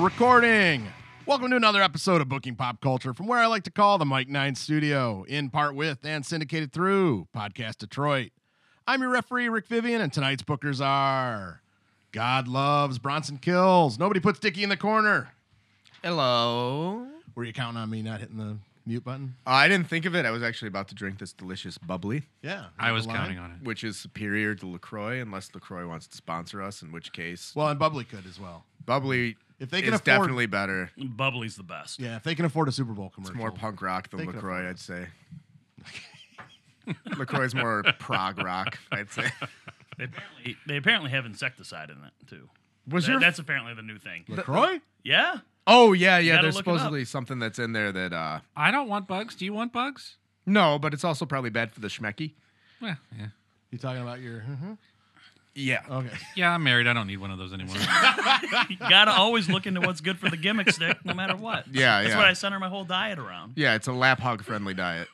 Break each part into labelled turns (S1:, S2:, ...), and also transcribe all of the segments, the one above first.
S1: recording. Welcome to another episode of Booking Pop Culture from where I like to call the Mike Nine Studio, in part with and syndicated through Podcast Detroit. I'm your referee, Rick Vivian, and tonight's bookers are God Loves, Bronson Kills, Nobody Puts Dickie in the Corner.
S2: Hello.
S1: Were you counting on me not hitting the mute button?
S2: I didn't think of it. I was actually about to drink this delicious bubbly,
S1: Yeah.
S3: I was counting on it.
S2: which is superior to LaCroix, unless LaCroix wants to sponsor us, in which case
S1: Well, and Bubbly could as well.
S2: bubbly
S1: If they can
S2: is
S1: afford-
S2: definitely better.
S3: Bubbly's the best.
S1: Yeah, if they can afford a Super Bowl commercial.
S2: It's more punk rock than
S1: They can afford
S2: LaCroix, I'd say. LaCroix is more prog rock, I'd say.
S4: They apparently they apparently have insecticide in it too.
S2: Was
S4: That-
S2: your
S4: that's apparently the new thing.
S1: LaCroix?
S4: Yeah,
S2: Oh yeah, yeah.
S4: gotta
S2: There's
S4: look it up.
S2: supposedly something that's in there that uh
S3: I don't want bugs. Do you want bugs?
S2: no, but it's also probably bad for the schmecky.
S3: Well, yeah.
S1: You talking about your. mhm.
S2: Yeah.
S1: Okay.
S3: Yeah, I'm married. I don't need one of those anymore.
S4: you gotta always look into what's good for the gimmick stick, no matter what.
S2: Yeah,
S4: that's
S2: yeah.
S4: what I center my whole diet around.
S2: Yeah, it's a lap hog friendly diet.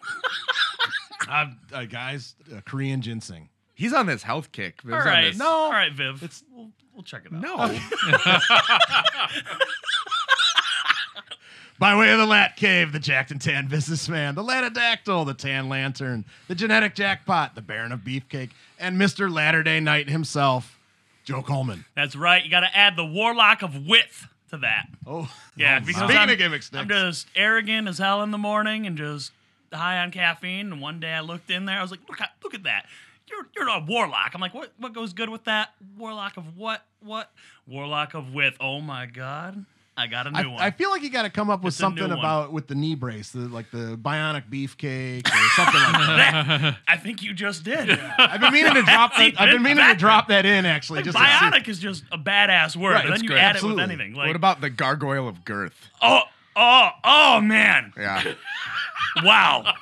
S1: I'm, uh, guys, uh, Korean ginseng.
S2: He's on this health kick. Viv's
S4: All
S2: on
S4: right,
S2: this-
S1: No.
S4: all right, Viv. we'll, we'll check it out.
S2: No.
S1: By way of the Lat Cave, the Jacked and Tan Businessman, the Latodactyl, the Tan Lantern, the Genetic Jackpot, the Baron of Beefcake, and Mr. Latter Day Knight himself, Joe Coleman.
S4: That's right. You gotta add the Warlock of Width to that.
S1: Oh,
S4: Yeah,
S1: oh,
S4: because
S1: speaking
S4: I'm,
S1: of gimmick sticks,
S4: I'm just arrogant as hell in the morning and just high on caffeine. And one day I looked in there, I was like, look, at- look at that. You're, you're a warlock. I'm like, what what goes good with that? Warlock of what? What? Warlock of with. Oh my god, I got a new
S1: I,
S4: one.
S1: I feel like you got to come up with
S4: It's a new
S1: something
S4: one.
S1: about with the knee brace, the, like the Bionic Beefcake or something like that.
S4: That- I think you just did.
S1: I've been meaning to drop
S4: See,
S1: that. I've been meaning to
S4: that-
S1: drop that in actually. Just to see-
S4: Bionic is just a badass word.
S1: Right,
S4: and
S1: it's
S4: then you
S1: great.
S4: add
S1: Absolutely.
S4: it with anything. Like,
S2: what about the gargoyle of girth?
S4: oh, oh, oh, man.
S2: Yeah.
S4: Wow.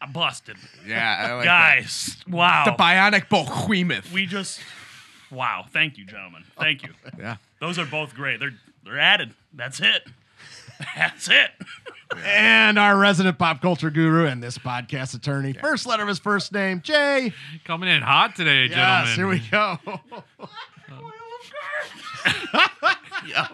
S4: I busted.
S2: Yeah. I like
S4: Guys, wow.
S2: that. The bionic behemoth.
S4: we just wow thank you gentlemen thank you
S2: yeah.
S4: those are both great they're they're added that's it that's it
S1: and our resident pop culture guru and this podcast attorney, first letter of his first name, Jay.
S3: Coming in hot today,
S1: Yes, here
S3: gentlemen.
S1: we go.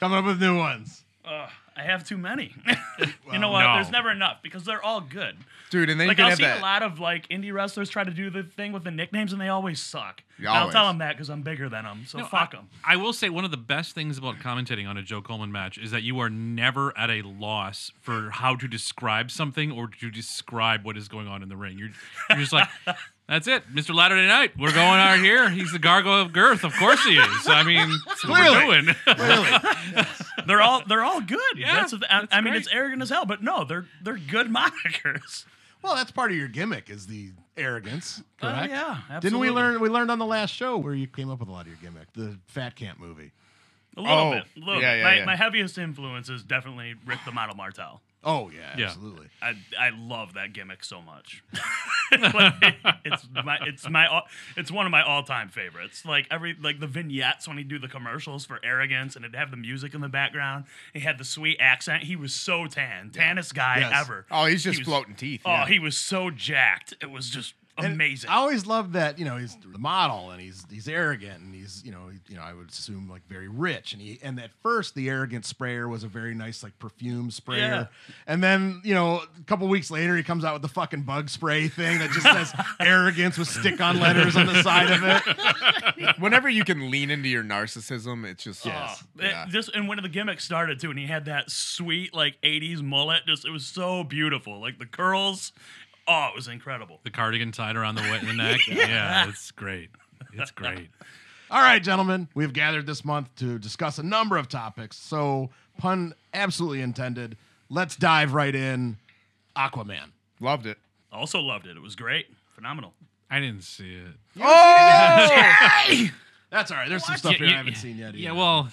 S1: Coming up with new ones.
S4: Ugh, i have too many you know what
S3: no.
S4: there's never enough because they're all good
S2: Dude, and then
S4: like
S2: you can
S4: i've
S2: have
S4: seen
S2: that.
S4: a lot of like indie wrestlers try to do the thing with the nicknames and they always suck And i'll
S2: Always.
S4: tell them that because i'm bigger than them so
S3: No,
S4: fuck
S3: I-
S4: 'em.
S3: I, will say one of the best things about commentating on a Joe Coleman match is that you are never at a loss for how to describe something or to describe what is going on in the ring. You're, you're just like, that's it, Mr. Latter Day Night. We're going out here. He's the gargoyle of girth. Of course he is. I mean, that's what
S1: Clearly.
S3: we're doing.
S4: they're all they're all good
S3: Yeah,
S4: that's the- I,
S3: that's
S4: I mean
S3: great.
S4: it's arrogant as hell but no they're they're good monikers
S1: Well, that's part of your gimmick is the arrogance,
S4: Oh,
S1: correct?
S4: yeah,
S1: Didn't we
S4: absolutely.
S1: learn? We learned on the last show where you came up with a lot of your gimmick, the Fat Camp movie.
S4: a little
S2: Oh,
S4: bit a little
S2: yeah,
S4: bit
S2: yeah,
S4: my,
S2: yeah.
S4: my heaviest influence is definitely rick the model martel
S1: Oh yeah,
S3: Yeah.
S1: absolutely.
S4: I, I love that gimmick so much. Like, it's my it's my all- it's one of my all time favorites. Like every like the vignettes when he do the commercials for Arrogance and it'd have the music in the background. He had the sweet accent. He was so tan, tannest guy
S1: Yes.
S4: ever.
S2: Oh, he's just
S4: He was-
S2: floating teeth.
S4: Oh,
S2: yeah.
S4: he was so jacked. It was just
S1: And
S4: amazing.
S1: I always loved that you know he's the model and he's he's arrogant and he's you know he- you know I would assume like very rich and he and at first the arrogant sprayer was a very nice like perfume sprayer and then you know a couple weeks later he comes out with the fucking bug spray thing that just says arrogance with stick on letters on the side of it.
S2: Whenever you can lean into your narcissism, it's just.
S4: Oh, it-
S2: Yeah.
S4: just and when the gimmick started too, and he had that sweet like '80s mullet. Just it was so beautiful, like the curls. Oh, it was incredible.
S3: the cardigan tied around the, wa- the neck. yeah, it's great. It's great.
S1: All right, gentlemen, we've gathered this month to discuss a number of topics. So pun absolutely intended. Let's dive right in. Aquaman.
S2: Loved it.
S4: Also loved it. It was great, phenomenal.
S3: I didn't see it.
S1: That's all right. There's some stuff
S3: Yeah,
S1: here
S3: yeah,
S1: I haven't
S3: yeah.
S1: seen yet.
S3: Yeah,
S1: either.
S3: well,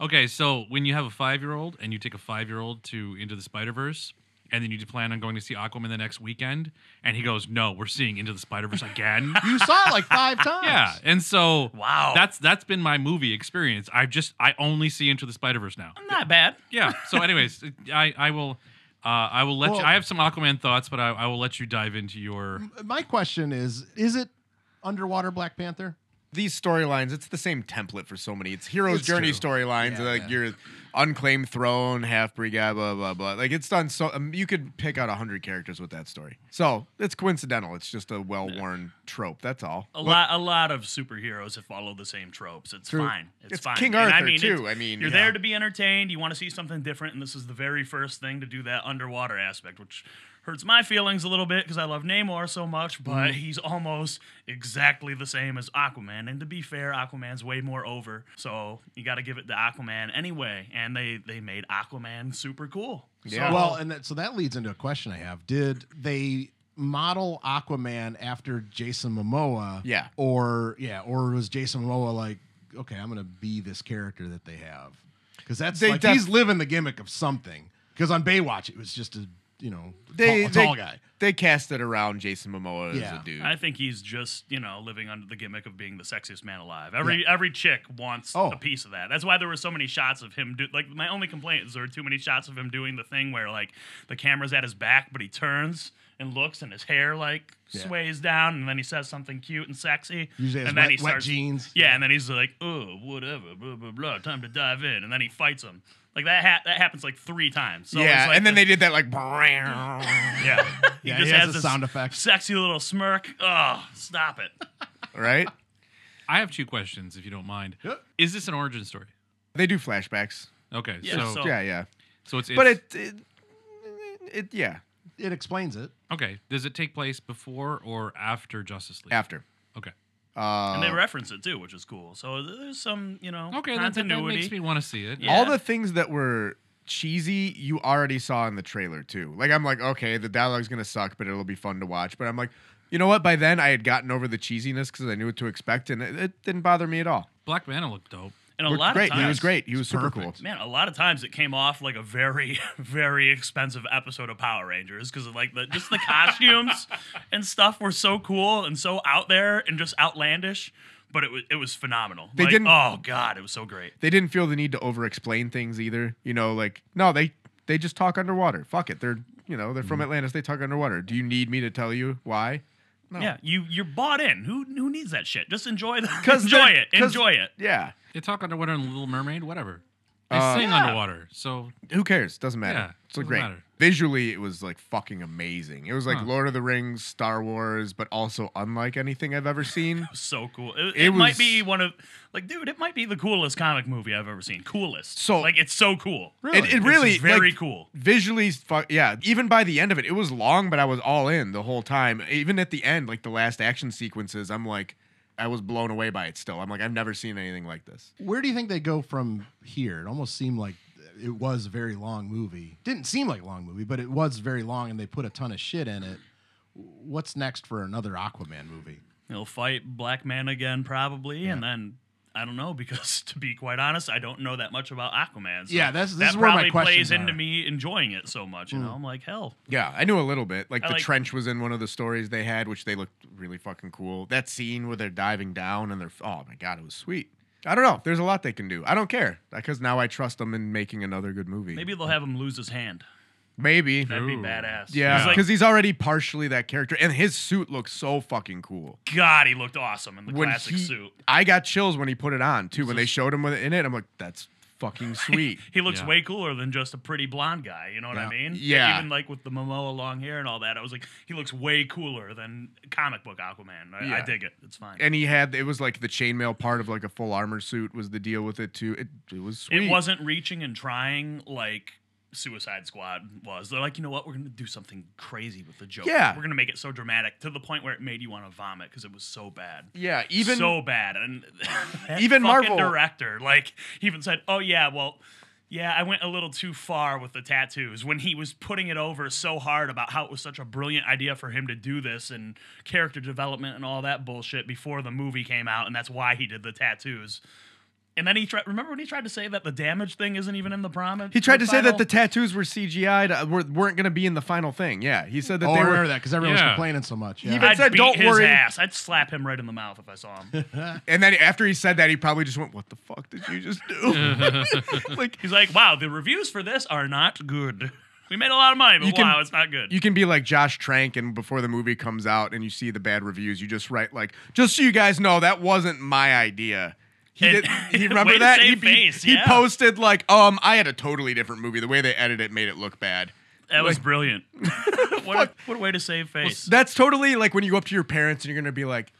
S3: okay. So when you have a five-year-old and you take a five-year-old to Into the Spider Verse, and then you plan on going to see Aquaman the next weekend, and he goes, "No, we're seeing Into the Spider Verse again."
S1: you saw it like five times.
S3: yeah, and so
S4: Wow.
S3: that's that's been my movie experience. I've just I only see Into the Spider Verse now.
S4: Not bad.
S3: Yeah. So, anyways, I I will. Uh, I will let
S1: Well-
S3: you. I have some Aquaman thoughts, but I, I will let you dive into your.
S1: My question is: Is it underwater Black Panther?
S2: these storylines, it's the same template for so many. It's hero's
S1: It's
S2: journey
S1: true.
S2: storylines,
S1: Yeah,
S2: like
S1: yeah.
S2: your unclaimed throne, half breed guy, blah blah blah. Like it's done so um, you could pick out hundred characters with that story. So it's coincidental. It's just a well-worn trope. That's all.
S4: A lot, a lot of superheroes have followed the same tropes. It's
S1: True.
S4: fine. It's,
S2: It's
S4: fine.
S2: King
S4: And
S2: Arthur, too.
S4: it's-
S2: I mean,
S4: you're
S2: yeah.
S4: there to be entertained. You want to see something different, and this is the very first thing to do that underwater aspect, which hurts my feelings a little bit because I love Namor so much. But
S2: Mm-hmm.
S4: he's almost exactly the same as Aquaman, and to be fair, Aquaman's way more over. So you got to give it to Aquaman anyway. And they they made Aquaman super cool.
S2: Yeah.
S4: So-
S1: Well, and that, so that leads into a question I have. Did they model Aquaman after Jason Momoa?
S2: Yeah.
S1: Or yeah, or was Jason Momoa like, okay, I'm gonna be this character that they have? Because that's
S2: They
S1: like
S2: def-
S1: he's living the gimmick of something. Because on Baywatch, it was just a you know
S2: They,
S1: tall, a
S2: they-
S1: tall guy.
S2: They cast it around Jason Momoa as
S1: Yeah.
S2: a dude.
S4: I think he's just, you know, living under the gimmick of being the sexiest man alive. Every every chick wants
S1: Oh.
S4: a piece of that. That's why there were so many shots of him do like my only complaint is there are too many shots of him doing the thing where like the camera's at his back, but he turns and looks and his hair like
S1: Yeah.
S4: sways down and then he says something cute and sexy.
S1: Usually has
S4: and
S1: wet, wet jeans.
S4: Yeah, and then he's like, oh, whatever, blah, blah, blah, time to dive in. And then he fights him. Like that ha- that happens like three times. So
S2: yeah,
S4: it's like
S2: and then
S4: this-
S2: they did that like. right?
S4: Yeah.
S1: Yeah,
S4: just
S1: he has
S4: adds
S1: a
S4: this
S1: sound effect.
S4: Sexy little smirk. Oh, stop it.
S3: I have two questions, if you don't mind.
S1: Yeah.
S3: Is this an origin story?
S2: They do flashbacks.
S3: Okay,
S4: Yeah,
S3: so
S4: so-
S2: Yeah, yeah.
S3: so it's, it's
S2: but it, it, it, yeah.
S1: It explains it.
S3: okay. Does it take place before or after Justice League?
S2: After.
S3: Okay.
S2: Uh,
S4: and they reference it too, which is cool. So th- there's some, you know,
S3: Okay, that, that
S4: continuity.
S3: makes me want to see it.
S4: Yeah.
S2: All the things that were cheesy, you already saw in the trailer too. Like I'm like, okay, the dialogue's gonna suck, but it'll be fun to watch. But I'm like, you know what? By then, I had gotten over the cheesiness because I knew what to expect, and it, it didn't bother me at all.
S3: Black Manta looked dope.
S4: and a
S2: Looked
S4: lot
S2: great.
S4: of
S2: he
S4: times,
S2: was great. He was super
S1: perfect.
S2: cool.
S4: Man, a lot of times it came off like a very, very expensive episode of Power Rangers because like the, just the costumes and stuff were so cool and so out there and just outlandish. But it was it was phenomenal.
S2: They
S4: Like,
S2: didn't-
S4: Oh god, it was so great.
S2: They didn't feel the need to over-explain things either. You know, like no, they they just talk underwater. Fuck it. They're you know they're
S3: Mm-hmm.
S2: from Atlantis. They talk underwater. Do you need me to tell you why? No.
S4: Yeah, you you're bought in. Who who needs that shit? Just enjoy the
S2: 'Cause
S4: enjoy
S2: they're-
S4: it.
S2: 'cause-
S4: Enjoy it.
S2: Yeah.
S3: They talk underwater in Little Mermaid, whatever. They
S2: Uh,
S3: sing
S4: Yeah.
S3: underwater, so
S2: who cares? Doesn't matter.
S3: Yeah,
S2: it's like
S3: doesn't
S2: great.
S3: matter.
S2: Visually, it was like fucking amazing. It was like
S3: Huh.
S2: Lord of the Rings, Star Wars, but also unlike anything I've ever seen.
S4: so cool. It,
S2: It
S4: it might
S2: was-
S4: be one of like, dude, it might be the coolest comic movie I've ever seen. Coolest.
S2: So-
S4: like, it's so cool.
S1: Really?
S2: It, it really
S4: It's very
S2: like,
S4: cool.
S2: Visually, fu- yeah. Even by the end of it, it was long, but I was all in the whole time. Even at the end, like the last action sequences, I'm like, I was blown away by it. Still, I'm like, I've never seen anything like this.
S1: Where do you think they go from here? It almost seemed like it was a very long movie. Didn't seem like a long movie, but it was very long, and they put a ton of shit in it. What's next for another Aquaman movie?
S4: He'll fight Black Man again, probably, and then I don't know because to be quite honest, I don't know that much about Aquaman. So
S1: Yeah, that's- this
S4: that
S1: is where my
S4: probably plays
S1: questions
S4: into
S1: are.
S4: me enjoying it so much.
S2: Mm.
S4: You know, I'm like, hell,
S2: Yeah, I knew a little bit. Like
S4: I
S2: the
S4: like-
S2: trench was in one of the stories they had, which they looked really fucking cool. That scene where they're diving down and they're oh my god, it was sweet. I don't know. There's a lot they can do. I don't care because now I trust them in making another good movie.
S4: maybe they'll have him lose his hand.
S2: maybe.
S4: That'd be
S3: Ooh.
S4: badass.
S2: Yeah,
S4: He's
S2: because
S4: like,
S2: he's already partially that character, and his suit looks so fucking cool.
S4: God, he looked awesome in the
S2: When
S4: classic
S2: he-
S4: suit.
S2: I got chills when he put it on too. When they
S4: Just-
S2: showed him with it in it, I'm like, that's fucking sweet.
S4: He looks
S3: Yeah.
S4: way cooler than just a pretty blonde guy. You know what I
S1: Yeah.
S4: mean?
S2: Yeah.
S4: Even like with the Momoa long hair and all that, I was like, he looks way cooler than comic book Aquaman. I, I
S2: Yeah.
S4: dig it. It's fine.
S2: and he had it was like the chainmail part of like a full armor suit was the deal with it too. It, it was sweet.
S4: it wasn't reaching and trying like Suicide Squad was. They're like, you know what? We're gonna do something crazy with the joke.
S2: Yeah.
S4: We're gonna make it so dramatic to the point where it made you want to vomit because it was so bad.
S2: Yeah, even
S4: so bad, and that
S2: Even
S4: fucking
S2: Marvel-
S4: director like he even said, "Oh yeah, well." Yeah, I went a little too far with the tattoos when he was putting it over so hard about how it was such a brilliant idea for him to do this and character development and all that bullshit before the movie came out, and that's why he did the tattoos. And then he tried. Remember when he tried to say that the damage thing isn't even in the promise?
S2: He tried to say that the tattoos were CGI'd, uh, were, weren't going to be in the final thing. Yeah, he said that
S1: oh, I
S2: they
S1: remember
S2: were.
S1: that because everyone
S3: Yeah.
S1: was complaining so much.
S2: He
S1: Yeah.
S2: even-
S4: I'd
S2: said,
S4: beat
S2: "Don't
S4: his
S2: worry."
S4: ass. I'd slap him right in the mouth if I saw him.
S2: And then after he said that, he probably just went, "What the fuck did you just do?" like,
S4: He's like, "Wow, the reviews for this are not good." We made a lot of money, but
S2: You can-
S4: wow, it's not good.
S2: You can be like Josh Trank, and before the movie comes out and you see the bad reviews, you just write like, "Just so you guys know, that wasn't my idea." He
S4: And-
S2: did. He
S4: Way
S2: remember
S4: to
S2: that he,
S4: save
S2: he-
S4: face,
S2: he
S4: yeah.
S2: posted like, "Um, I had a totally different movie. The way they edited it made it look bad."
S4: that was brilliant. what, a, what a way to save face.
S2: That's totally like when you go up to your parents and you're gonna be like,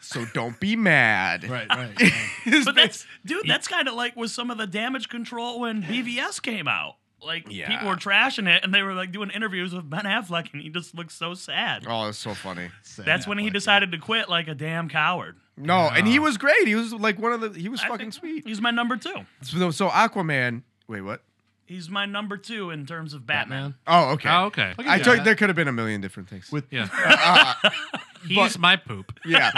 S2: "So don't be mad."
S1: Right, right. yeah.
S2: His
S4: but
S2: face-
S4: that's dude, that's kind of like with some of the damage control when BVS came out. Like
S2: Yeah.
S4: people were trashing it, and they were like doing interviews with Ben Affleck, and he just looked so sad.
S2: oh, that's so funny.
S1: Sad
S4: That's when he
S1: Affleck.
S4: decided to quit, like a damn coward.
S2: No, and he was great. He was like one of the. He was
S4: I
S2: fucking
S4: think
S2: sweet.
S4: He's my number two.
S2: So, so Aquaman. Wait, what?
S4: He's my number two in terms of Batman.
S1: Batman.
S2: Oh, okay.
S3: Oh, okay.
S1: Look at
S2: I
S1: that.
S2: took. There could have been a million different things.
S1: with
S3: Yeah.
S2: Uh,
S3: He's my poop.
S2: yeah.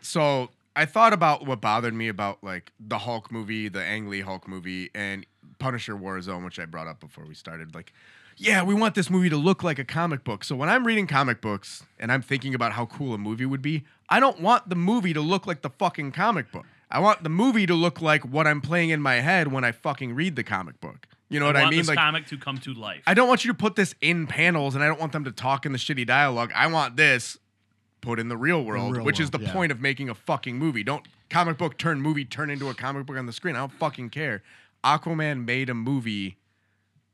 S2: so I thought about what bothered me about like the Hulk movie, the Ang Lee Hulk movie, and Punisher Warzone, which I brought up before we started. Like, yeah, we want this movie to look like a comic book. So when I'm reading comic books and I'm thinking about how cool a movie would be, I don't want the movie to look like the fucking comic book. I want the movie to look like what I'm playing in my head when I fucking read the comic book. You know what I,
S4: want
S2: mean?
S4: this
S2: Like,
S4: comic to come to life.
S2: I don't want you to put this in panels and I don't want them to talk in the shitty dialogue. I want this put in the real world,
S1: real
S2: which is the
S1: world, yeah.
S2: point of making a fucking movie. Don't comic book turn movie turn into a comic book on the screen. I don't fucking care. Aquaman made a movie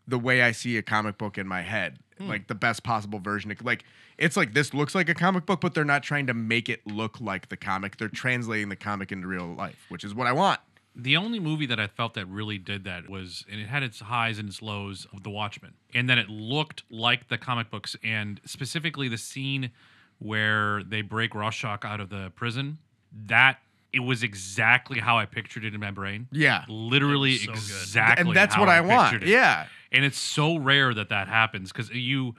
S2: the way I see a comic book in my head.
S1: Hmm.
S2: Like the best possible version. It- Like it's like this looks like a comic book, but they're not trying to make it look like the comic. They're translating the comic into real life, which is what I want.
S3: The only movie that I felt that really did that was, and it had its highs and its lows of The Watchmen, and then it looked like the comic books, and specifically the scene where they break Rorschach out of the prison. That it was exactly how I pictured it in my brain.
S2: Yeah.
S3: literally
S4: It was so good.
S3: exactly,
S2: and that's
S3: how
S2: what I, want.
S3: pictured it.
S2: Yeah.
S3: and it's so rare that that happens because you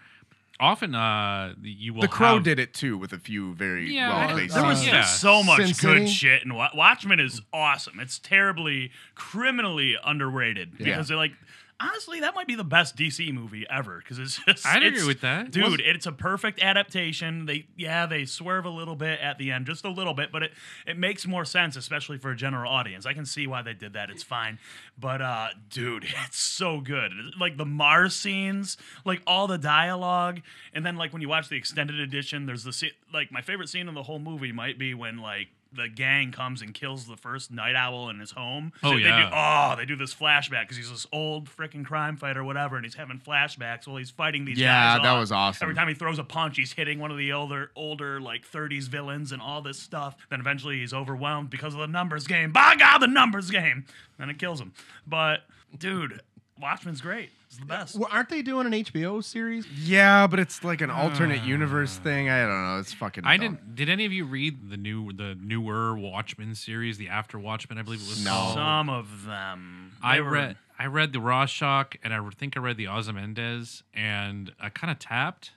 S3: often uh you will
S2: the Crow
S3: have-
S2: did it too with a few very
S3: Yeah,
S2: well
S3: I-
S2: placed.
S1: there
S2: scenes.
S1: was-
S3: yeah.
S4: so much
S1: Sin City?
S4: good shit and Wa- Watchmen is awesome. It's terribly criminally underrated because they're like honestly that might be the best DC movie ever because it's just
S3: I'd agree
S4: it's-
S3: with that.
S4: Dude,
S3: Wasn't-
S4: it's a perfect adaptation. They yeah, they swerve a little bit at the end, just a little bit, but it it makes more sense especially for a general audience. I can see why they did that. It's fine. But uh dude, it's so good. Like the Mars scenes, like all the dialogue, and then like when you watch the extended edition, there's the scene like my favorite scene in the whole movie might be when like the gang comes and kills the first night owl in his home.
S3: Oh,
S4: They do-
S3: yeah.
S4: oh, they do this flashback because he's this old freaking crime fighter, whatever, and he's having flashbacks while he's fighting these
S2: Yeah,
S4: guys
S2: that
S4: off.
S2: was awesome.
S4: Every time he throws a punch, he's hitting one of the older, older like '30s villains and all this stuff. Then eventually he's overwhelmed because of the numbers game. By God, the numbers game! Then it kills him. But dude, Watchmen's great. It's the best.
S1: Well, aren't they doing an HBO series?
S2: Yeah, but it's like an alternate universe thing. I don't know. It's fucking.
S3: I
S2: dumb.
S3: didn't. Did any of you read the new, the newer Watchmen series, the After Watchmen? I believe it was.
S2: No.
S3: called?
S4: Some of them.
S3: I
S4: They were-
S3: read. I read the Rorschach, and I re- think I read the Ozymandias, and I kind of tapped.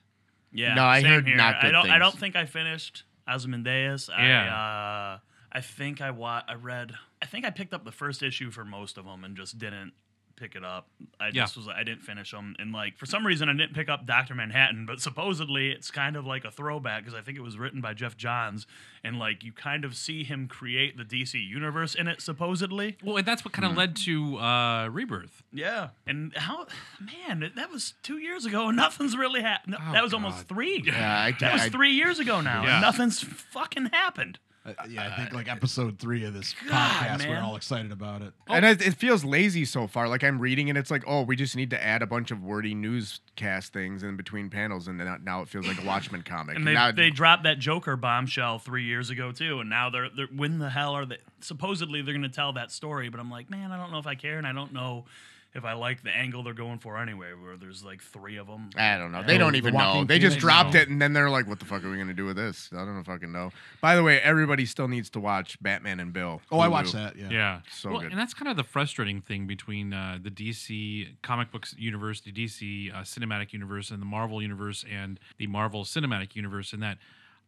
S4: Yeah.
S2: No, I
S4: same
S2: heard
S4: here.
S2: not
S4: I
S2: good
S4: don't. I
S2: things.
S4: don't think I finished Asmodeus. I,
S3: Yeah.
S4: uh, I think I wa- I read. I think I picked up the first issue for most of them and just didn't pick it up. I
S3: Yeah.
S4: just was. I didn't finish them, and like for some reason I didn't pick up Doctor Manhattan. But supposedly it's kind of like a throwback because I think it was written by Jeff Johns, and like you kind of see him create the DC universe in it. Supposedly,
S3: Well, and that's what
S2: Hmm.
S3: kind of led to uh, Rebirth.
S4: yeah. And how, man, that was two years ago, and nothing's really happened.
S3: Oh,
S4: that was almost
S3: God.
S4: three.
S2: Yeah, I,
S4: That was
S2: I-
S4: three years ago now,
S3: Yeah.
S4: and nothing's fucking happened.
S1: Uh, yeah, I think like episode three of this
S4: God,
S1: podcast, we're
S4: man.
S1: all excited about it.
S2: And it, it feels lazy so far. Like I'm reading, and it's like, oh, we just need to add a bunch of wordy newscast things in between panels, and then now it feels like a Watchmen comic.
S4: And they,
S2: now,
S4: they dropped that Joker bombshell three years ago too, and now they're, they're when the hell are they? Supposedly they're gonna tell that story, but I'm like, man, I don't know if I care, and I don't know if I like the angle they're going for anyway, where there's like three of them.
S2: I don't know. They
S1: The-
S2: don't
S1: the
S2: even
S1: Walking
S2: know. They
S1: Phoenix.
S2: just dropped
S1: No.
S2: it, and then they're like, what the fuck are we gonna do with this? I don't fucking know. By the way, everybody still needs to watch Batman and Bill.
S1: Oh, I
S2: Hulu.
S1: watched that. Yeah.
S3: Yeah.
S2: So
S3: well,
S2: good.
S3: And that's kind of the frustrating thing between uh, the DC comic books universe, the DC uh, cinematic universe, and the Marvel universe, and the Marvel cinematic universe, in that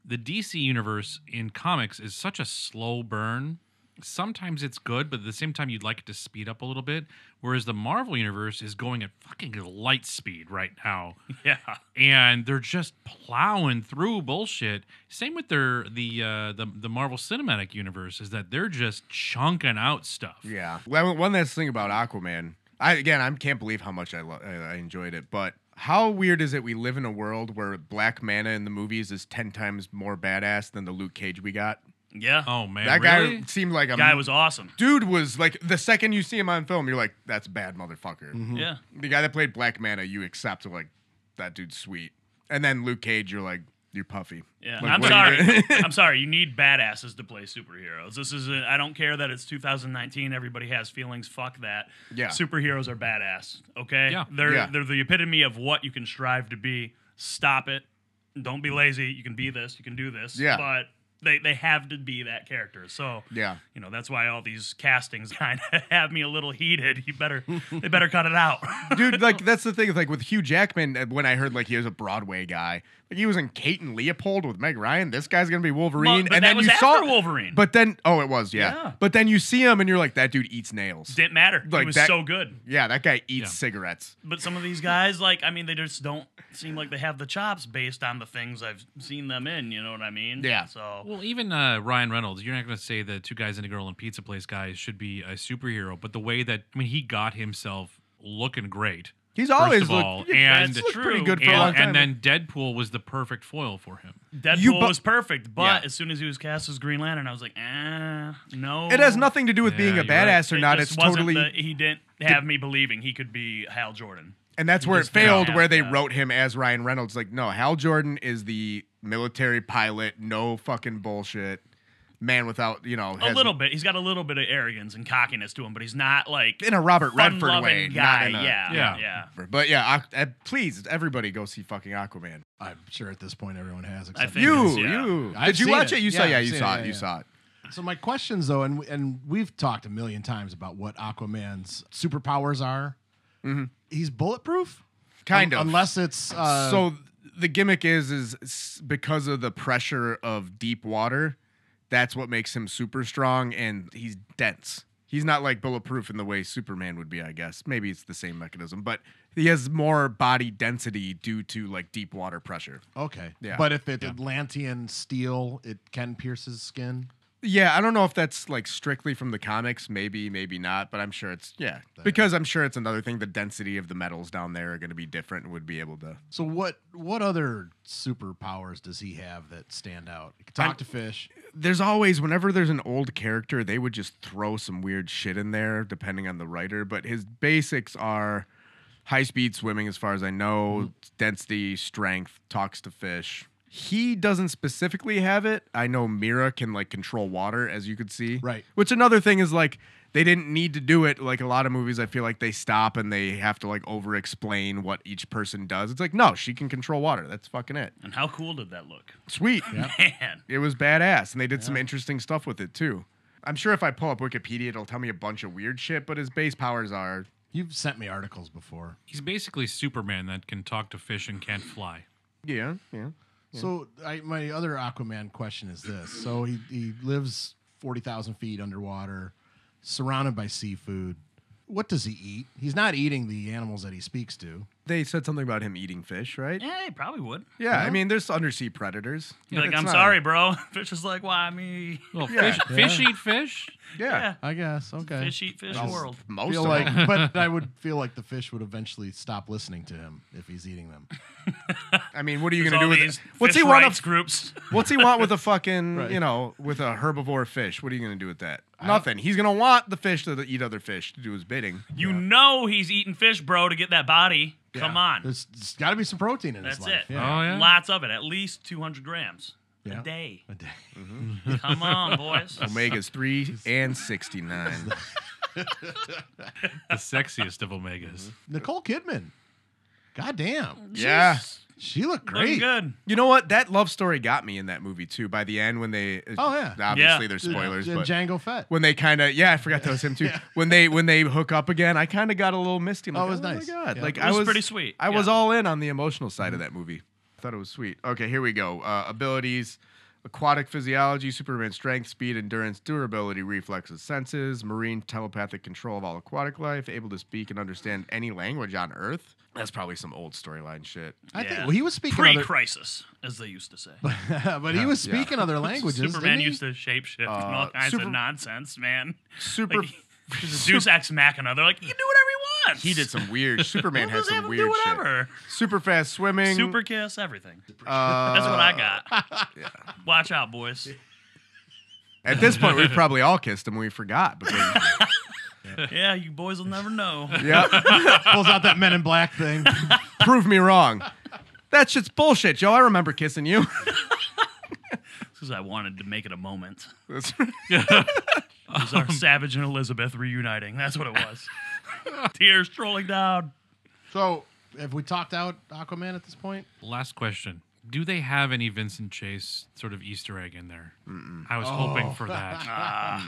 S3: the DC universe in comics is such a slow burn. Sometimes it's good, but at the same time, you'd like it to speed up a little bit. Whereas the Marvel universe is going at fucking light speed right now
S4: Yeah,
S3: and they're just plowing through bullshit. Same with their the uh, the the Marvel Cinematic Universe is that they're just chunking out stuff.
S2: Yeah. Well, one last thing about Aquaman. I again, I can't believe how much I lo- I I enjoyed it. But how weird is it? We live in a world where Black Mana in the movies is ten times more badass than the Luke Cage we got.
S4: Yeah.
S3: Oh man,
S2: That
S3: really?
S2: guy seemed like a
S4: Guy was awesome.
S2: dude was like the second you see him on film, you're like, that's a bad motherfucker.
S4: Yeah.
S2: The guy that played Black Mana, you accept like that dude's sweet, and then Luke Cage, you're like, you're puffy.
S4: Yeah.
S2: Like,
S4: I'm
S2: what are you
S4: sorry.
S2: doing?
S4: I'm sorry. You need badasses to play superheroes. This is I I don't care that it's 2019. Everybody has feelings. Fuck that.
S2: Yeah.
S4: Superheroes are badass. Okay.
S3: Yeah.
S4: They're
S2: Yeah.
S4: they're the epitome of what you can strive to be. Stop it. Don't be lazy. You can be this. You can do this.
S2: Yeah.
S4: But they they have to be that character. So
S2: Yeah.
S4: You know that's why all these castings kind of have me a little heated. You better they better cut it out.
S2: dude like that's the thing is, like with hugh jackman uh, when i heard like he was a broadway guy like he was in kate and leopold with meg ryan this guy's gonna be wolverine
S4: Well, but
S2: and
S4: that
S2: then
S4: was
S2: you
S4: after
S2: saw
S4: Wolverine.
S2: but then oh it was yeah.
S4: Yeah.
S2: but then you see him and you're like that dude eats nails
S4: Didn't matter.
S2: Like
S4: it was
S2: that-
S4: so good.
S2: yeah that guy eats
S3: Yeah.
S2: cigarettes
S4: But some of these guys, like, I mean, they just don't seem like they have the chops based on the things I've seen them in. You know what I mean?
S2: Yeah.
S4: So
S3: Well, even uh, Ryan Reynolds, you're not going to say the two guys and a girl in pizza place guys should be a superhero, but the way that I mean, he got himself looking great,
S2: he's
S3: of
S2: always
S3: all,
S2: looked,
S3: and-
S2: he's looked
S4: That's
S2: pretty
S4: true.
S2: good for a long
S3: and,
S2: time
S3: and then Deadpool was the perfect foil for him.
S4: Deadpool
S2: You bu-
S4: was perfect, but
S2: Yeah.
S4: as soon as he was cast as Green Lantern, I was like, eh, no.
S2: it has nothing to do with being
S3: Yeah,
S2: a
S3: you're right.
S2: badass or
S4: It
S2: not
S4: just
S2: it's
S4: wasn't
S2: totally
S4: the- he didn't have me believing he could be Hal Jordan.
S2: and that's where it
S4: just didn't
S2: failed
S4: have
S2: where they
S4: that.
S2: wrote him as ryan reynolds like no hal jordan is the military pilot no fucking bullshit man without you know
S4: A
S2: has-
S4: little bit. He's got a little bit of arrogance and cockiness to him, but he's not like
S2: in a Robert Redford
S4: fun-loving
S2: way, not
S4: guy.
S2: in a,
S4: yeah,
S3: yeah.
S4: yeah.
S2: But yeah, Aqu- uh, please, everybody go see fucking Aquaman.
S1: I'm sure at this point everyone has.
S4: I
S1: except
S4: think
S1: me.
S2: You,
S4: is, yeah.
S2: you.
S1: I've
S2: Did you
S1: seen
S2: watch
S1: it.
S2: it? You saw,
S1: Yeah,
S2: yeah,
S1: I've
S2: you
S1: seen
S2: saw
S1: it,
S2: it.
S1: yeah,
S2: You
S1: yeah.
S2: saw it.
S1: So my questions though, and and we've talked a million times about what Aquaman's superpowers are. He's bulletproof,
S2: Mm-hmm. Kind
S1: Un-
S2: of.
S1: unless it's uh,
S2: so the gimmick is, is s- because of the pressure of deep water, that's what makes him super strong, and he's dense. He's not like bulletproof in the way Superman would be, I guess. Maybe it's the same mechanism, but he has more body density due to like deep water pressure.
S1: Okay.
S2: Yeah.
S1: But if it's Atlantean steel, it can pierce his skin.
S2: Yeah, I don't know if that's like strictly from the comics, maybe, maybe not, but I'm sure it's yeah. Because I'm sure it's another thing. The density of the metals down there are going to be different and would be able to.
S1: So what what other superpowers does he have that stand out? He can talk
S2: I'm-
S1: to fish.
S2: There's always whenever there's an old character, they would just throw some weird shit in there depending on the writer, but his basics are high speed swimming as far as I know, density, strength, talks to fish. He doesn't specifically have it. I know Mira can like control water as you could see.
S1: Right.
S2: Which another thing is like they didn't need to do it. Like a lot of movies, I feel like they stop and they have to like over explain what each person does. It's like, no, she can control water. That's fucking it.
S4: And how cool did that look?
S2: Sweet.
S4: Man.
S2: It was badass. And they did some interesting stuff with it too. I'm sure if I pull up Wikipedia, it'll tell me a bunch of weird shit, but his base powers are
S1: You've sent me articles before.
S3: He's basically Superman that can talk to fish and can't fly.
S2: yeah, yeah.
S1: So I, my other Aquaman question is this: So he he lives forty thousand feet underwater, surrounded by seafood. What does he eat? He's not eating the animals that he speaks to.
S2: They said something about him eating fish, right?
S4: Yeah, he probably would.
S2: Yeah, I mean, there's undersea predators.
S4: Be like,
S2: It's
S4: I'm
S2: not-
S4: sorry, bro. Fish is like, why me?
S3: Well,
S2: Yeah.
S3: fish, fish eat fish.
S2: Yeah,
S1: I guess okay.
S4: Fish eat fish world.
S2: most
S1: Feel
S2: of
S1: like,
S2: them.
S1: but I would feel like the fish would eventually stop listening to him if he's eating them.
S2: I mean, what are you
S4: There's
S2: gonna do
S4: all
S2: with
S4: these
S2: it? What's he
S4: fish
S2: want?
S4: rights
S2: to-
S4: groups?
S2: What's he want with a fucking
S1: Right.
S2: you know with a herbivore fish? What are you gonna do with that? Nothing. He's gonna want the fish to eat other fish to do his bidding.
S4: You know he's eating fish, bro, to get that body. Come on.
S1: There's, there's got to be some protein in
S4: That's
S1: his
S4: it.
S1: life. Yeah.
S3: Oh, yeah?
S4: Lots of it, at least 200 grams
S1: Yeah.
S4: a day.
S1: A day.
S4: Come on, boys.
S2: Omega's three and sixty nine.
S3: The sexiest of omegas.
S1: Nicole Kidman. God damn.
S2: Yeah.
S4: She's
S1: She looked
S4: Looking
S1: great.
S4: good.
S2: You know what? That love story got me in that movie too. By the end, when they uh,
S1: Oh, yeah.
S2: obviously
S4: Yeah.
S2: there's spoilers,
S1: And
S2: but
S1: Django Fett.
S2: when they kind of yeah, I forgot that was him too. When they when they hook up again, I kind of got a little misty. I'm
S1: Oh,
S2: like,
S1: it was
S2: my
S1: nice.
S2: God.
S1: Yeah.
S2: Like
S1: It
S2: I
S4: was
S2: was
S4: pretty sweet.
S2: I was
S4: Yeah.
S2: all in on the emotional side of
S1: Mm-hmm.
S2: that movie. I thought it was sweet. Okay, here we go. Uh, abilities: aquatic physiology, Superman strength, speed, endurance, durability, reflexes, senses, marine telepathic control of all aquatic life, able to speak and understand any language on Earth. That's probably some old storyline shit.
S1: I think
S4: Yeah.
S1: well, he was speaking
S4: Pre
S1: other,
S4: crisis, as they used to say.
S1: but he was speaking other languages. didn't
S4: Superman
S1: he?
S4: used to shapeshift and all kinds
S2: Uh, super-
S4: of nonsense, man.
S2: Super.
S4: Like, there's a Deus Ex Machina. They're like, you can do whatever you wants.
S2: He did some weird. Superman
S4: We'll
S2: had
S4: just have
S2: some
S4: him
S2: weird
S4: do
S2: shit.
S4: whatever.
S2: Super fast swimming.
S4: Super kiss, everything.
S2: uh,
S4: That's what I got. Watch out, boys.
S2: At this point, we probably all kissed him. We forgot. Because,
S4: Yeah, you boys will never know.
S2: yeah,
S1: Pulls out that Men in Black thing.
S2: prove me wrong. That shit's bullshit, Joe. I remember kissing you.
S4: Because I wanted to make it a moment.
S2: That's right.
S4: It was our Savage and Elizabeth reuniting. That's what it was. Tears rolling down.
S1: So, have we talked out Aquaman at this point?
S3: Last question. Do they have any Vincent Chase sort of Easter egg in there? I was hoping for that.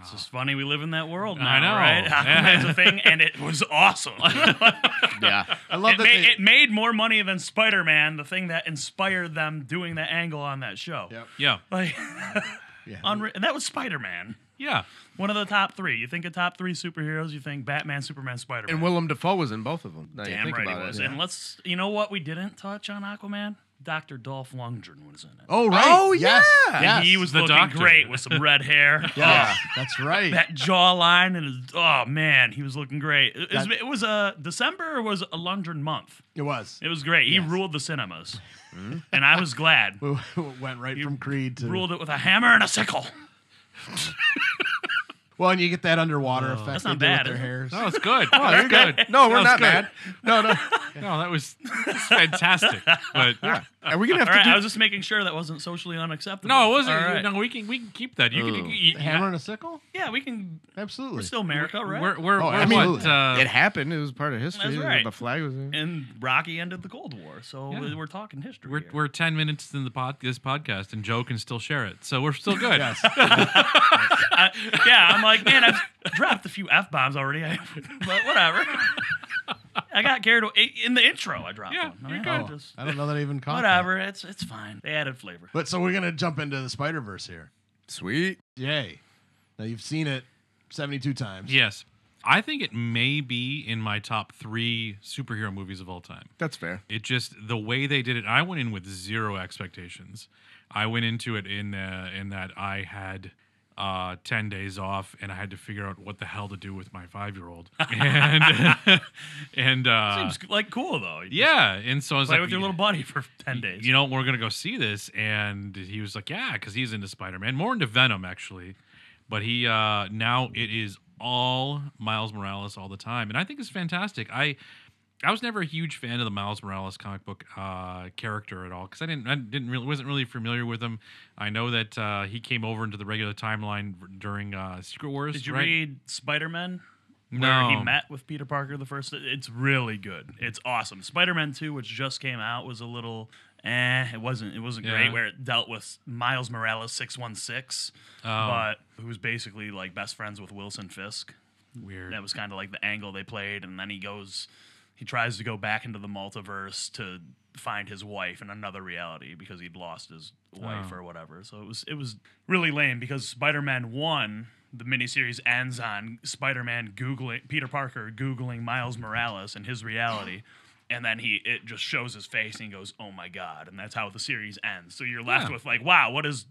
S4: It's just funny we live in that world now,
S3: I know.
S4: right? Aquaman's a thing, and it was awesome.
S2: Yeah.
S1: I love that.
S4: it, ma-
S1: they,
S4: it made more money than Spider Man, the thing that inspired them doing the angle on that show.
S1: Yep.
S3: Yeah.
S4: Like,
S1: yeah.
S4: unre- and that was Spider Man.
S3: Yeah.
S4: One of the top three. You think of top three superheroes, you think Batman, Superman, Spider
S2: And
S4: Man.
S2: Willem Dafoe was in both of them. Now you
S4: Damn
S2: think
S4: right he
S2: about it.
S4: was. And let's, you know what we didn't touch on Aquaman? Dr. Dolph Lundgren was in it.
S1: oh right.
S2: Oh,
S1: yes.
S2: yeah.
S1: Yes.
S4: He was
S3: The
S4: looking
S3: doctor.
S4: great with some red hair.
S1: Yeah,
S4: Oh,
S1: that's right.
S4: that jawline and his, oh man, he was looking great. It, it was-
S1: That-
S4: it was uh, December was a Lundgren month.
S1: it was.
S4: It was great. He
S1: Yes.
S4: ruled the cinemas,
S3: Hmm?
S4: and I was glad.
S1: went right from Creed to
S4: Ruled it with a hammer and a sickle.
S1: well, and you get that underwater effect.
S4: that's
S1: they
S4: not
S1: do with
S4: bad,
S1: Their
S4: is it?
S1: hairs.
S3: No, it's good. No, it's good.
S2: No, we're
S3: That was
S2: not
S3: good.
S2: mad. No, no.
S3: No, that was it's fantastic. But
S2: Are we gonna have
S4: All right,
S2: to
S4: I
S2: do
S4: was just making sure that wasn't socially unacceptable.
S3: no, it wasn't.
S4: All right.
S3: No, we can we can keep that. You can, you can- you-
S1: Hammer and a sickle?
S4: Yeah, we can.
S1: Absolutely.
S4: We're still America, right?
S3: We're we're,
S1: Oh,
S3: we're
S1: absolutely.
S3: what? Uh,
S2: It happened. It was part of history.
S4: That's right.
S2: The flag was there.
S4: and Rocky ended the Cold War, so
S3: Yeah.
S4: we're talking history.
S3: we're
S4: here.
S3: we're ten minutes in the pod this podcast, and Joe can still share it, so we're still good.
S1: Yes.
S4: I- yeah, I'm like, man, I've dropped a few f bombs already, I- but whatever. I got carried away in the intro. I dropped
S3: Yeah,
S4: one.
S3: you're
S4: I
S3: good.
S1: Oh,
S4: just-
S1: I don't know that I even caught that.
S4: whatever. It's it's fine. They added flavor.
S1: But so we're gonna jump into the Spider Verse here.
S2: Sweet.
S1: Yay! Now you've seen it seventy-two times.
S3: Yes, I think it may be in my top three superhero movies of all time.
S2: That's fair.
S3: It just the way they did it. I went in with zero expectations. I went into it in uh, in that I had uh, ten days off, and I had to figure out what the hell to do with my five year old. And and uh,
S4: Seems like cool though. You
S3: yeah, and so I was
S4: play
S3: like,
S4: with your little buddy for ten days.
S3: You know, we're gonna go see this, and he was like, yeah, because he's into Spider Man, more into Venom actually, but he uh, now it is all Miles Morales all the time, and I think it's fantastic. I I was never a huge fan of the Miles Morales comic book uh, character at all because I didn't I didn't really wasn't really familiar with him. I know that uh, he came over into the regular timeline during uh, Secret Wars.
S4: Did you
S3: right?
S4: read Spider Man?
S3: No.
S4: Where he met with Peter Parker the first. It's really good. It's awesome. Spider Man Two, which just came out, was a little. Eh, it wasn't. It wasn't
S3: Yeah.
S4: great. Where it dealt with Miles Morales six one six,
S3: Oh.
S4: but who's basically like best friends with Wilson Fisk.
S3: Weird.
S4: That was kind of like the angle they played, and then he goes, he tries to go back into the multiverse to find his wife in another reality because he'd lost his wife
S3: Oh.
S4: or whatever. So it was it was really lame because Spider Man One, the miniseries ends on Spider Man googling Peter Parker googling Miles Morales and his reality. And then he it just shows his face and he goes, "Oh my god!" And that's how the series ends. So you're left
S3: Yeah.
S4: with like, "Wow, what does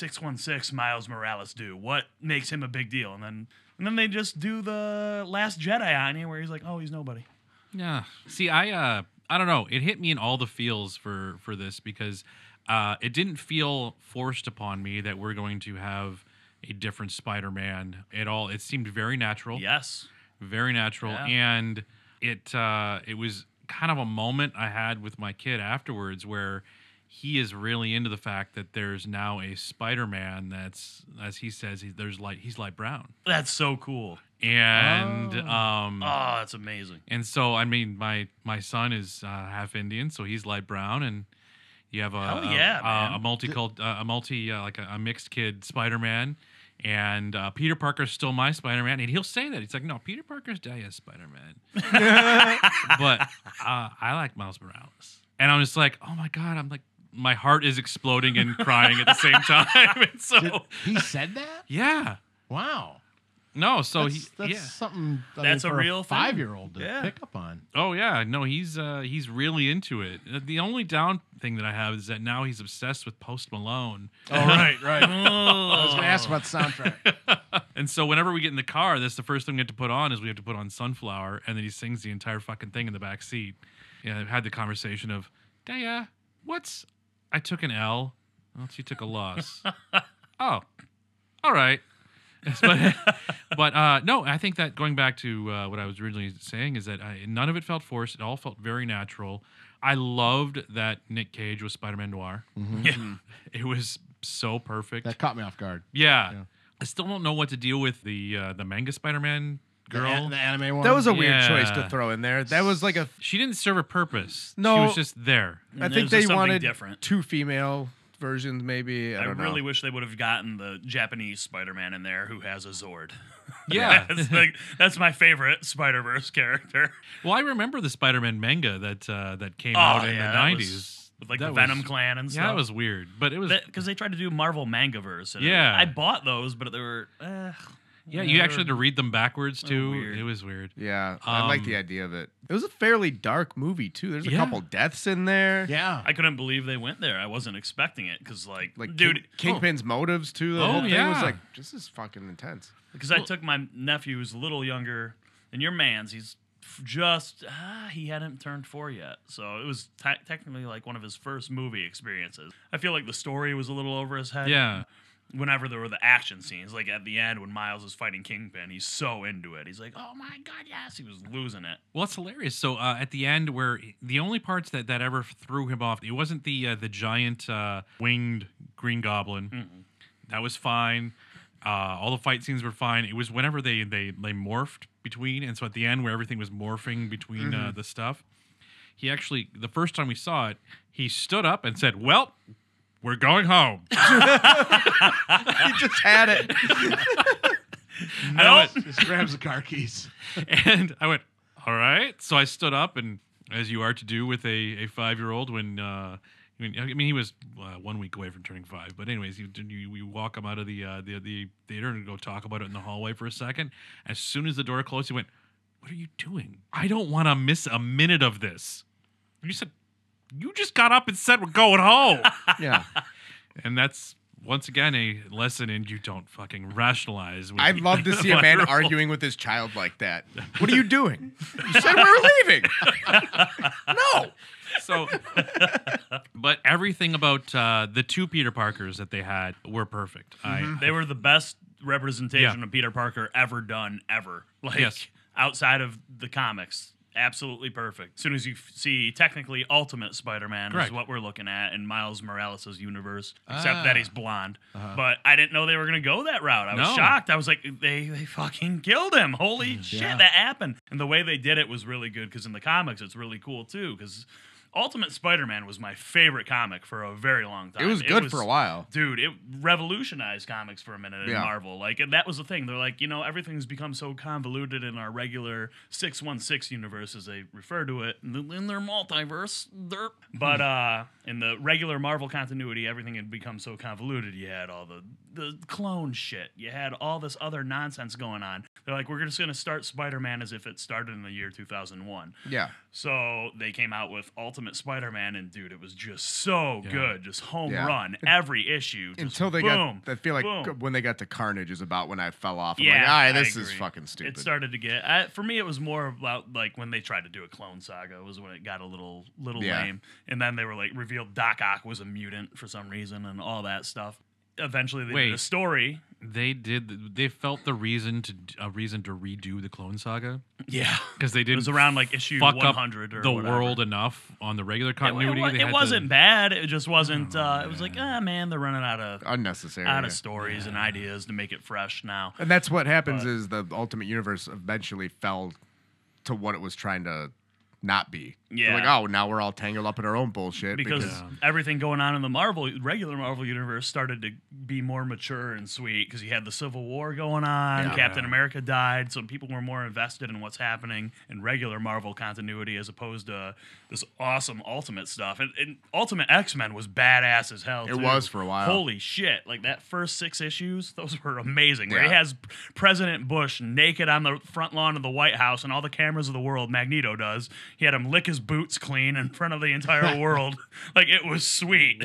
S4: 616 Miles Morales do? What makes him a big deal? And then and then they just do the last Jedi on you where he's like, oh, he's nobody.
S3: Yeah. See, I uh I don't know. It hit me in all the feels for for this because uh it didn't feel forced upon me that we're going to have a different Spider-Man at all. It seemed very natural.
S4: Yes.
S3: Very natural
S4: Yeah.
S3: and it uh it was kind of a moment I had with my kid afterwards where he is really into the fact that there's now a Spider-Man that's as he says he, there's light he's light brown.
S4: That's so cool.
S3: And um
S4: Oh, that's amazing.
S3: and so, I mean, my my son is uh, half Indian, so he's light brown, and you have a
S4: Hell
S3: a-
S4: yeah,
S3: a,
S4: man.
S3: a multi uh, a multi uh, like a, a mixed kid Spider Man, and uh, Peter Parker's still my Spider Man, and he'll say that he's like, no, Peter Parker's dead as Spider Man, but uh, I like Miles Morales, and I'm just like, oh my god, I'm like, my heart is exploding and crying at the same time, and so
S1: Did- he said that.
S3: yeah.
S1: Wow.
S3: No, so
S1: that's,
S3: he
S1: that's
S3: yeah.
S1: something. I
S4: That's a
S1: for
S4: real thing.
S1: five year old to
S4: Yeah.
S1: pick up on.
S3: Oh yeah, no, he's uh he's really into it. Uh, The only down thing that I have is that now he's obsessed with Post Malone.
S1: All right, right. I was
S4: Oh.
S1: going to ask about the soundtrack.
S3: And so whenever we get in the car, that's the first thing we have to put on is we have to put on Sunflower, and then he sings the entire fucking thing in the back seat. Yeah, I've had the conversation of, Daya, what's I took an L. Well, she took a loss. oh, all right. but but uh, no, I think that going back to uh, what I was originally saying is that I, none of it felt forced. It all felt very natural. I loved that Nick Cage was Spider Man Noir. mm-hmm. It was so perfect.
S1: that caught me off guard.
S3: Yeah.
S1: Yeah.
S3: I still don't know what to deal with the uh, the manga Spider-Man
S1: The,
S3: girl.
S1: an- the anime one.
S2: That was a weird choice
S3: Yeah.
S2: to throw in there. That was like a.
S3: she didn't serve a purpose. she
S2: No.
S3: was just there.
S2: I think
S4: And there's just
S2: they
S4: something
S2: wanted
S4: different.
S2: two female versions, maybe. I,
S4: I
S2: don't
S4: really
S2: know.
S4: wish they would have gotten the Japanese Spider-Man in there who has a Zord.
S3: Yeah.
S4: that's, like, that's my favorite Spider-Verse character.
S3: Well, I remember the Spider-Man manga that uh, that came
S4: Oh,
S3: out in
S4: yeah, that
S3: the
S4: was-
S3: nineties
S4: With like
S3: That
S4: the
S3: was-
S4: Venom Clan and stuff.
S3: Yeah, that was weird, but it was
S4: because they tried to do Marvel Mangaverse. And
S3: Yeah.
S4: I bought those, but they were. Eh,
S3: yeah. You
S4: they're-
S3: actually had to read them backwards too.
S4: Oh, weird.
S3: It was weird.
S2: Yeah, I like the
S3: Um,
S2: idea of it. It was a fairly dark movie too. There's a
S3: Yeah.
S2: couple deaths in there.
S1: Yeah.
S4: I couldn't believe they went there. I wasn't expecting it because, like,
S2: Like
S4: dude, oh.
S2: King- Kingpin's motives too. The
S3: Oh,
S2: whole thing
S3: yeah.
S2: was like, this is fucking intense.
S4: because I took my nephew who's a little younger than your man's. He's f- just ah, he hadn't turned four yet, so it was te- technically like one of his first movie experiences. I feel like the story was a little over his head.
S3: Yeah.
S4: Whenever there were the action scenes, like at the end when Miles is fighting Kingpin, he's so into it. He's like, "Oh my god, yes!" He was losing it.
S3: Well, it's hilarious. So uh, at the end, where the only parts that, that ever threw him off, it wasn't the uh, the giant uh, winged Green Goblin. That was fine. Uh, all the fight scenes were fine. It was whenever they they they morphed between, and so at the end where everything was morphing between uh, the stuff, he actually the first time we saw it, he stood up and said, "Well, we're going home."
S2: He just had it.
S3: And I went-
S1: Just grabs the car keys.
S3: and I went, "All right." So I stood up, and as you are to do with a, a five year old, when uh, when- I mean he was uh, one week away from turning five, but anyways, you you, you walk him out of the uh, the the theater and go talk about it in the hallway for a second. As soon as the door closed, he went, "What are you doing? I don't want to miss a minute of this." You said, "You just got up and said we're going home,"
S2: Yeah,
S3: and that's. Once again, a lesson in you don't fucking rationalize. with
S2: I'd love to see a man
S3: five-year-old.
S2: arguing with his child like that. What are you doing? You said we were leaving. no.
S3: So, but everything about uh, the two Peter Parkers that they had were perfect. I
S4: They were the best representation
S3: Yeah.
S4: of Peter Parker ever done, ever. Like
S3: Yes.
S4: outside of the comics, absolutely perfect. As soon as you f- see technically Ultimate Spider-Man
S3: Correts.
S4: is what we're looking at in Miles Morales' universe, except that
S1: Ah.
S4: he's blonde.
S2: Uh-huh.
S4: But I didn't know they were going to go that route. I was
S3: No.
S4: shocked. I was like, they they fucking killed him. Holy
S2: Mm.
S4: shit,
S1: Yeah.
S4: that happened. And the way they did it was really good because in the comics, it's really cool too. Because Ultimate Spider-Man was my favorite comic for a very long time.
S2: It was good for a while.
S4: Dude, it revolutionized comics for a minute
S2: Yeah.
S4: in Marvel. Like, and that was the thing. They're like, you know, everything's become so convoluted in our regular 616 universe, as they refer to it, in the- in their multiverse. Derp. But uh, in the regular Marvel continuity, everything had become so convoluted. You had all the, the clone shit, you had all this other nonsense going on. They're like, we're just going to start Spider Man as if it started in the year 2001.
S2: Yeah.
S4: So they came out with Ultimate Spider-Man, and dude, it was just so good, just home
S2: Yeah.
S4: run every issue. just
S2: Until they
S4: boom,
S2: got, I feel like
S4: boom.
S2: when they got to Carnage is about when I fell off. I'm
S4: yeah,
S2: like, all right,
S4: I
S2: this is
S4: agree.
S2: fucking stupid.
S4: It started to get I, for me. It was more about like when they tried to do a clone saga was when it got a little little
S2: Yeah.
S4: lame, and then they were like revealed Doc Ock was a mutant for some reason and all that stuff. Eventually, they
S3: Wait.
S4: did a story.
S3: they did. They felt the reason to a reason to redo the Clone Saga
S4: Yeah,
S3: because they
S4: it
S3: didn't
S4: was around like issue
S3: fuck
S4: one
S3: up
S4: hundred or
S3: the
S4: whatever.
S3: world enough on the regular
S4: It, wa-
S3: continuity.
S4: it wa-
S3: They
S4: it
S3: had to-
S4: wasn't bad. It just wasn't.
S2: Oh,
S4: Uh, it was like, ah, man, they're running out of
S2: Unnecessary.
S4: out
S2: yeah.
S4: of stories and ideas to make it fresh now.
S2: And that's what happens is the Ultimate Universe eventually fell to what it was trying to not be. They're
S4: Yeah.
S2: like, oh, now we're all tangled up in our own bullshit
S4: because everything going on in the Marvel regular Marvel universe started to be more mature and sweet because you had the Civil War going on,
S2: Yeah.
S4: Captain America died, so people were more invested in what's happening in regular Marvel continuity as opposed to this awesome Ultimate stuff. And, and Ultimate X Men was badass as hell.
S2: It
S4: too.
S2: was for a while.
S4: Holy shit! Like that first six issues, those were amazing. Where he
S2: Yeah.
S4: has President Bush naked on the front lawn of the White House, and all the cameras of the world, Magneto does. He had him lick his boots clean in front of the entire world. Like it was sweet.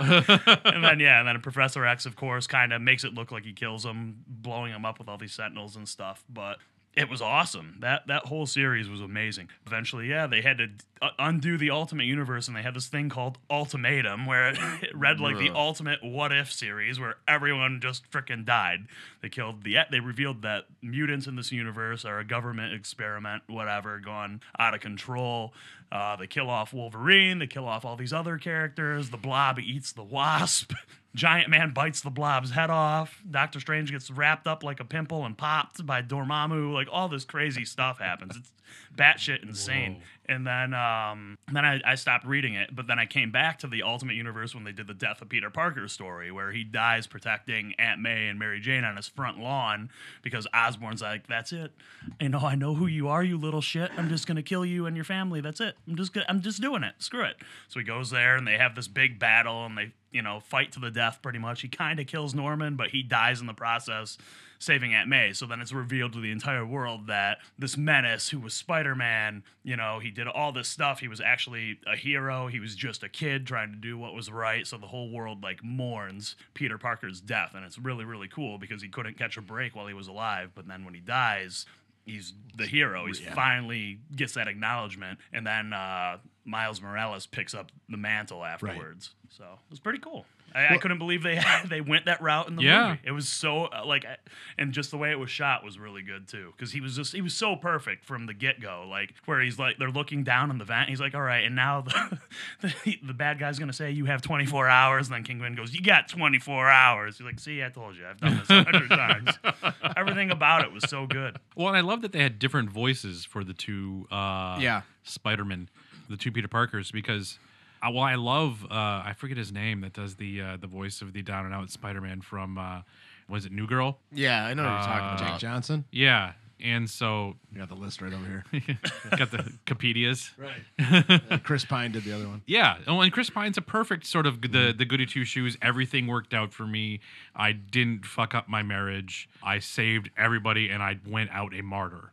S4: and then yeah, and then Professor X, of course, kind of makes it look like he kills him, blowing him up with all these Sentinels and stuff. But it was awesome. That that whole series was amazing. Eventually, yeah, they had to uh, undo the Ultimate Universe, and they had this thing called Ultimatum, where it, it read like the
S2: Ugh.
S4: Ultimate What If series, where everyone just frickin' died. They killed the. They revealed that mutants in this universe are a government experiment, whatever, gone out of control. Uh, they kill off Wolverine. They kill off all these other characters. The Blob eats the Wasp. Giant Man bites the Blob's head off. Doctor Strange gets wrapped up like a pimple and popped by Dormammu. Like all this crazy stuff happens. It's batshit insane. And then, um, then I, I stopped reading it. But then I came back to the Ultimate Universe when they did the death of Peter Parker story, where he dies protecting Aunt May and Mary Jane on his front lawn because Osborne's like, "That's it. You know, I know who you are, you little shit. I'm just gonna kill you and your family. That's it. I'm just, gonna, I'm just doing it. Screw it." So he goes there, and they have this big battle, and they you know, fight to the death pretty much. He kind of kills Norman, but he dies in the process, saving Aunt May. So then it's revealed to the entire world that this menace, who was Spider Man, you know, he did all this stuff. He was actually a hero. He was just a kid trying to do what was right. So the whole world, like, mourns Peter Parker's death. And it's really, really cool because he couldn't catch a break while he was alive. But then when he dies, he's the hero. He's finally gets that acknowledgement, and then uh, Miles Morales picks up the mantle afterwards. So it was pretty cool. I, I couldn't believe they they went that route in the
S3: Yeah.
S4: movie. It was so uh, like, I- and just the way it was shot was really good too. Because he was just he was so perfect from the get go. Like where he's like they're looking down in the vent. He's like, all right, and now the, the the bad guy's gonna say you have 24 hours. And then Kingpin goes, you got 24 hours. He's like, see, I told you, I've done this a hundred times. Everything about it was so good.
S3: Well, and I love that they had different voices for the two uh,
S2: Yeah.
S3: Spider-Man, the two Peter Parkers, because I, well, I love uh, I forget his name that does the uh, the voice of the down and out Spider-Man from uh, was it New Girl?
S2: yeah, I know what you're talking
S1: Jake
S2: about.
S1: Johnson.
S3: Yeah, and so
S1: You got the list right over here.
S3: got the Capedias.
S1: Right. Chris Pine did the other one.
S3: Yeah. Oh, and Chris Pine's a perfect sort of the the goody two shoes. Everything worked out for me. I didn't fuck up my marriage. I saved everybody, and I went out a martyr.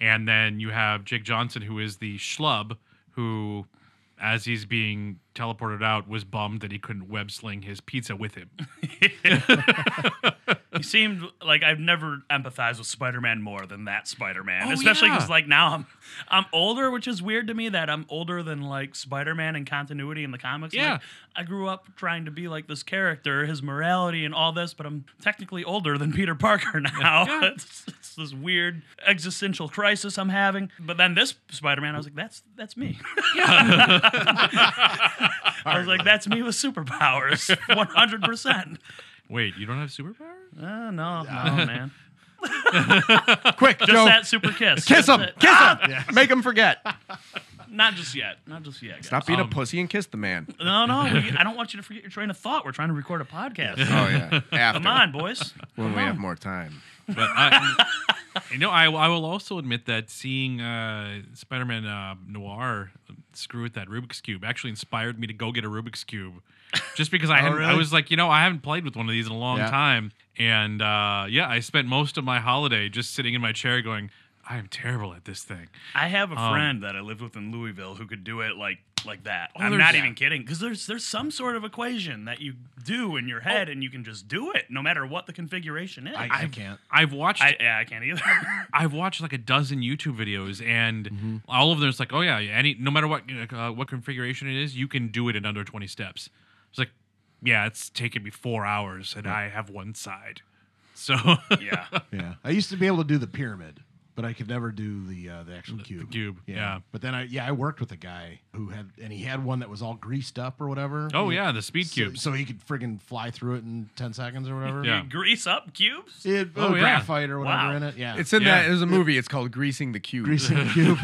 S3: And then you have Jake Johnson, who is the schlub, who, as he's being teleported out, was bummed that he couldn't web sling his pizza with him.
S4: He seemed like I've never empathized with Spider-Man more than that Spider-Man,
S3: Oh,
S4: especially
S3: yeah.
S4: because like now I'm I'm older, which is weird to me that I'm older than like Spider-Man and continuity in the comics. And,
S3: Yeah.
S4: like, I grew up trying to be like this character, his morality and all this, but I'm technically older than Peter Parker now.
S3: Yeah.
S4: it's, it's this weird existential crisis I'm having. But then this Spider-Man, I was like, that's that's me. I was like, that's me with superpowers, 100. percent
S3: Wait, you don't have superpowers?
S4: Oh no, no man.
S2: Quick,
S4: Just
S2: Joe,
S4: that Ah! super kiss.
S2: kiss
S4: That's
S2: him,
S4: it.
S2: kiss him, make him forget.
S4: Not just yet. Not just yet. Guys.
S2: Stop being
S3: Um,
S2: a pussy and kiss the man.
S4: No, no. We, I don't want you to forget your train of thought. We're trying to record a podcast.
S2: Oh yeah, after
S4: Come on, boys.
S2: when we have more time.
S3: But I, you know, I, I will also admit that seeing uh, Spider-Man uh, Noir screw with that Rubik's cube actually inspired me to go get a Rubik's cube, just because I hadn't, I
S1: really?
S3: was like, you know, I haven't played with one of these in a long
S2: Yeah.
S3: time, and uh, yeah, I spent most of my holiday just sitting in my chair going. I am terrible at this thing.
S4: I have a
S3: Um,
S4: friend that I lived with in Louisville who could do it like like that. I'm
S3: Oh, there's
S4: not
S3: that.
S4: even kidding because there's there's some sort of equation that you do in your
S2: Oh.
S4: head and you can just do it no matter what the configuration is.
S1: I, I can't.
S3: I've watched
S4: I, yeah, I can't either.
S3: I've watched like a dozen YouTube videos, and
S2: Mm-hmm.
S3: all of them is like, oh yeah, any no matter what you know, uh, what configuration it is, you can do it in under twenty steps. It's like, yeah, it's taken me four hours, and I have one side. So
S4: yeah.
S1: Yeah, I used to be able to do the pyramid, but I could never do the uh, the actual cube.
S3: cube, yeah.
S1: But then I yeah I worked with a guy who had and he had one that was all greased up or whatever.
S3: oh
S1: He-
S3: yeah, the speed
S1: so-
S3: cubes.
S1: So, he could friggin' fly through it in ten seconds or whatever.
S3: Yeah.
S4: You grease up cubes.
S1: It had
S3: Oh, yeah.
S1: graphite or whatever
S4: Wow.
S1: in it. Yeah.
S2: It's in
S3: Yeah.
S2: that. There's a movie. It's called Greasing the Cube.
S1: greasing the cube.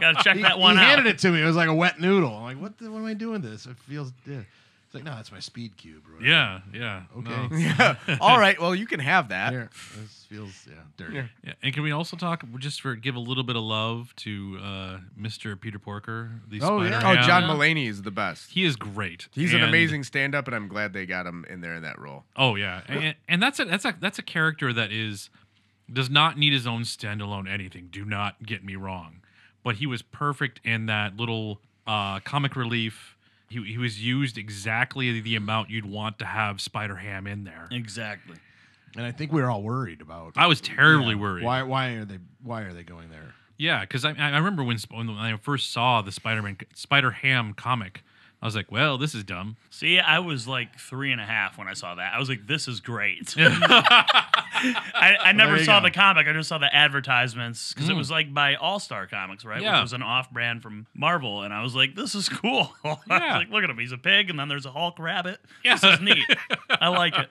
S4: Gotta check
S1: He,
S4: that one
S1: he
S4: out.
S1: handed it to me. It was like a wet noodle. I'm like, what? The, what am I doing this? It feels. Yeah. It's like, no, that's my speed cube. Or whatever.
S3: Yeah, Oh. yeah.
S1: Okay.
S3: no.
S2: All right, well, you can have that.
S1: Here, this feels yeah dirty.
S2: Yeah.
S3: Yeah. And can we also talk just for give a little bit of love to uh, Mr. Peter Porker? The
S1: Oh, yeah.
S2: Oh,
S3: Spider-Man.
S2: John Mulaney is the best.
S3: He is great.
S2: He's an
S3: And-
S2: amazing stand-up, and I'm glad they got him in there in that role.
S3: Oh yeah, and, and that's a that's a that's a character that is does not need his own standalone anything. Do not get me wrong, but he was perfect in that little uh, comic relief. He he was used exactly the amount you'd want to have Spider Ham in there.
S4: Exactly.
S1: And I think we were all worried about.
S3: I was terribly worried.
S1: Why? Why are they? Why are they going there?
S3: Yeah, because I, I remember when, Sp- when I first saw the Spider Man Spider Ham comic, I was like, well, this is dumb.
S4: See, I was like three and a half when I saw that. I was like, this is great. I, I never
S1: you
S4: saw
S1: go.
S4: the comic. I just saw the advertisements because it
S3: Mm.
S4: was like by All Star Comics, right?
S3: Yeah.
S4: Which was an off brand from Marvel. And I was like, this is cool. I was
S3: Yeah.
S4: like, look at him. He's a pig. And then there's a Hulk rabbit. This is neat. I like it.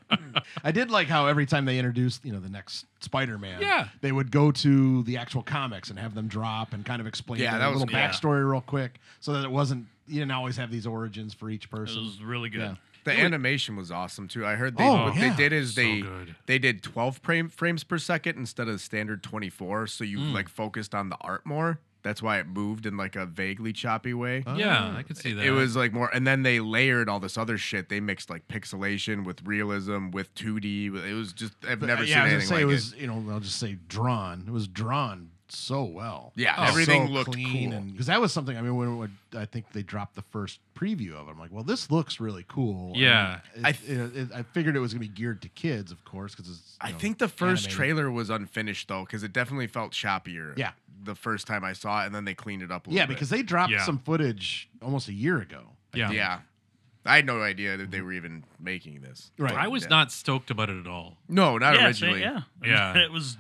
S1: I did like how every time they introduced, you know, the next Spider-Man,
S3: Yeah.
S1: they would go to the actual comics and have them drop and kind of explain
S2: Yeah,
S1: their
S2: that was
S1: little
S2: cool.
S4: Yeah.
S1: backstory real quick, so that it wasn't you didn't always have these origins for each
S4: This
S1: person.
S4: is really good.
S1: Yeah.
S2: The animation was awesome too. I heard they
S1: Oh,
S2: what
S1: yeah.
S2: they did is
S3: So
S2: they
S3: good.
S2: they did 12 frame, frames per second instead of standard 24, so
S1: Mm.
S2: you like focused on the art more. That's why it moved in like a vaguely choppy way.
S3: yeah,
S1: Oh,
S3: I could see that.
S2: Oh. It was like more, and then they layered all this other shit. They mixed like pixelation with realism with 2D. It was just I've
S1: But,
S2: never
S1: uh,
S2: seen
S1: yeah, I was gonna
S2: anything
S1: say
S2: like
S1: it
S2: it.
S1: was, you know, I'll just say drawn. It was drawn so well. Oh,
S2: Yeah,
S1: It was
S2: everything looked cool.
S1: because that was something. I mean, when, when I think they dropped the first preview of it, I'm like, well, this looks really cool.
S3: Yeah.
S1: And it- it- it- I figured it was gonna be geared to kids, of course, because it's.
S2: I
S1: you know,
S2: think the first
S1: animated.
S2: trailer was unfinished though, because it definitely felt choppier.
S1: Yeah.
S2: the first time I saw it, and then they cleaned it up. A
S1: Yeah,
S2: little bit.
S1: because they dropped
S3: Yeah.
S1: some footage almost a year ago.
S3: yeah.
S2: Yeah. I had no idea that they were even making this.
S1: Right.
S2: But,
S3: I was
S2: yeah.
S3: not stoked about it at all.
S2: No, not
S4: Yeah, see,
S2: originally.
S4: yeah.
S3: Yeah.
S4: it was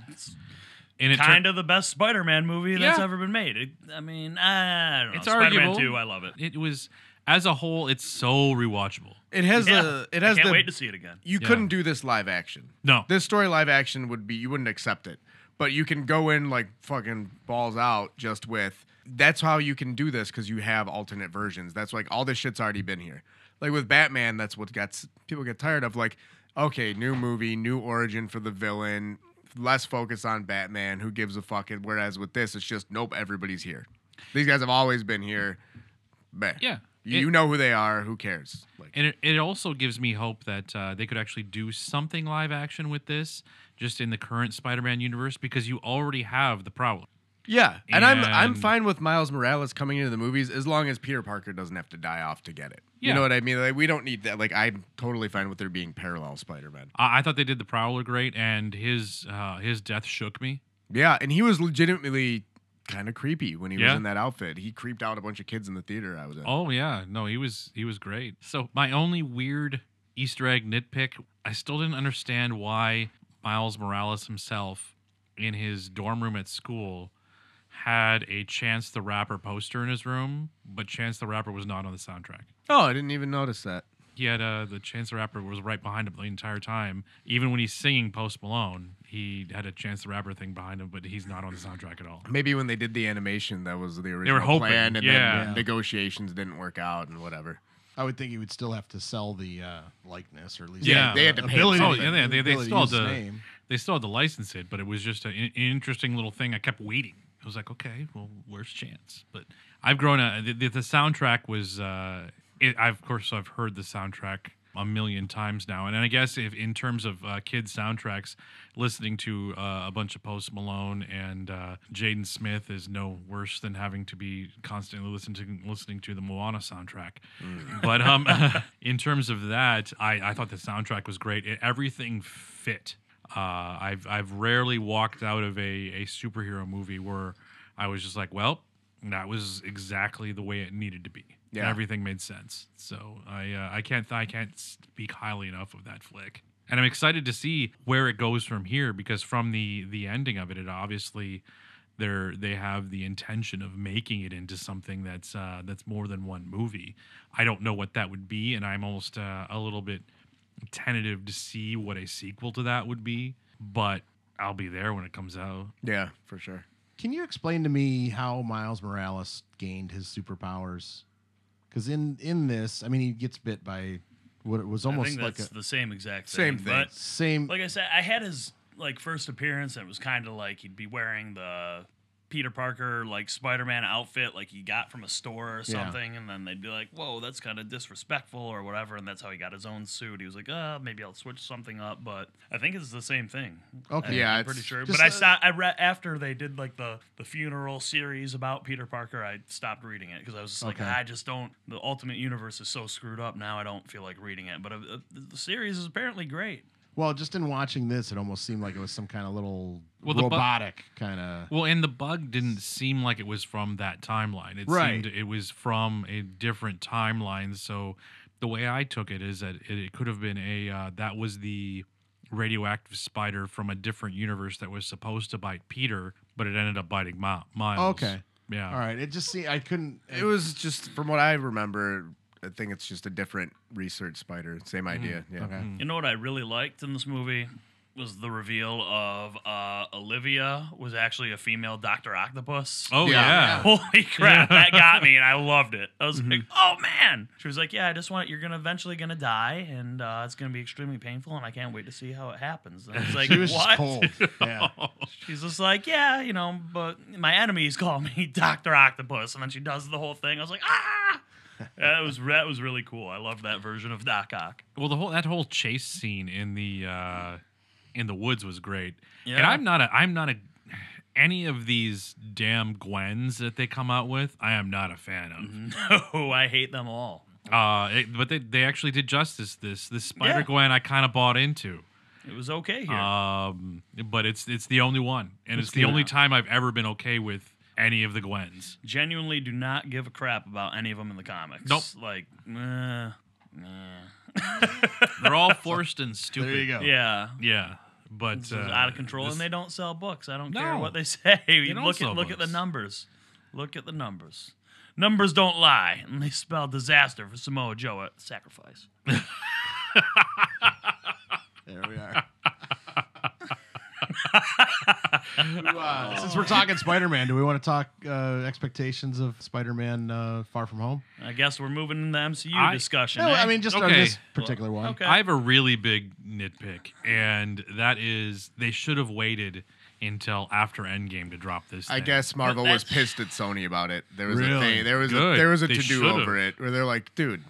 S3: And it
S4: kind
S3: turned-
S4: of the best Spider-Man movie that's
S3: Yeah.
S4: ever been made. It, I mean, I don't know.
S3: It's
S4: Spider-Man
S3: arguable.
S4: 2, I love it.
S3: it was as a whole, it's so rewatchable.
S2: It has
S4: Yeah.
S2: the. It
S4: I
S2: has
S4: can't
S2: the.
S4: wait to see it again.
S2: you
S3: Yeah.
S2: couldn't do this live action.
S3: No.
S2: This story live action would be you wouldn't accept it, but you can go in like fucking balls out just with. That's how you can do this because you have alternate versions. That's like all this shit's already been here. Like with Batman, that's what got s- people get tired of. Like, okay, new movie, new origin for the villain, less focus on Batman. Who gives a fucking? Whereas with this, it's just nope, everybody's here. These guys have always been here. Meh.
S3: Yeah.
S2: you, you
S3: It-
S2: know who they are. Who cares? Like,
S3: And it, it also gives me hope that uh, they could actually do something live action with this, just in the current Spider-Man universe, because you already have the Prowler.
S2: Yeah, and, I'm I'm
S3: And-
S2: fine with Miles Morales coming into the movies as long as Peter Parker doesn't have to die off to get it. You
S3: Yeah.
S2: know what I mean? Like we don't need that. Like I'm totally fine with there being parallel Spider-Man.
S3: I, I thought they did the Prowler great, and his uh, his death shook me.
S2: Yeah, and he was legitimately kind of creepy when he was
S3: Yeah.
S2: in that outfit. He creeped out a bunch of kids in the theater I was in.
S3: Oh yeah, no, he was he was great. So my only weird Easter egg nitpick, I still didn't understand why Miles Morales himself in his dorm room at school had a Chance the Rapper poster in his room, but Chance the Rapper was not on the soundtrack.
S2: Oh, I didn't even notice that.
S3: He had uh, the Chance the Rapper was right behind him the entire time. Even when he's singing Post Malone, he had a Chance the Rapper thing behind him, but he's not on the soundtrack at all.
S2: Maybe when they did the animation, that was the original
S3: hoping,
S2: plan, and
S3: yeah.
S2: then negotiations didn't work out and whatever.
S1: I would think he would still have to sell the uh, likeness or at least
S3: Yeah,
S1: the
S2: they had to pay him
S1: ability
S3: Oh,
S1: to-
S3: yeah, they, they, they
S1: ability to
S3: still had
S1: use his
S3: to-
S1: name.
S3: they still had to license it, but it was just an in- interesting little thing. I kept waiting. I was like, okay, well, where's Chance? But I've grown. A, the, the the soundtrack was. Uh, it, I of course I've heard the soundtrack a million times now, and I guess if in terms of uh, kids soundtracks, listening to uh, a bunch of Post Malone and uh, Jaden Smith is no worse than having to be constantly listening to, listening to the Moana soundtrack. But um, in terms of that, I, I thought the soundtrack was great. It, everything fit. Uh, I've I've rarely walked out of a, a superhero movie where I was just like, well, that was exactly the way it needed to be. And
S2: Yeah.
S3: everything made sense. So I uh, I can't I can't speak highly enough of that flick. And I'm excited to see where it goes from here because from the the ending of it, it obviously they're they have the intention of making it into something that's uh, that's more than one movie. I don't know what that would be, and I'm almost uh, a little bit tentative to see what a sequel to that would be, but I'll be there when it comes out.
S2: Yeah, for sure.
S1: Can you explain to me how Miles Morales gained his superpowers? Because in in this, I mean, he gets bit by what it was
S4: I
S1: almost
S4: think
S1: like
S4: that's
S1: a
S4: the same exact
S2: Same
S4: thing.
S2: thing.
S4: But
S1: same.
S4: like I said, I had his like first appearance, and it was kind of like he'd be wearing the Peter Parker like Spider Man outfit, like he got from a store or
S1: Yeah.
S4: something, and then they'd be like, "Whoa, that's kind of disrespectful" or whatever, and that's how he got his own suit. He was like, "Uh, maybe I'll switch something up," but I think it's the same thing.
S1: Okay.
S4: I-
S2: Yeah,
S4: I'm
S2: it's
S4: pretty sure.
S1: just
S4: But I
S1: a-
S4: stopped. I read after they did like the the funeral series about Peter Parker. I stopped reading it because I was just like,
S1: Okay.
S4: I just don't. The Ultimate Universe is so screwed up now. I don't feel like reading it. But uh, uh, the series is apparently great.
S1: well, just in watching this, it almost seemed like it was some kind of little
S3: Well, the bu-
S1: robotic kind of.
S3: Well, and the bug didn't seem like it was from that timeline. It
S1: Right.
S3: seemed it was from a different timeline. So the way I took it is that it, it could have been a uh, that was the radioactive spider from a different universe that was supposed to bite Peter, but it ended up biting Mi- Miles.
S1: Okay.
S3: Yeah.
S1: All right. It just seemed I couldn't.
S2: It was just from what I remember. I think it's just a different research spider.
S3: Mm,
S2: Same idea. Yeah.
S1: okay.
S4: You know what I really liked in this movie was the reveal of uh, Olivia was actually a female Doctor Octopus.
S3: Oh
S2: Yeah.
S3: yeah.
S4: Holy crap, that got me, and I loved it. I
S1: Mm-hmm.
S4: was like, "Oh man!" She was like, "Yeah, I just want you're gonna eventually gonna die, and uh, it's gonna be extremely painful, and I can't wait to see how it happens." And I was like,
S1: She was just
S4: "What?"
S1: cold. Yeah.
S4: She's just like, "Yeah, you know, but my enemies call me Doctor Octopus," and then she does the whole thing. I was like, "Ah!" that was that was really cool. I loved that version of Doc Ock.
S3: Well, the whole that whole chase scene in the uh, in the woods was great. And
S4: Yeah.
S3: I'm not a I'm not a any of these damn Gwens that they come out with. I am not a fan of.
S4: No, Oh, I hate them all.
S3: Uh, it- but they, they actually did justice. This this Spider
S4: Yeah.
S3: Gwen I kind of bought into.
S4: It was okay here.
S1: Uh,
S3: Um, but it's it's the only one, and it's the only time I've ever been okay with any of the Gwens.
S4: genuinely do not give a crap about any of them in the comics.
S3: Nope.
S4: Like, nah, nah.
S3: They're all forced and stupid.
S1: There you go.
S4: yeah.
S3: Yeah, but
S4: It's
S3: uh,
S4: out of control,
S3: this-
S4: and they don't sell books. I don't
S3: No.
S4: care what they say. You
S3: don't
S4: look at
S3: sell
S4: look at the
S3: books.
S4: numbers. Look at the numbers. Numbers don't lie, and they spell disaster for Samoa Joe at sacrifice.
S1: There we are. Wow. Since we're talking Spider-Man, do we want to talk uh, expectations of Spider-Man: uh, Far From Home?
S4: I guess we're moving into the MCU
S3: I-
S4: discussion.
S1: No,
S4: eh?
S1: I mean just on
S3: Okay.
S1: this particular one.
S4: okay.
S3: I have a really big nitpick, and that is they should have waited until after Endgame to drop this.
S2: I
S3: thing.
S2: guess Marvel
S4: But
S2: was
S4: that-
S2: pissed at Sony about it. There was a
S1: Really?
S2: thing. There was a
S3: Good.
S2: there was a
S3: They
S2: to do
S3: should've.
S2: over it where they're like, dude,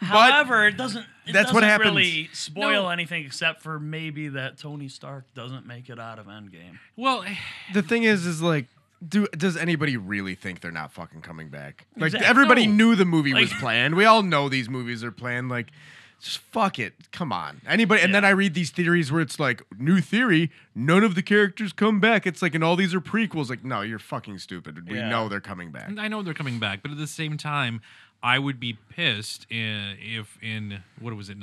S4: However, it doesn't. It
S2: That's what
S4: doesn't
S2: happens.
S4: Really spoil
S3: No.
S4: anything except for maybe that Tony Stark doesn't make it out of Endgame.
S3: Well,
S2: the thing is, is like. Do, does anybody really think they're not fucking coming back? Like
S4: Exact-
S2: everybody
S4: No.
S2: knew the movie was
S4: Like-
S2: planned. We all know these movies are planned. Like, just fuck it. Come on, anybody. And then
S4: Yeah.
S2: I read these theories where it's like, new theory. None of the characters come back. It's like, and all these are prequels. Like, no, you're fucking stupid. We
S4: Yeah.
S2: know they're coming back.
S3: I know they're coming back, but at the same time, I would be pissed in, if in what was it,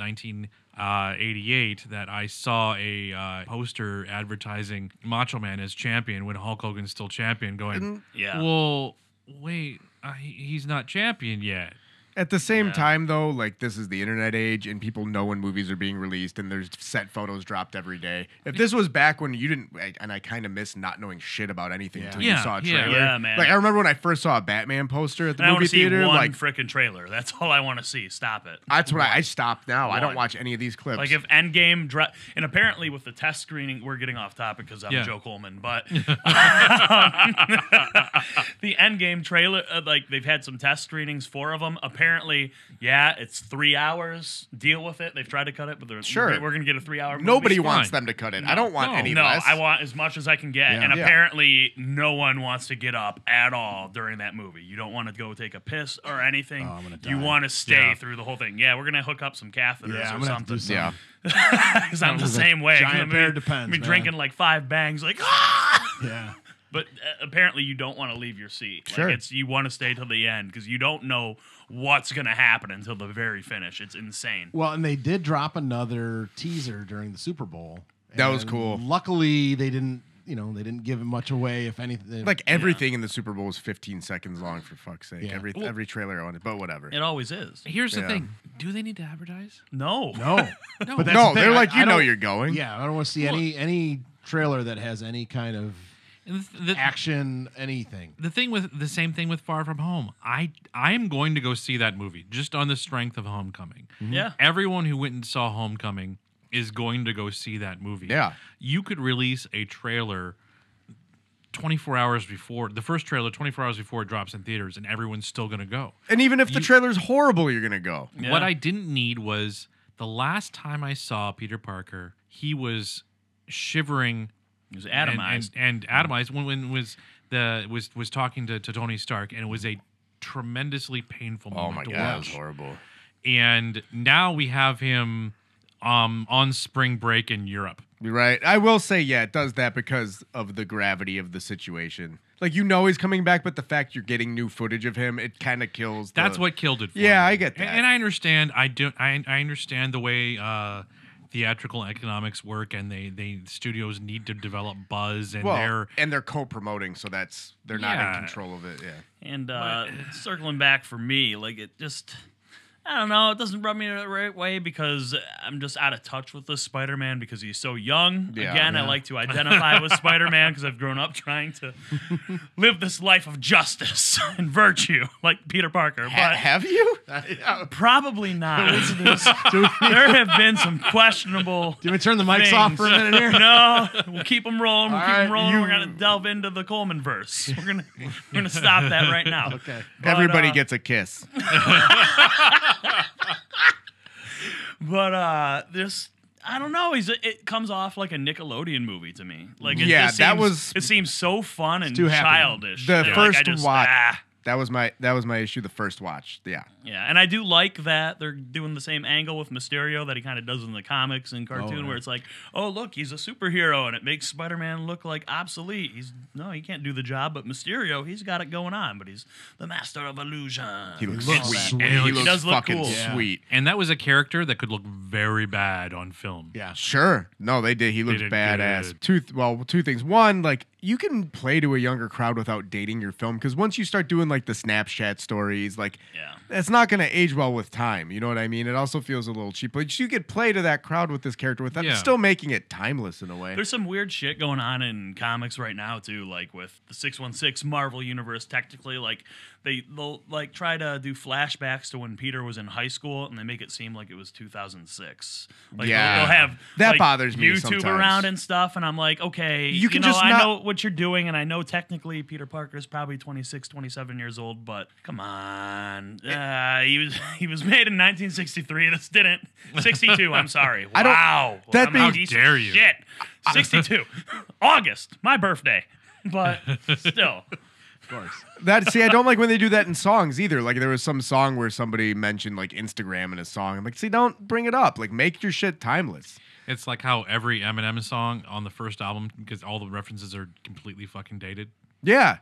S3: 1988, that I saw a uh, poster advertising Macho Man as champion when Hulk Hogan's still champion. Going,
S4: Yeah.
S3: Well, wait, I, he's not champion yet.
S2: At the same time, though, like this is the internet age, and people know when movies are being released, and there's set photos dropped every day. If this was back when you didn't, I- and I kind of miss not knowing shit about anything
S1: Yeah.
S2: until you
S3: Yeah,
S2: saw a
S3: yeah.
S2: trailer.
S4: Yeah, man.
S2: Like I remember when I first saw a Batman poster at the
S4: And I want
S2: movie
S4: to see
S2: theater.
S4: one
S2: Like
S4: frickin' trailer. That's all I want to see. Stop it.
S2: that's what I, I stopped. Now I don't
S4: One.
S2: watch any of these clips.
S4: Like if Endgame dro- and apparently with the test screening, we're getting off topic because I'm
S3: Yeah.
S4: Joe Coleman, but the Endgame trailer, uh, like they've had some test screenings, four of them. Apparently, yeah, it's three hours. Deal with it. They've tried to cut it, but they're
S2: Sure.
S4: we're gonna get a three hour.
S2: nobody
S3: fine.
S2: wants them to cut it, I don't want
S3: No.
S2: any
S4: No,
S2: less.
S4: I want as much as I can get,
S1: Yeah.
S4: and
S2: Yeah.
S4: apparently, no one wants to get up at all during that movie. You don't want to go take a piss or anything.
S1: Oh, I'm gonna
S4: you
S1: die.
S4: want to stay
S3: Yeah.
S4: through the whole thing. Yeah, we're gonna hook up some catheters
S1: Yeah,
S4: or
S1: I'm gonna have to
S4: something.
S1: do
S2: yeah,
S1: something.
S4: Because I'm the
S1: was a
S4: same way.
S1: giant
S4: I mean,
S1: pair of Depends,
S4: I mean,
S1: man.
S4: drinking like five bangs, like ah!
S1: Yeah.
S4: But uh, apparently, you don't want to leave your seat. Like,
S2: Sure.
S4: it's you want to stay till the end because you don't know what's gonna happen until the very finish. It's insane.
S1: Well, and they did drop another teaser during the Super Bowl.
S2: That was
S1: And
S2: cool.
S1: Luckily, they didn't. You know, they didn't give much away. If anything,
S2: like everything in the Super Bowl is 15 seconds long. For fuck's sake,
S1: Yeah.
S2: every every trailer on it, but whatever.
S4: It always is.
S3: Here's the
S2: Yeah.
S3: thing: Do they need to advertise?
S4: No.
S1: no, no. But that's the
S2: no,
S1: thing.
S2: they're like,
S1: I-
S2: you
S1: I
S2: know,
S1: don't-
S2: you're going.
S1: Yeah, I don't want to see any any trailer that has any kind of
S3: And the, the,
S1: action, anything.
S3: the thing with the same thing with Far From Home. I I am going to go see that movie just on the strength of Homecoming.
S4: Yeah.
S3: Everyone who went and saw Homecoming is going to go see that movie.
S2: Yeah.
S3: You could release a trailer 24 hours before the first trailer 24 hours before it drops in theaters and everyone's still going to go.
S2: And even if the trailer's horrible, you're gonna go.
S3: What
S4: Yeah.
S3: I didn't need was the last time I saw Peter Parker, he was shivering
S4: It was
S3: and-
S4: atomized.
S3: and, and, atomized when, when was the was was talking to, to Tony Stark and it was a tremendously painful
S2: Oh
S3: moment to watch.
S2: horrible.
S3: And now we have him um, on spring break in Europe.
S2: You're right. I will say, yeah, it does that because of the gravity of the situation. Like you know he's coming back, but the fact you're getting new footage of him, it kind of kills. the-
S3: That's what killed it. For
S2: Yeah,
S3: me.
S2: I get
S3: And,
S2: that.
S3: and I understand. I do. I, I understand the way uh, theatrical economics work, and they they studios need to develop buzz, and
S2: Well,
S3: they're
S2: and they're co-promoting, so that's they're not
S3: Yeah.
S2: in control of it. Yeah.
S4: And uh, circling back for me, like it just, I don't know, it doesn't rub me the right way because I'm just out of touch with this Spider Man because he's so young.
S2: Yeah,
S4: Again, I
S2: yeah.
S4: like to identify with Spider Man because I've grown up trying to live this life of justice and virtue like Peter Parker.
S2: Ha-
S4: But
S2: have you?
S4: probably not. there have been some questionable.
S1: Can we turn the mics off for a minute here?
S4: No, we'll keep them rolling. We'll
S1: All
S4: keep
S1: right,
S4: them rolling.
S1: you-
S4: We're gonna delve into the Coleman verse. We're gonna we're gonna stop that right now.
S1: Okay.
S4: But,
S2: Everybody
S4: uh,
S2: gets a kiss.
S4: But uh, this I don't know. He's it comes off like a Nickelodeon movie to me. Like it
S2: Yeah,
S4: just
S2: that
S4: seems-
S2: was-
S4: it seems so fun and
S1: too happening.
S4: childish.
S2: The
S4: Like, I
S2: first
S4: just-
S2: watch.
S4: ah.
S2: That was my that was my issue. The first watch. Yeah.
S4: Yeah, and I do like that they're doing the same angle with Mysterio that he kind of does in the comics and cartoon,
S1: yeah.
S4: where it's like, oh look, he's a superhero, and it makes Spider-Man look like obsolete. He's no, he can't do the job, but Mysterio, he's got it going on, but he's the master of illusion.
S2: He looks
S1: looks
S2: sweet.
S1: sweet.
S2: And he,
S4: He
S2: looks
S4: does look
S2: fucking
S4: cool.
S1: Yeah.
S2: sweet.
S3: and that was a character that could look very bad on film.
S1: Yeah.
S2: Sure. No, they did. He looked
S3: did
S2: badass.
S3: good.
S2: Two th- well, two things. One, like you can play to a younger crowd without dating your film because once you start doing like the Snapchat stories, like
S4: Yeah.
S2: that's not gonna age well with time. You know what I mean? It also feels a little cheap. But you could play to that crowd with this character without
S3: Yeah.
S2: still making it timeless in a way.
S4: There's some weird shit going on in comics right now too, like with the 616 Marvel universe. Technically, like they they'll like try to do flashbacks to when Peter was in high school, and they make it seem like it was 2006. Like
S2: Yeah.
S4: they'll, they'll have
S2: That
S4: like,
S2: bothers me
S4: YouTube
S2: sometimes.
S4: around and stuff, and I'm like, okay,
S2: You
S4: you,
S2: can
S4: know,
S2: just
S4: I
S2: not-
S4: know what you're doing, and I know technically Peter Parker's probably 26, 27 years old, but come on, uh, he was he was made in 1963. This didn't 62. I'm sorry.
S2: I don't-
S4: Wow,
S2: that
S4: I'm a
S2: being-
S4: piece
S3: How dare
S4: of
S3: you.
S4: Shit. 62. August, my birthday. But still.
S1: Of course.
S2: That see, I don't like when they do that in songs either. Like there was some song where somebody mentioned like Instagram in a song. I'm like, see, don't bring it up. Like make your shit timeless.
S3: It's like how every Eminem song on the first album, because all the references are completely fucking dated.
S2: Yeah.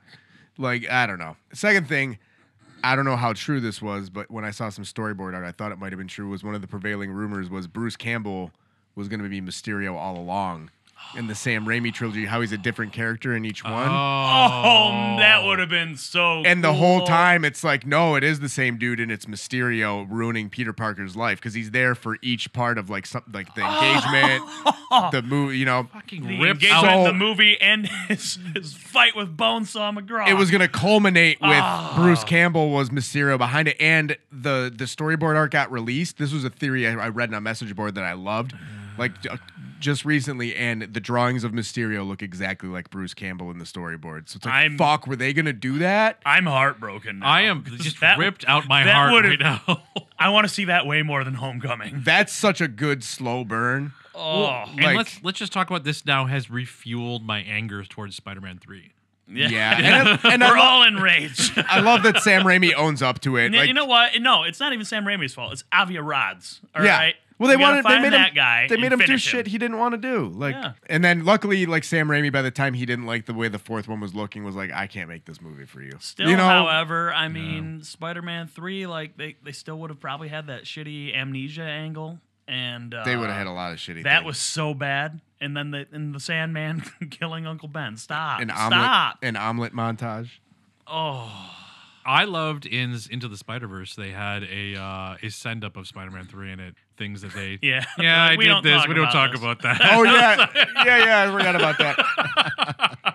S2: Like, I don't know. Second thing, I don't know how true this was, but when I saw some storyboard art, I thought it might have been true. Was one of the prevailing rumors was Bruce Campbell was going to be Mysterio all along in the Sam Raimi trilogy, how he's a different character in each one.
S4: Oh, that would have been so
S2: and the whole
S4: cool.
S2: time, it's like, no, it is the same dude, and it's Mysterio ruining Peter Parker's life because he's there for each part of like something like
S4: Oh.
S2: the engagement, the movie. You know,
S3: fucking
S4: The
S3: ripped
S4: engagement
S2: out-
S4: in the movie and his, his fight with Bonesaw McGraw.
S2: it was going to culminate with
S4: Ah.
S2: Bruce Campbell was Mysterio behind it, and the the storyboard art got released. This was a theory I, I read on a message board that I loved, like j- just recently, and the drawings of Mysterio look exactly like Bruce Campbell in the storyboard. So it's like,
S4: I'm-
S2: fuck, were they going to do that?
S4: I'm heartbroken. Now.
S3: I am just ripped out my
S4: that
S3: heart
S4: would've-
S3: right now.
S4: I want to see that way more than Homecoming.
S2: That's such a good slow burn.
S4: Oh,
S2: Like-
S3: and let's let's just talk about this now has refueled my anger towards Spider-Man 3.
S4: yeah.
S2: Yeah, and, I- and I,
S4: We're
S2: lo-
S4: all enraged.
S2: I love that Sam Raimi owns up to it.
S4: Yeah,
S2: Like,
S4: you know what? No, it's not even Sam Raimi's fault. It's Avia Rod's. All right.
S2: yeah. Well, they
S4: We gotta
S2: wanted they
S4: find
S2: made
S4: that
S2: him,
S4: guy.
S2: They
S4: and
S2: made him do
S4: finish
S2: shit he didn't want to do. Like,
S4: Yeah.
S2: and then luckily, like Sam Raimi, by the time he didn't like the way the fourth one was looking, was like, I can't make this movie for you.
S4: Still,
S2: you know,
S4: however, I mean, Spider-Man three, like they, they still would have probably had that shitty amnesia angle, and uh,
S2: they would have had a lot of shitty.
S4: That
S2: things.
S4: was so bad, and then the and the Sandman killing Uncle Ben. Stop!
S2: an omelet,
S4: stop!
S2: an omelet montage.
S4: oh,
S3: I loved in Into the Spider-Verse they had a uh, a send up of Spider-Man 3 in it, things that they
S4: Yeah.
S3: Yeah, I
S4: We
S3: did
S4: don't
S3: this.
S4: talk
S3: we don't
S4: about
S3: talk
S4: this.
S3: about that.
S2: Oh yeah, yeah, yeah. I forgot about that.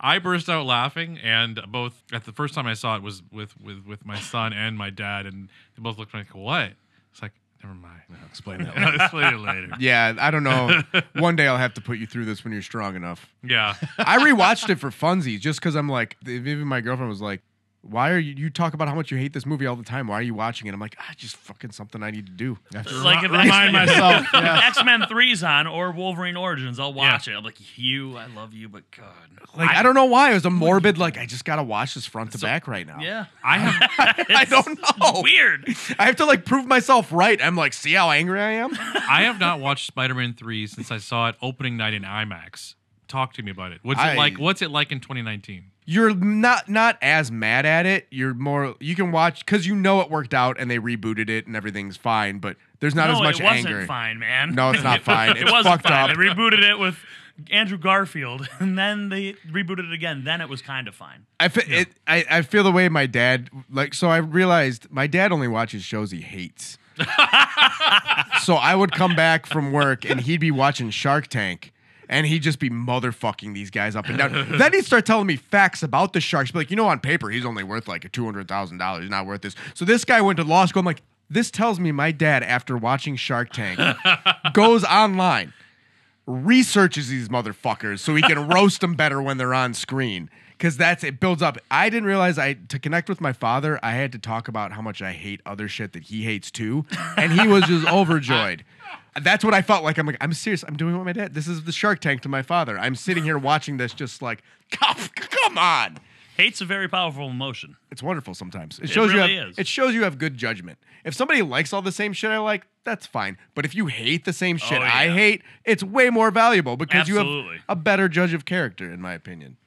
S3: I burst out laughing, and both at the first time I saw it was with with with my son and my dad, and they both looked at me like, "What?" It's like, never mind.
S1: I'll explain that. later.
S3: I'll explain it later.
S2: Yeah, I don't know. One day I'll have to put you through this when you're strong enough.
S3: Yeah,
S2: I rewatched it for funsies just because I'm like, even my girlfriend was like, why are you, you talk about how much you hate this movie all the time? Why are you watching it? I'm like, ah, just fucking something I need to do.
S1: I have to
S4: Like
S1: remi-
S4: if
S1: remind
S4: X-Men-
S1: myself. Yeah.
S4: If X Men 3's on or Wolverine Origins, I'll watch it. I'm like, Hugh, I love you, but God.
S2: Like, I, don't know why. It was a morbid, like, I just got to watch this front to back right now.
S4: Yeah.
S3: I have.
S2: I don't know.
S4: Weird.
S2: I have to, like, prove myself right. I'm like, see how angry I am?
S3: I have not watched Spider-Man 3 since I saw it opening night in IMAX. Talk to me about it. What's
S2: I-
S3: it like? What's it like in 2019?
S2: you're not not as mad at it. You're more you can watch because you know it worked out and they rebooted it and everything's fine. But there's not
S4: no,
S2: as much
S4: it wasn't
S2: anger.
S4: fine, man.
S2: No, it's not fine.
S4: it
S2: It's
S4: wasn't
S2: fucked
S4: fine.
S2: up.
S4: They rebooted it with Andrew Garfield, and then they rebooted it again. Then it was kind of fine.
S2: I feel it. I, I feel the way my dad like. So I realized my dad only watches shows he hates. so I would come back from work and he'd be watching Shark Tank. And he'd just be motherfucking these guys up and down. then he'd start telling me facts about the sharks. Be like, you know, on paper, he's only worth like two hundred thousand dollars. He's not worth this. So this guy went to law school. I'm like, this tells me my dad, after watching Shark Tank, goes online researches these motherfuckers so he can roast them better when they're on screen because that's it builds up i didn't realize i to connect with my father i had to talk about how much i hate other shit that he hates too and he was just overjoyed that's what i felt like i'm like i'm serious i'm doing what my dad this is the shark tank to my father i'm sitting here watching this just like come come on
S4: Hate's a very powerful emotion.
S2: it's wonderful sometimes. It shows
S4: really
S2: you have,
S4: is.
S2: it shows you have good judgment. If somebody likes all the same shit I like, that's fine. But if you hate the same shit
S4: Oh,
S2: I
S4: yeah.
S2: hate, it's way more valuable because you
S4: Absolutely.
S2: have a better judge of character, in my opinion.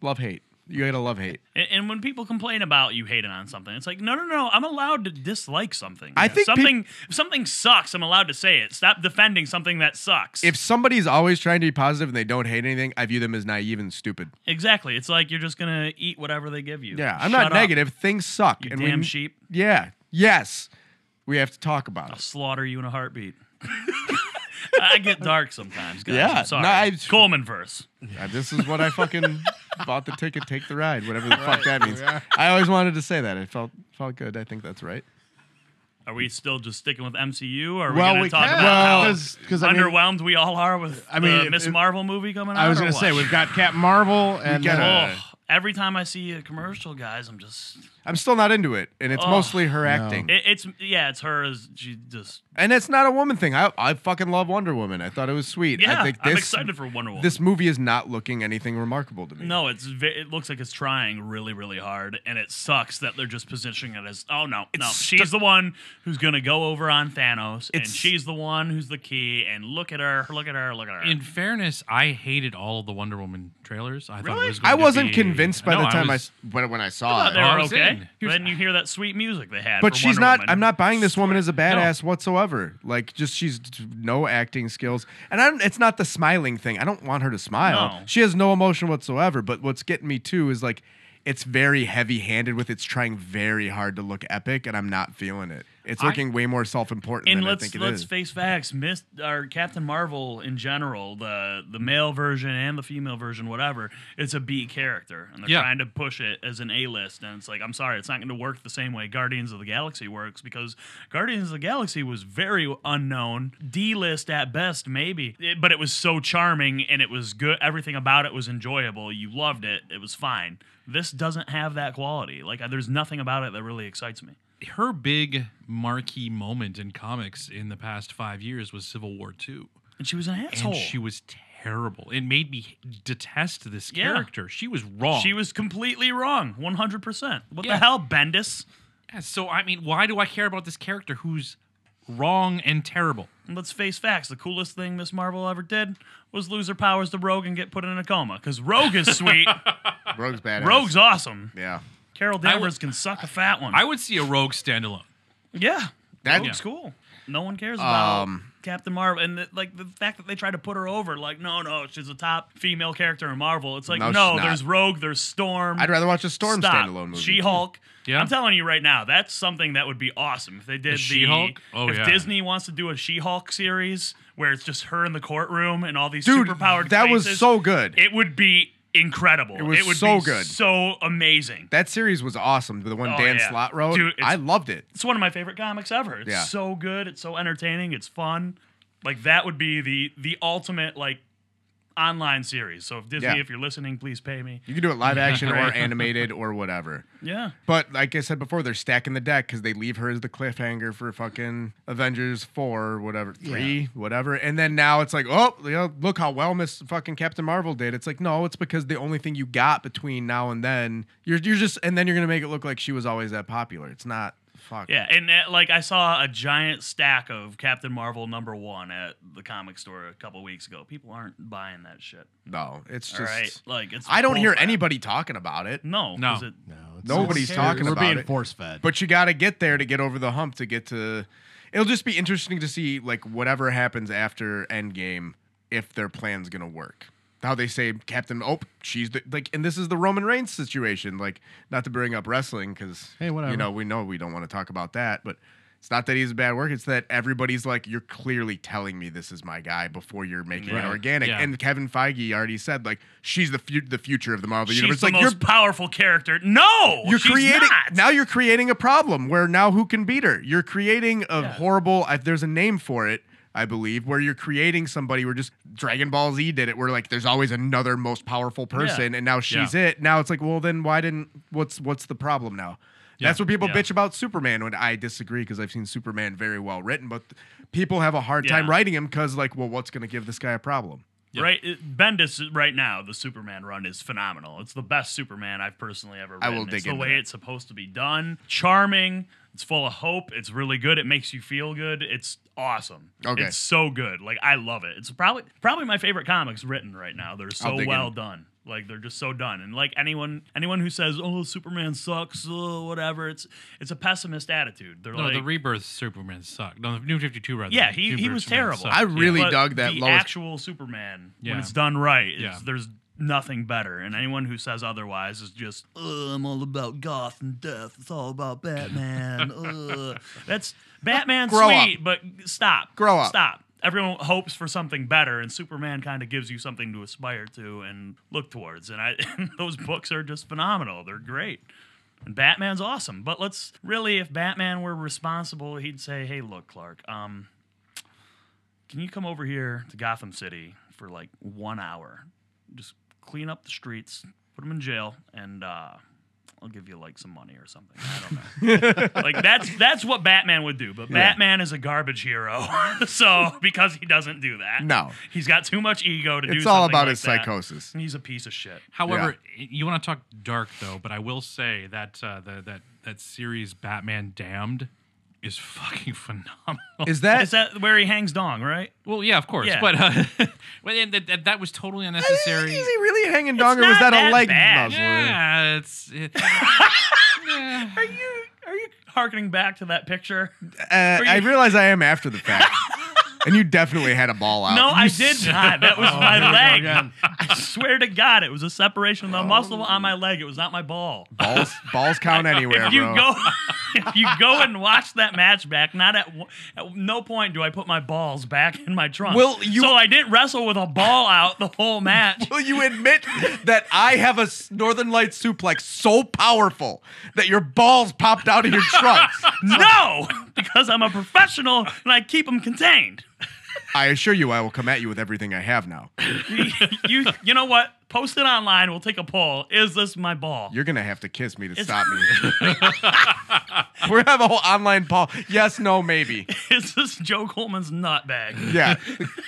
S2: Love hate. You gotta love hate.
S4: And, and when people complain about you hating on something, it's like, no, no, no. I'm allowed to dislike something.
S2: I
S4: If
S2: think peop-
S4: something. if something sucks, I'm allowed to say it. Stop defending something that sucks.
S2: If somebody's always trying to be positive and they don't hate anything, I view them as naive and stupid.
S4: exactly. It's like you're just gonna eat whatever they give you.
S2: Yeah, I'm
S4: Shut
S2: not
S4: up,
S2: negative. Things suck.
S4: You
S2: and
S4: damn
S2: we,
S4: sheep.
S2: Yeah. Yes. We have to talk about
S4: I'll
S2: it.
S4: slaughter you in a heartbeat. I get dark sometimes, guys.
S2: Yeah,
S4: I'm sorry.
S2: no, I-
S4: Coleman verse.
S2: Uh, This is what I fucking bought the ticket, take the ride, whatever the fuck that means. I always wanted to say that. It felt felt good. I think that's right.
S4: Are we still just sticking with MCU? Or
S1: Well,
S4: are we going
S1: we
S4: to talk
S1: can.
S4: about
S1: Well,
S4: how
S1: 'cause- 'cause I mean-
S4: underwhelmed we all are with
S1: I mean,
S4: the
S1: if-
S4: Miss
S1: if-
S4: Marvel movie coming out?
S1: I was
S4: going
S1: gonna
S4: to
S1: say we've got Captain Marvel and
S2: got-
S1: then,
S2: uh,
S4: every time I see a commercial, guys, I'm just
S2: I'm still not into it, and it's
S4: Oh,
S2: mostly her acting.
S4: it, it's yeah, it's her as she just
S2: and it's not a woman thing. I, I fucking love Wonder Woman. I thought it was sweet.
S4: yeah.
S2: I think this
S4: I'm excited for Wonder Woman.
S2: this movie is not looking anything remarkable to me.
S4: no, it's ve- it looks like it's trying really, really hard, and it sucks that they're just positioning it as oh no, no,
S2: It's
S4: she's the one who's gonna go over on Thanos, and
S2: It's-
S4: she's the one who's the key, and look at her, look at her, look at her.
S2: Uh,
S3: In fairness, I hated all of the Wonder Woman trailers. I thought
S4: Really?
S3: it was going
S2: I
S3: to
S2: wasn't
S3: be-
S2: convinced by
S3: No,
S2: the time I,
S3: was-
S2: s- but when I
S4: I
S2: saw
S4: thought
S2: it.
S4: they
S3: I
S4: were
S3: was
S4: okay.
S3: in. Here's-
S4: then you hear that sweet music they had.
S2: but
S4: for
S2: she's
S4: Wonder
S2: not
S4: Woman.
S2: i'm not buying this woman as a badass whatsoever like just she's no acting skills and I'm, it's not the smiling thing i don't want her to smile
S4: No.
S2: she has no emotion whatsoever but what's getting me too is like it's very heavy handed with it's trying very hard to look epic and i'm not feeling it it's
S3: I-
S2: looking way more self-important
S4: And
S2: than i
S4: let's
S2: think it
S4: let's
S2: is.
S4: face facts. Miss or Captain Marvel in general, the the male version and the female version, whatever. It's a B character, and they're
S3: Yeah.
S4: trying to push it as an A list. And it's like, I'm sorry, it's not going to work the same way Guardians of the Galaxy works because Guardians of the Galaxy was very unknown, D list at best, maybe. It- but it was so charming, and it was good. Everything about it was enjoyable. You loved it. It was fine. This doesn't have that quality. Like, there's nothing about it that really excites me.
S3: her big marquee moment in comics in the past five years was Civil War Two,
S4: And she was an
S3: and
S4: asshole.
S3: she was terrible. It made me detest this
S4: Yeah.
S3: character. She was wrong.
S4: She was completely wrong, 100%. What
S3: Yeah.
S4: the hell, Bendis?
S3: Yeah, so I mean, why do I care about this character who's wrong and terrible?
S4: Let's face facts. The coolest thing Miss Marvel ever did was lose her powers to Rogue and get put in a coma. Because Rogue is sweet.
S2: rogue's badass
S4: Rogue's awesome.
S2: yeah
S4: Carol
S3: would-
S4: Danvers can suck a fat one.
S3: I would see a rogue standalone.
S4: yeah.
S2: That-
S4: Rogue's cool. No one cares about
S2: Um,
S4: Captain Marvel. And the, like the fact that they tried to put her over, like, no, no, she's a top female character in Marvel. It's like,
S2: No,
S4: no,
S2: she's not.
S4: there's Rogue, there's Storm.
S2: i'd rather watch a storm
S4: Stop.
S2: standalone movie
S4: She Hulk.
S3: Yeah.
S4: I'm telling you right now, that's something that would be awesome if they did the
S3: She-Hulk? Oh,
S4: if
S3: yeah.
S4: Disney wants to do a She Hulk series where it's just her in the courtroom and all these
S2: dude
S4: superpowered
S2: that was
S4: faces,
S2: so good
S4: It would be incredible. It
S2: was
S4: would
S2: so
S4: be
S2: good.
S4: so amazing.
S2: That series was awesome. The one
S4: Oh,
S2: Dan
S4: yeah.
S2: Slot wrote,
S4: Dude, it's-
S2: I loved it.
S4: It's one of my favorite comics ever. It's
S2: Yeah.
S4: so good. It's so entertaining. It's fun. Like that would be the the ultimate like online series. So if Disney,
S2: Yeah.
S4: if you're listening, please pay me.
S2: You can do it live action or
S4: Right.
S2: animated or whatever.
S4: Yeah.
S2: But like I said before, they're stacking the deck because they leave her as the cliffhanger for fucking Avengers four, or whatever, three, whatever. And then now it's like, oh, you know, look how well Miss fucking Captain Marvel did. It's like, no, it's because the only thing you got between now and then, you're you're just, and then you're gonna make it look like she was always that popular. It's not. Fuck.
S4: Yeah, and uh, like I saw a giant stack of Captain Marvel number one at the comic store a couple weeks ago. People aren't buying that shit.
S2: No, it's
S4: All
S2: just.
S4: right, uh, like it's.
S2: I don't hear
S4: bullcrap.
S2: anybody talking about it.
S4: No,
S3: No.
S4: 'cause it-
S1: No, it's-
S2: Nobody's
S1: it's-
S2: talking
S1: we're
S2: about
S1: being
S2: it.
S1: force fed.
S2: But you got to get there to get over the hump to get to. It'll just be interesting to see like whatever happens after Endgame if their plan's gonna work. How they say Captain, oh, she's the, like, and this is the Roman Reigns situation. Like, not to bring up wrestling because
S1: Hey, whatever.
S2: You know, we know we don't want to talk about that, but it's not that he's a bad work. It's that everybody's like, you're clearly telling me this is my guy before you're making
S1: Right.
S2: it organic.
S3: Yeah.
S2: And Kevin Feige already said like, she's the fu- the future of the Marvel
S4: she's
S2: universe.
S4: the
S2: like,
S4: most
S2: you're
S4: powerful character. No,
S2: you're
S4: she's
S2: creating
S4: not.
S2: now you're creating a problem where now who can beat her you're creating a horrible I, there's a name for it i believe where you're creating somebody where just dragon ball z did it where like there's always another most powerful person and now she's
S3: Yeah.
S2: it now it's like well then why didn't what's what's the problem now that's what people
S3: Yeah.
S2: bitch about superman when i disagree because i've seen superman very well written but people have a hard time
S4: Yeah.
S2: writing him because like well what's going to give this guy a problem
S3: Yeah.
S4: Right, it- Bendis right now the Superman run is phenomenal. It's the best Superman I've personally ever read.
S2: I will
S4: and
S2: dig
S4: it's the
S2: into
S4: way
S2: that.
S4: it's supposed to be done. Charming. It's full of hope. It's really good. It makes you feel good. It's awesome.
S2: Okay.
S4: It's so good. Like I love it. It's probably probably my favorite comics written right now. They're so
S2: dig in.
S4: well done. Like they're just so done. And like anyone anyone who says oh Superman sucks oh, whatever it's it's a pessimist attitude. They're
S3: No,
S4: like
S3: the rebirth Superman sucked. No, the New Fifty Two rather.
S4: Yeah, he- he
S3: Rebirth
S4: was
S3: Superman
S4: terrible.
S3: sucked.
S2: i really
S4: but
S2: dug that
S4: the
S2: lois
S4: actual Superman
S3: Yeah.
S4: when it's done right. It's,
S3: Yeah.
S4: There's nothing better, and anyone who says otherwise is just "Ugh, I'm all about goth and death. It's all about Batman. Ugh." That's Batman's
S2: Grow
S4: sweet, but stop.
S2: Grow up.
S4: Stop. Everyone hopes for something better, and Superman kind of gives you something to aspire to and look towards. And I, those books are just phenomenal. They're great. And Batman's awesome. But let's really, if Batman were responsible, he'd say, "Hey, look, Clark. Um, can you come over here to Gotham City for like one hour? Just clean up the streets, put them in jail, and uh, I'll give you like some money or something. I don't know. like that's that's what Batman would do. But Batman is a garbage hero, so because he doesn't do that,
S2: No.
S4: he's got too much ego to do.
S2: it's all
S4: something
S2: about
S4: like
S2: his
S4: that.
S2: psychosis
S4: He's a piece of shit.
S3: However, you want to talk dark though, but I will say that uh, the, that that series Batman Damned is fucking phenomenal.
S2: is that
S4: Is that where he hangs dong? Right?
S3: well, yeah, of course,
S4: Yeah.
S3: but uh, well, and that, that, that was totally unnecessary.
S2: Is he really hanging dong, or
S4: not
S2: was that,
S4: that
S2: a leg
S4: bad.
S2: muzzle?
S3: yeah, it's it, yeah.
S4: Are you are you harkening back to that picture?
S2: Uh, I realize I am after the fact, and you definitely had a ball out.
S4: No, I
S3: s-
S4: did not. That
S2: Oh,
S4: was
S1: here
S4: my
S1: we go
S4: leg.
S1: again.
S4: I swear to God, it was a separation of
S2: Oh.
S4: the muscle on my leg. It was not my ball.
S2: balls, balls count anywhere,
S4: If you
S2: bro.
S4: go, if you go and watch that match back, not at, one- at no point do I put my balls back in my trunk.
S2: Will you-
S4: so I didn't wrestle with a ball out the whole match.
S2: Will you admit that I have a s- Northern Lights suplex so powerful that your balls popped out of your trunks?
S4: no, because I'm a professional and I keep them contained.
S2: I assure you, I will come at you with everything I have now.
S4: you, you know what? Post it online. We'll take a poll. Is this my ball?
S2: You're gonna have to kiss me to stop me. We're gonna have a whole online poll. Yes, no, maybe.
S4: Is this Joe Coleman's nut bag?
S2: Yeah.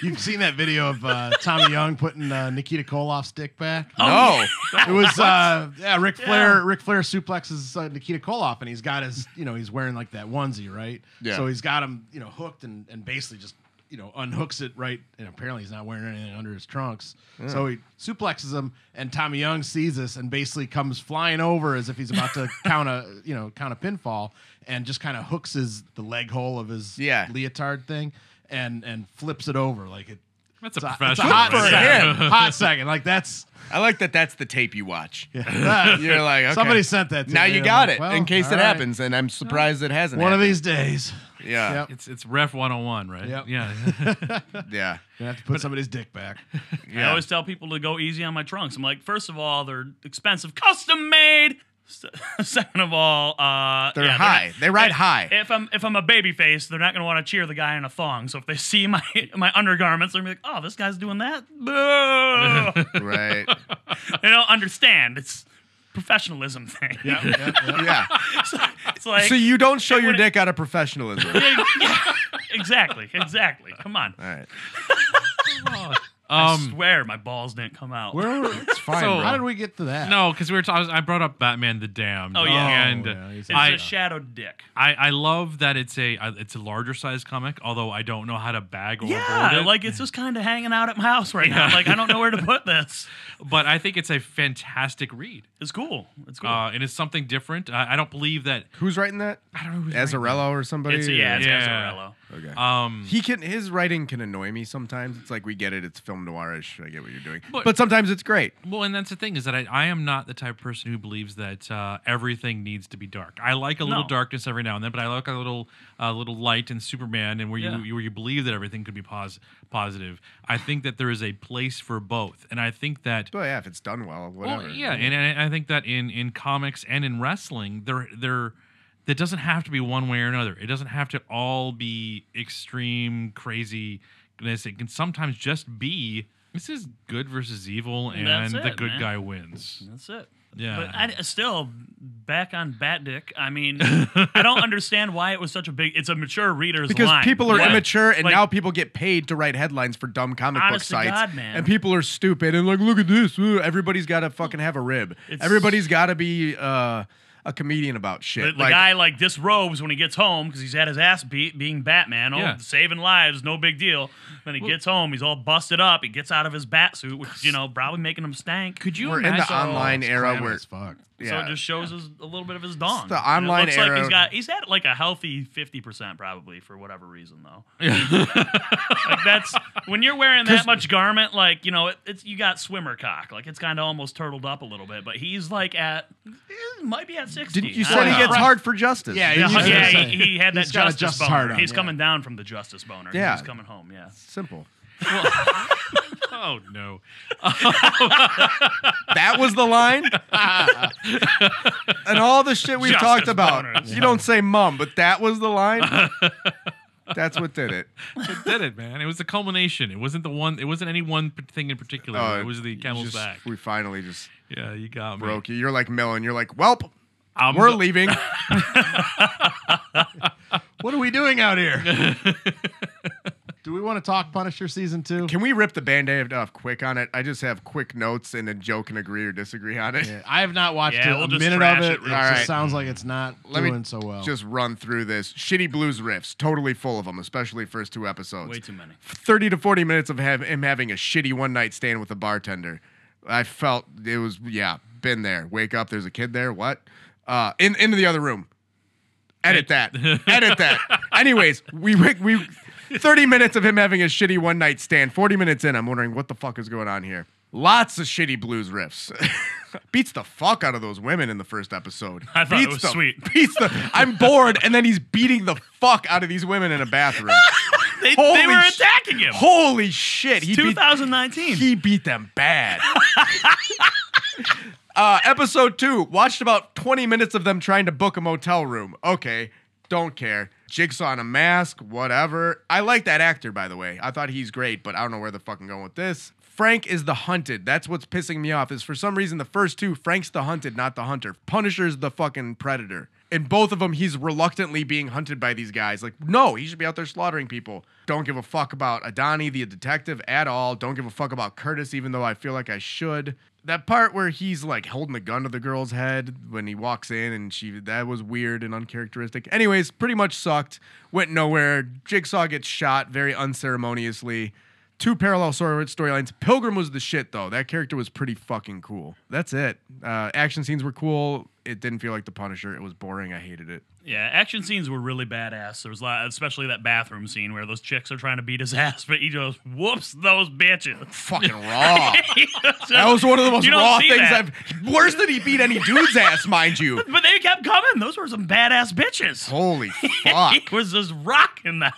S1: You've seen that video of uh, Tommy Young putting uh, Nikita Koloff's dick back.
S4: Oh,
S2: No.
S1: It was uh, yeah, Ric Flair.
S4: Yeah.
S1: Ric Flair suplexes uh, Nikita Koloff, and he's got his, you know, he's wearing like that onesie, right?
S2: Yeah.
S1: So he's got him, you know, hooked and and basically just, you know, unhooks it right. And apparently he's not wearing anything under his trunks. So he suplexes him, and Tommy Young sees this and basically comes flying over as if he's about to count a, you know, count a pinfall, and just kind of hooks his the leg hole of his
S2: Yeah.
S1: leotard thing, and and flips it over like it.
S3: That's a
S1: It's a- it's a
S3: professional.
S1: hot
S3: right
S1: second.
S3: there.
S1: Hot second. Like that's
S2: I like that. That's the tape you watch. You're like, okay.
S1: somebody sent that. to
S2: Now
S1: me.
S2: you
S1: I'm
S2: got
S1: like,
S2: it
S1: well,
S2: in case
S1: all
S2: it
S1: right.
S2: happens, and I'm surprised it hasn't.
S1: One of
S2: happened.
S1: these days.
S2: Yeah,
S1: Yep.
S3: It's it's ref 101, right?
S1: Yep.
S3: Yeah.
S2: yeah,
S1: Gonna have to put somebody's dick back.
S2: yeah.
S4: I always tell people to go easy on my trunks. I'm like, first of all, they're expensive, custom made. Se- Second of all, uh,
S2: They're
S4: yeah,
S2: high.
S4: not-
S2: They ride
S4: if-
S2: high.
S4: If I'm if I'm a baby face, they're not gonna want to cheer the guy in a thong. So if they see my my undergarments, they're gonna be like, oh, this guy's doing that. Boo.
S2: right.
S4: they don't understand. It's professionalism thing.
S1: Yep, yep, yep.
S2: Yeah.
S4: it's like
S2: so you don't show your
S4: would-
S2: dick out of professionalism. All
S4: exactly, exactly. Come on.
S2: right.
S4: I
S3: Um,
S4: swear my balls didn't come out.
S1: Where?
S2: It's fine.
S3: So-
S2: bro.
S1: How did we get to that?
S3: no, because we were. talking. I brought up Batman the Damned.
S4: Oh, yeah.
S3: and
S1: Oh, yeah, you
S4: it's
S1: said
S3: I,
S4: a shadowed dick.
S3: I I love that it's a uh, it's a larger size comic. Although I don't know how to bag or
S4: Yeah,
S3: board it.
S4: like it's just kind of hanging out at my house right now.
S3: Yeah.
S4: Like I don't know where to put this.
S3: but I think it's a fantastic read.
S4: It's cool. It's cool.
S3: Uh, and it's something different. I, I don't believe that.
S2: Who's writing that?
S3: I don't know who's
S2: Azarello or somebody?
S4: it's yeah, it's
S3: Yeah.
S4: Azarello.
S2: Okay.
S3: Um,
S2: he can his writing can annoy me sometimes. It's like we get it. It's film noirish. I get what you're doing, but,
S3: But-
S2: sometimes it's great.
S3: well, and that's the thing is that I, I am not the type of person who believes that uh, everything needs to be dark. I like a little
S4: No.
S3: darkness every now and then, but I like a little uh, little light in Superman, and where
S4: Yeah.
S3: you, you where you believe that everything could be pos- positive. I think that there is a place for both, and I think that
S2: But yeah, if it's done well, whatever.
S3: Well, yeah, and, and I think that in in comics and in wrestling, there there that doesn't have to be one way or another. It doesn't have to all be extreme craziness. It can sometimes just be this is good versus evil, and
S4: That's
S3: the
S4: it,
S3: good
S4: man.
S3: guy wins.
S4: That's it.
S3: Yeah.
S4: But I, still, back on Bat Dick. I mean, I don't understand why it was such a big. It's a mature reader's
S2: because
S4: line.
S2: people are
S4: Like,
S2: immature, and
S4: like-
S2: now people get paid to write headlines for dumb comic book
S4: Honest to
S2: sites.
S4: God, man.
S2: And people are stupid and like, look at this. Ooh, Everybody's got to fucking have a rib.
S4: It's-
S2: Everybody's got to be uh, a comedian about shit.
S4: The, the guy like disrobes when he gets home because he's had his ass beat being Batman. Oh,
S3: Yeah.
S4: saving lives, no big deal. Then he gets home, he's all busted up. He gets out of his bat suit, which you know probably making him stank.
S3: Could you
S2: we're in
S3: imagine?
S2: the online era
S1: Clam
S2: where
S1: as fuck.
S2: yeah,
S4: So it just shows us a little bit of his dawn.
S2: the
S4: And
S2: online
S4: it looks
S2: era.
S4: Like he's got he's at like a healthy fifty percent probably for whatever reason though. like that's when you're wearing that much garment, like you know, it, it's you got swimmer cock, like it's kind of almost turtled up a little bit. But he's like at it might be at sixty.
S2: didn't you
S4: I
S2: said
S4: don't
S2: he
S4: know.
S2: gets hard for justice?
S1: Yeah,
S2: Didn't
S1: yeah,
S2: you say
S4: Yeah,
S2: that?
S1: yeah.
S4: he, he had that
S1: He's got a
S4: justice,
S1: justice
S4: boner.
S1: hard on,
S4: he's
S1: yeah.
S4: coming down from the justice boner.
S2: Yeah.
S4: he's coming home. Yeah,
S2: Simple.
S3: Oh no!
S2: That was the line. and all the shit we've
S4: Justice
S2: talked about.
S4: boners.
S2: You don't say mum, but that was the line. That's what did it.
S3: It did it, man. It was the culmination. It wasn't the one. It wasn't any one p- thing in particular.
S2: Oh,
S3: it was the
S2: you
S3: camel's
S2: just-
S3: back.
S2: We finally just
S3: Yeah, you got me.
S2: broke you. You're like Millen. You're like, welp,
S3: I'm
S2: we're
S3: go-
S2: leaving.
S1: What are we doing out here? Do we want to talk Punisher season two?
S2: Can we rip the band-aid off quick on it? I just have quick notes and a joke and agree or disagree on it.
S1: Yeah, I have not watched
S4: Yeah,
S1: it,
S4: we'll
S1: a
S4: just
S1: minute
S4: trash
S1: of
S4: it
S1: it. It,
S4: real
S1: just
S2: quick.
S1: sounds like it's not
S2: Let me
S1: doing so well.
S2: Just run through this. Shitty blues riffs, totally full of them, especially first two episodes.
S4: way too many.
S2: 30 to 40 minutes of have, him having a shitty one night stand with a bartender. I felt it was, yeah, been there. Wake up, there's a kid there. What? Uh, in into the other room. Edit that. Edit that. Anyways, we wake we 30 minutes of him having a shitty one night stand. 40 minutes in, I'm wondering what the fuck is going on here. Lots of shitty blues riffs. beats the fuck out of those women in the first episode.
S4: I thought it
S2: Beats
S4: was
S2: the-
S4: sweet.
S2: Beats the. I'm bored, and then he's beating the fuck out of these women in a bathroom.
S4: They,
S2: Holy
S4: they were
S2: sh-
S4: attacking him.
S2: Holy shit. He beat,
S4: 2019.
S2: he beat them bad. uh, episode two watched about 20 minutes of them trying to book a motel room. Okay, don't care. Jigsaw in a mask, whatever. I like that actor, by the way. I thought he's great, but I don't know where the fuck I'm going with this. Frank is the hunted. That's what's pissing me off. Is for some reason the first two, Frank's the hunted, not the hunter. Punisher's the fucking predator. In both of them, he's reluctantly being hunted by these guys. Like, no, he should be out there slaughtering people. Don't give a fuck about Adani, the detective, at all. Don't give a fuck about Curtis, even though I feel like I should. That part where he's like holding the gun to the girl's head when he walks in and she that was weird and uncharacteristic. Anyways, pretty much sucked. Went nowhere. Jigsaw gets shot very unceremoniously. Two parallel story- storylines. Pilgrim was the shit though. That character was pretty fucking cool. That's it. Uh, action scenes were cool. it didn't feel like the Punisher. It was boring. I hated it.
S4: Yeah, action scenes were really badass. There was a lot, especially that bathroom scene where those chicks are trying to beat his ass, but he goes, "Whoops, those bitches."
S2: Fucking raw. that
S4: that
S2: was one of the most raw things I've. Worse than he beat any dude's ass, mind you.
S4: But they kept coming. Those were some badass bitches.
S2: Holy fuck.
S4: He was just rocking them.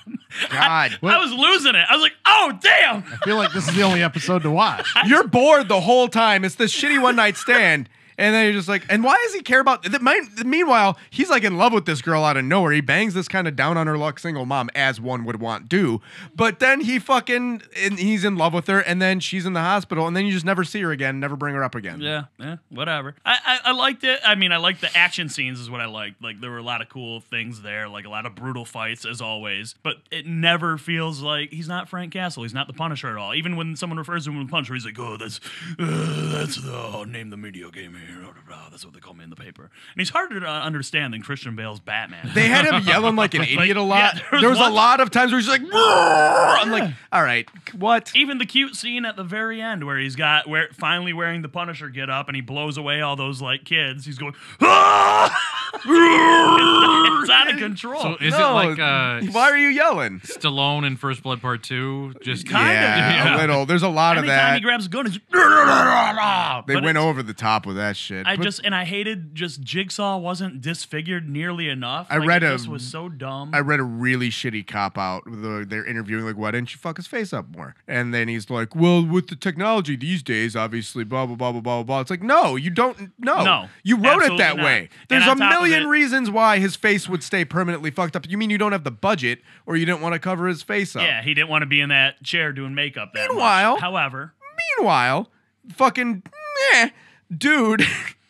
S2: God.
S4: I, I was losing it. I was like, "Oh damn!"
S1: I feel like this is the only episode to watch.
S2: You're bored the whole time. It's this shitty one night stand. And then you're just like, and why does he care about that? mine- Meanwhile, he's like in love with this girl out of nowhere. He bangs this kind of down on her luck single mom, as one would want to. But then he fucking, and he's in love with her, and then she's in the hospital, and then you just never see her again, never bring her up again.
S4: Yeah, yeah, whatever. I, I, I liked it. I mean, I liked the action scenes is what I liked. Like there were a lot of cool things there, like a lot of brutal fights as always. But it never feels like he's not Frank Castle. He's not the Punisher at all. Even when someone refers to him as the Punisher, he's like, oh, that's uh, that's the oh, name the media game here. blah, blah, blah." That's what they call me in the paper. And he's harder to uh, understand than Christian Bale's Batman.
S2: They had him yelling like an idiot a lot.
S4: yeah,
S2: there was, a
S4: one-
S2: lot of times where he's like, "Brrr." I'm like, all right, what?
S4: even the cute scene at the very end where he's got where finally wearing the Punisher get up and he blows away all those like kids. He's going, "Ah!" it's, it's out of control.
S3: So is
S2: No,
S3: it like uh,
S2: why are you yelling?
S3: Stallone in First Blood Part Two? Just
S4: Kind of,
S2: yeah,
S3: yeah.
S2: a little. There's a lot of
S4: Every time
S2: that.
S4: he grabs a gun, it's they
S2: They went over the top with that shit.
S4: I
S2: But
S4: just and I hated just Jigsaw wasn't disfigured nearly enough.
S2: I
S4: Like,
S2: read
S4: it
S2: a-
S4: just was so dumb.
S2: I read a really shitty cop out. The- They're interviewing like, why didn't you fuck his face up more? And then he's like, well, with the technology these days, obviously, blah blah blah blah blah blah. It's like, no, you don't. No,
S4: No,
S2: you wrote it
S4: absolutely
S2: that
S4: not.
S2: way.
S4: And
S2: There's
S4: on
S2: a
S4: top of
S2: million
S4: it-
S2: reasons why his face would stay permanently fucked up. You mean you don't have the budget, or you didn't want to cover his face up?
S4: yeah, he didn't want to be in that chair doing makeup. That much.
S2: Meanwhile-
S4: however,
S2: Meanwhile, fucking meh, dude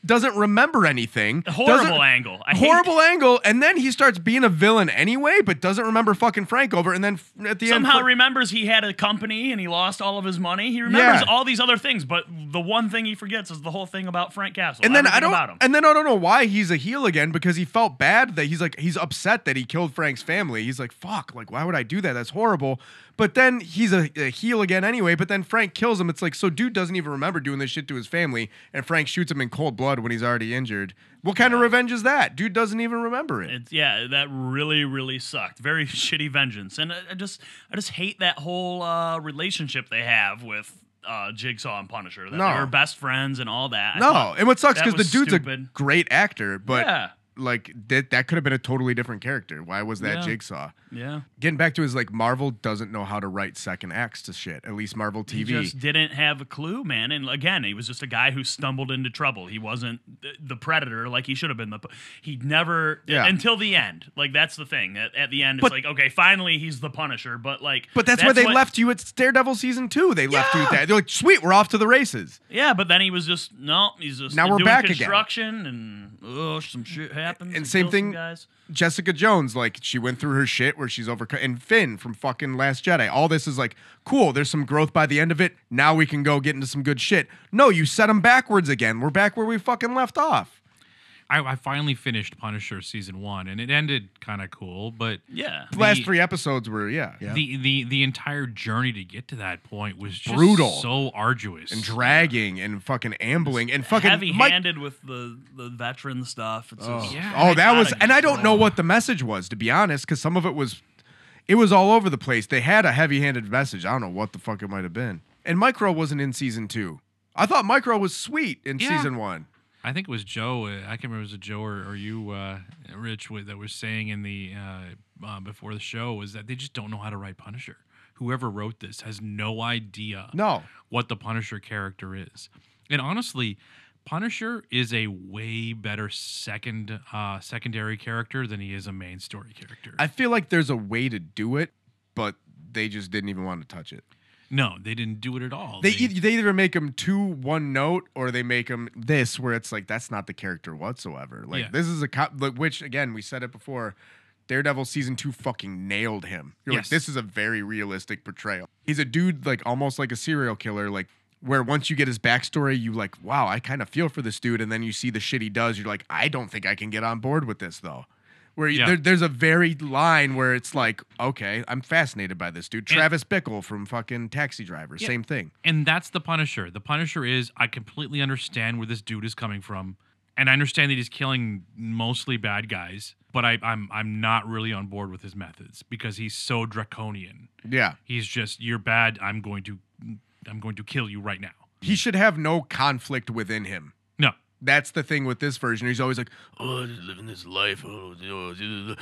S2: doesn't remember anything.
S4: horrible
S2: doesn't-
S4: angle. I hate-
S2: horrible angle, and then he starts being a villain anyway, but doesn't remember fucking Frank over, and then f- at the
S4: Somehow
S2: end,
S4: remembers he had a company and he lost all of his money. He remembers
S2: Yeah.
S4: all these other things, but the one thing he forgets is the whole thing about Frank Castle.
S2: and then I
S4: Everything
S2: don't,
S4: about him.
S2: and then I don't know why he's a heel again because he felt bad that he's like he's upset that he killed Frank's family. He's like, fuck, like why would I do that? That's horrible. But then he's a, a heel again anyway. But then Frank kills him. It's like so dude doesn't even remember doing this shit to his family, and Frank shoots him in cold blood when he's already injured. What kind of revenge is that? Dude doesn't even remember it.
S4: It's yeah, that really really sucked. Very shitty vengeance, and I, I just I just hate that whole uh, relationship they have with uh, Jigsaw and Punisher. That
S2: No.
S4: they were best friends and all that. I
S2: no,
S4: thought-
S2: and what sucks
S4: that
S2: because the
S4: was
S2: dude's
S4: stupid.
S2: a great actor, but
S4: yeah,
S2: like that that could have been a totally different character. Why was that
S4: Yeah.
S2: Jigsaw?
S4: yeah.
S2: Getting back to his like Marvel doesn't know how to write second acts to shit. At least Marvel
S4: He
S2: TV.
S4: just didn't have a clue, man. And again, he was just a guy who stumbled into trouble. He wasn't th- the predator like he should have been. The he never
S2: Yeah.
S4: until the end. Like that's the thing. At, at the end,
S2: But-
S4: it's like okay, finally he's the Punisher. But like,
S2: but that's, where they left you at Daredevil season two. They left you at
S4: Yeah.
S2: that. They're like, sweet, we're off to the races.
S4: Yeah, but then he was just no. He's just
S2: Now we're
S4: doing
S2: back again.
S4: construction and oh, some shit happens.
S2: And
S4: he
S2: same
S4: kills some
S2: thing-
S4: guys.
S2: Jessica Jones, like she went through her shit where she's overcome, and Finn from fucking Last Jedi. All this is like, cool. There's some growth by the end of it. Now we can go get into some good shit. No, you set them backwards again. We're back where we fucking left off.
S3: I, I finally finished Punisher season one, and it ended kind of cool, but
S4: Yeah,
S2: Last three episodes were yeah,
S1: Yeah.
S3: the the the entire journey to get to that point was just
S2: Brutal.
S3: so arduous.
S2: and dragging and fucking ambling and fucking Mike
S4: heavy-handed with the the veteran stuff. It's just,
S3: Yeah.
S2: Oh, that
S4: Gotta
S2: was,
S4: get
S2: and I don't know
S4: more.
S2: what the message was, to be honest, because some of it was, it was all over the place. They had a heavy handed message. I don't know what the fuck it might have been. And Micro wasn't in season two. I thought Micro was sweet in
S3: Yeah.
S2: season one.
S3: I think it was Joe. uh, I can't remember if it was Joe or, or you, uh, Rich, with- that was saying in the uh, uh, before the show was that they just don't know how to write Punisher. Whoever wrote this has no idea
S2: No.
S3: what the Punisher character is. And honestly, Punisher is a way better second uh, secondary character than he is a main story character.
S2: I feel like there's a way to do it, but they just didn't even want to touch it.
S3: no, they didn't do it at all.
S2: They, eith- they either make him too one note or they make him this, where it's like, that's not the character whatsoever. Like,
S3: Yeah.
S2: this is a cop, like, which, again, we said it before. Daredevil season two fucking nailed him. You're
S3: Yes.
S2: like, this is a very realistic portrayal. He's a dude, like, almost like a serial killer, like, where once you get his backstory, you like, wow, I kind of feel for this dude. And then you see the shit he does, you're like, I don't think I can get on board with this, though. Where you
S3: Yeah.
S2: there, there's a very line where it's like, okay, I'm fascinated by this dude.
S3: And-
S2: Travis Bickle from fucking Taxi Driver,
S3: Yeah.
S2: same thing.
S3: And that's the Punisher. The Punisher is I completely understand where this dude is coming from, and I understand that he's killing mostly bad guys, but I, I'm I'm not really on board with his methods because he's so draconian.
S2: Yeah.
S3: He's just you're bad. I'm going to I'm going to kill you right now.
S2: He should have no conflict within him.
S3: No,
S2: That's the thing with this version. He's always like,
S5: oh, just living this life. Oh, oh, oh,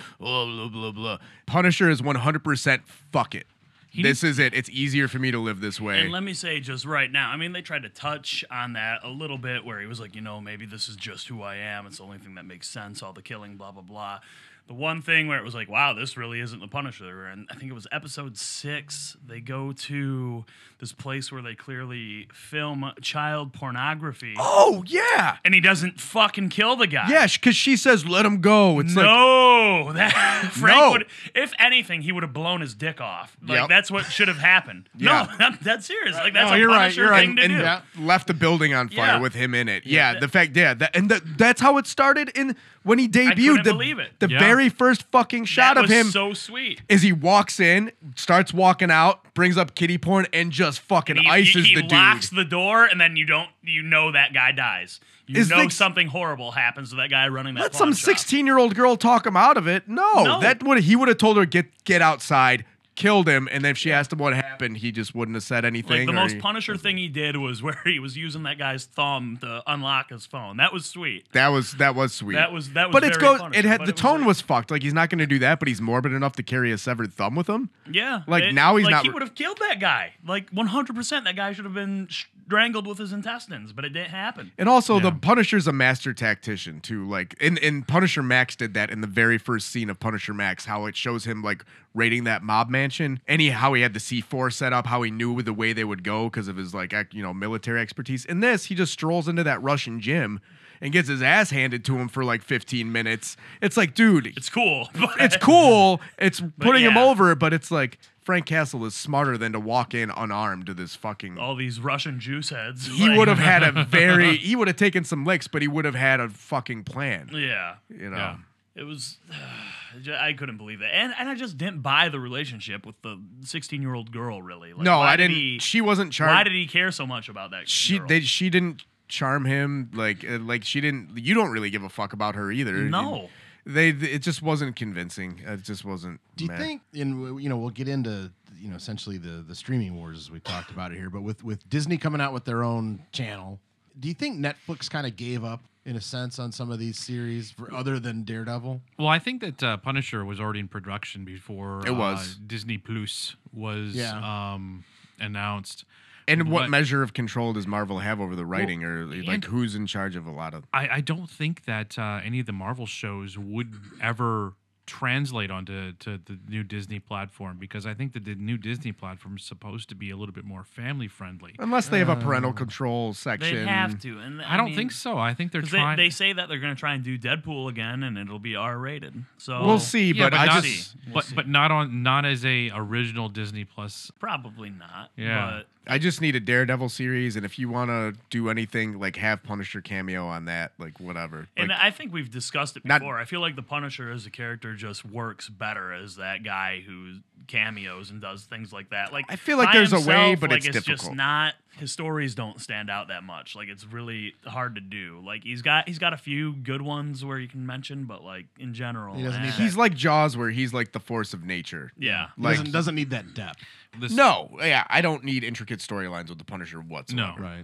S5: blah, blah, blah.
S2: Punisher is 100% fuck it.
S3: He
S2: this is it. It's easier for me to live this way.
S4: And let me say just right now, I mean, they tried to touch on that a little bit where he was like, you know, maybe this is just who I am. It's the only thing that makes sense, all the killing, blah, blah, blah. The one thing where it was like, wow, this really isn't the Punisher. And I think it was episode six. They go to this place where they clearly film child pornography.
S2: oh, yeah.
S4: And he doesn't fucking kill the guy.
S2: Yeah, because she says, let him go. It's like, oh,
S4: No, that Frank
S2: No.
S4: would. If anything, he would have blown his dick off. Like
S2: Yep.
S4: that's what should have happened.
S2: Yeah.
S4: No, I'm dead serious. Like that's
S1: No,
S4: a
S1: you're right,
S4: Punisher
S1: you're right.
S4: thing to
S2: and
S4: do.
S1: yeah.
S2: left the building on fire
S4: Yeah.
S2: with him in it. Yeah,
S4: Yeah.
S2: the fact, yeah, that, and the, that's how it started. In when he debuted, the,
S4: believe it.
S2: the
S3: Yeah.
S2: very first fucking shot
S4: that
S2: of
S4: was
S2: him
S4: So sweet.
S2: is he walks in, starts walking out, brings up kitty porn, and just fucking
S4: He,
S2: ices
S4: he, he
S2: the
S4: locks
S2: dude.
S4: the door, and then you don't. You know that guy dies. You
S2: Is
S4: know
S2: this-
S4: something horrible happens to that guy running that.
S2: Let
S4: pawn
S2: some
S4: shop.
S2: sixteen-year-old girl talk him out of it. No,
S4: No.
S2: that would he would have told her get get outside, killed him, and then if she asked him what happened, he just wouldn't have said anything.
S4: Like the
S2: or
S4: most
S2: he-
S4: Punisher thing he did was where he was using that guy's thumb to unlock his phone. That was sweet.
S2: that was that was sweet.
S4: That was that was.
S2: but it's
S4: very
S2: go.
S4: Punisher,
S2: It had
S4: but
S2: the
S4: was
S2: tone
S4: like-
S2: was fucked. Like he's not going to do that, but he's morbid enough to carry a severed thumb with him.
S4: Yeah.
S2: Like,
S4: it-
S2: now he's
S4: like,
S2: not-
S4: He would have killed that guy. Like 100%. That guy should have been strangled with his intestines, but it didn't happen.
S2: And also, the Punisher's a master tactician too. Like, and, and Punisher Max did that in the very first scene of Punisher Max, how it shows him like raiding that mob mansion. Any how he had the C four set up, how he knew the way they would go because of his like ac- you know military expertise. In this, he just strolls into that Russian gym and gets his ass handed to him for like fifteen minutes. It's like, dude, it's,
S4: It's cool. But
S2: cool. It's putting him
S4: yeah.
S2: over, but it's like Frank Castle is smarter than to walk in unarmed to this fucking
S4: All these Russian juice heads.
S2: he
S4: like-
S2: would have had a very he would have taken some licks, but he would have had a fucking plan.
S4: Yeah.
S2: You know.
S3: Yeah.
S4: It was. I couldn't believe it. And, and I just didn't buy the relationship with the 16 year old girl, really. Like,
S2: No,
S4: why
S2: I
S4: did
S2: didn't
S4: he-
S2: she wasn't charmed.
S4: why did he care so much about that?
S2: she
S4: girl?
S2: they, she didn't charm him like uh, like she didn't you don't really give a fuck about her either.
S4: No.
S2: They it just wasn't convincing. It just wasn't
S1: Do you
S2: meh.
S1: think, and you know, we'll get into you know essentially the the streaming wars as we talked about it here, but with with Disney coming out with their own channel, do you think Netflix kind of gave up in a sense on some of these series for other than Daredevil?
S3: Well, I think that uh, Punisher was already in production before
S2: It was.
S3: uh, Disney Plus was
S1: Yeah.
S3: um, announced.
S2: and what
S3: but-
S2: measure of control does Marvel have over the writing or like
S3: and-
S2: who's in charge of a lot of
S3: I, I don't think that uh, any of the Marvel shows would ever translate onto to the new Disney platform because I think that the new Disney platform is supposed to be a little bit more family friendly.
S2: unless they have a parental control
S4: They
S2: section.
S4: Uh, have to. And
S3: I don't
S4: mean,
S3: think so. I think they're
S4: 'cause
S3: trying.
S4: They, they say that they're going to try and do Deadpool again, and it'll be R rated. So
S2: We'll see,
S3: Yeah,
S2: but, I
S3: not,
S2: just
S3: but but not on not as a original Disney Plus.
S4: Probably not.
S3: Yeah.
S4: But
S2: I just need a Daredevil series, and if you want to do anything, like have Punisher cameo on that, like whatever.
S4: And
S2: Like,
S4: I think we've discussed it
S2: Not-
S4: before. I feel like the Punisher as a character just works better as that guy who cameos and does things like that. Like
S2: I feel like
S4: by
S2: there's a way,
S4: himself,
S2: but
S4: like,
S2: it's
S4: just
S2: difficult.
S4: not his stories don't stand out that much. Like it's really hard to do. Like he's got he's got a few good ones where you can mention, but like in general,
S1: He doesn't
S4: eh.
S1: need that.
S2: he's like Jaws, where he's like the force of nature.
S4: yeah.
S1: It
S2: Like
S1: doesn't doesn't need that depth,
S3: This,
S2: no, yeah, I don't need intricate storylines with the Punisher whatsoever.
S3: no,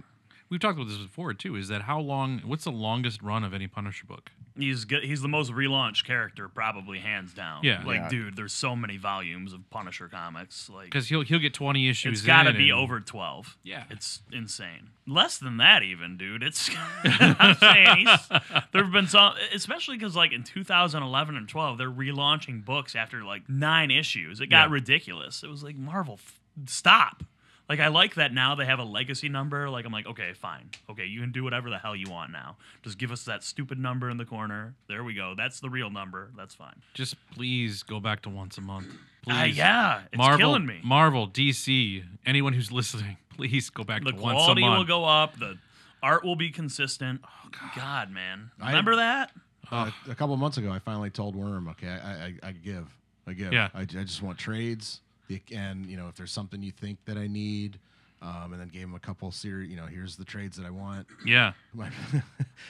S3: We've talked about this before too. Is that how long? What's the longest run of any Punisher book?
S4: He's good. He's the most relaunched character, probably hands down.
S3: Yeah.
S4: Like,
S2: Yeah.
S4: dude, there's so many volumes of Punisher comics. Like,
S3: Because he'll he'll get twenty issues.
S4: It's got to
S3: in
S4: be
S3: and-
S4: over 12.
S3: Yeah.
S4: It's insane. Less than that, even, dude. It's, I'm saying, there have been some, especially because, like, in 2011 and 12, they're relaunching books after, like, nine issues. It got
S3: Yeah.
S4: ridiculous. It was like, Marvel, f- stop. Like, I like that now they have a legacy number. Like, I'm like, okay, fine. Okay, you can do whatever the hell you want now. Just give us that stupid number in the corner. There we go. That's the real number. That's fine.
S3: Just please go back to once a month. Please.
S4: Ah, yeah. It's
S3: Marvel,
S4: killing me.
S3: Marvel, DC, anyone who's listening, please go back
S4: The
S3: to once a
S4: quality will
S3: month.
S4: go up. The art will be consistent. Oh God, man!
S1: I-
S4: Remember that?
S1: Uh, a couple months ago, I finally told Worm, okay, I, I, I give, I give.
S3: Yeah.
S1: I, I just want trades, the- and you know, if there's something you think that I need, um, and then gave him a couple series. You know, here's the trades that I want.
S3: Yeah.
S1: My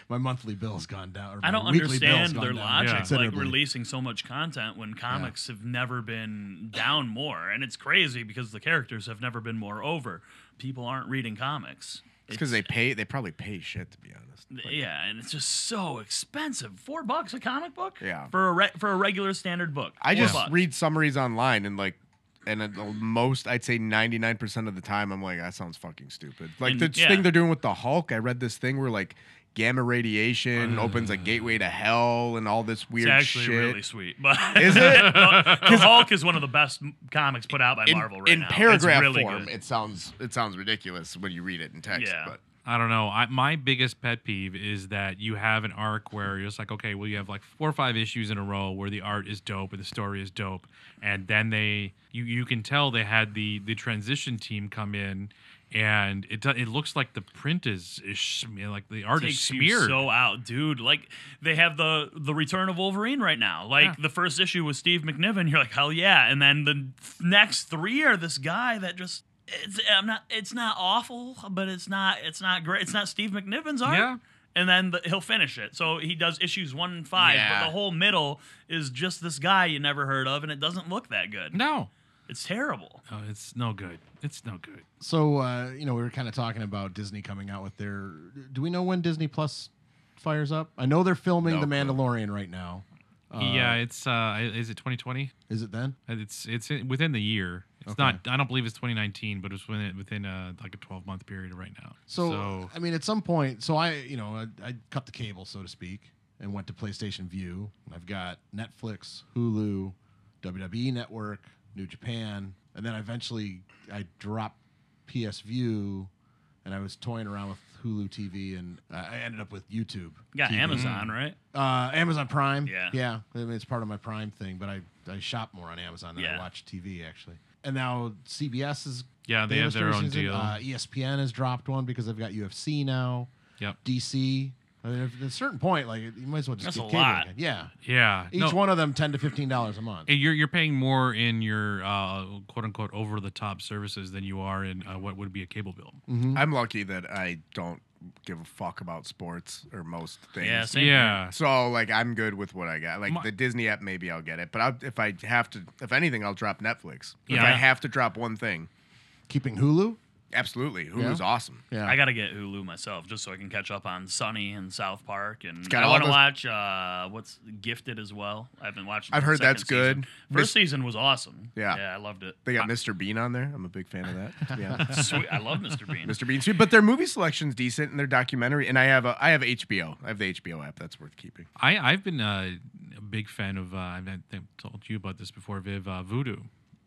S1: my monthly bill's gone down. Or my
S4: I don't
S1: weekly bill's
S4: understand
S1: gone
S4: their
S1: down
S4: logic, like
S1: considerably.
S4: releasing so much content when comics have never been down more, and it's crazy because the characters have never been more over. People aren't reading comics.
S2: It's because they pay. They probably pay shit to be honest.
S4: yeah, and it's just so expensive. Four bucks a comic book?
S2: Yeah.
S4: for a re- for a regular standard book.
S2: I
S4: Four
S2: just
S4: bucks.
S2: read summaries online and like. And at the most, I'd say 99% of the time, I'm like, that sounds fucking stupid. Like
S4: And-
S2: the
S4: yeah.
S2: thing they're doing with the Hulk, I read this thing where like gamma radiation opens a gateway to hell and all this
S4: Ah. It's
S2: weird
S4: actually
S2: shit.
S4: really sweet, but
S2: Is it?
S4: the Hulk is one of the best m- comics put out by
S2: in,
S4: Marvel right
S2: in
S4: now. It's
S2: paragraph
S4: really
S2: form,
S4: good.
S2: it sounds it sounds ridiculous when you read it in text.
S4: Yeah.
S2: But
S3: I don't know. I, my biggest pet peeve is that you have an arc where you're just like, okay, well, you have like four or five issues in a row where the art is dope and the story is dope, and then they, you, you can tell they had the the transition team come in, and it do- it looks like the print is is smear, like the art is
S4: takes
S3: smeared.
S4: you so out, dude. Like they have the the return of Wolverine right now. Like
S3: Yeah.
S4: the first issue was Steve McNiven. You're like hell yeah, and then the next three are this guy that just. It's I'm not. It's not awful, but it's not. It's not great. It's not Steve McNiven's art.
S3: Yeah.
S4: And then the, he'll finish it. So he does issues one and five,
S2: Yeah.
S4: but the whole middle is just this guy you never heard of, and it doesn't look that good.
S3: no,
S4: It's terrible.
S3: no, it's no good. It's no good.
S1: So uh, you know, we were kind of talking about Disney coming out with their. Do we know when Disney Plus fires up? I know they're filming
S2: No
S1: The
S2: clue.
S1: Mandalorian right now. Uh,
S3: yeah, it's uh, is it 2020?
S1: Is it then?
S3: It's it's in, within the year. It's
S1: Okay.
S3: not. I don't believe it's 2019, but it's within within uh, like a 12 month period right now.
S1: So, I mean, at some point, so I, you know, I, I cut the cable, so to speak, and went to PlayStation View. And I've got Netflix, Hulu, WWE Network, New Japan, and then eventually I dropped PS View, and I was toying around with Hulu TV, and I I ended up with YouTube.
S4: Got
S1: TV.
S4: Amazon right.
S1: Uh, Amazon Prime.
S4: Yeah.
S1: Yeah. I mean, it's part of my Prime thing, but I, I shop more on Amazon than I
S4: Yeah.
S1: watch TV, actually. And now CBS is.
S3: Yeah, they
S1: have
S3: have their
S1: a
S3: own
S1: season.
S3: deal.
S1: Uh, ESPN has dropped one because they've got UFC now.
S3: yep.
S1: DC. I mean, if- at a certain point, like you might as well just
S4: That's
S1: get
S4: a
S1: cable
S4: lot.
S1: again. Yeah.
S3: Yeah.
S1: Each
S3: no,
S1: one of them ten to fifteen dollars a month.
S3: eh, You're you're paying more in your uh, quote unquote over the top services than you are in uh, what would be a cable bill.
S1: Mm-hmm.
S2: I'm lucky that I don't give a fuck about sports or most things.
S4: Yeah, same
S3: Yeah.
S2: So like I'm good with what I got. Like
S3: My-
S2: the Disney app, maybe I'll get it. But I'll, if I have to, if anything, I'll drop Netflix. If I
S3: Yeah.
S2: have to drop one thing,
S1: Keeping Hulu.
S2: absolutely. Hulu's
S1: Yeah.
S2: awesome.
S1: Yeah.
S4: I gotta get Hulu myself just so I can catch up on Sunny and South Park, and
S2: got
S4: I
S2: all
S4: want to
S2: those-
S4: watch uh, what's Gifted as well. I've been watching.
S2: I've
S4: the
S2: heard
S4: second
S2: that's good.
S4: season. First season was awesome.
S2: Yeah.
S4: yeah, I loved it.
S2: They got Mr. Bean on there. I'm a big fan of that. Yeah.
S4: Sweet, I love Mr. Bean.
S2: Mr. Bean Street, but their movie selection's decent and their documentary. And I have a I have HBO. I have the HBO app. That's worth keeping.
S3: I I've been uh, a big fan of. Uh, I've I think I've told you about this before, Viv. Uh, Voodoo.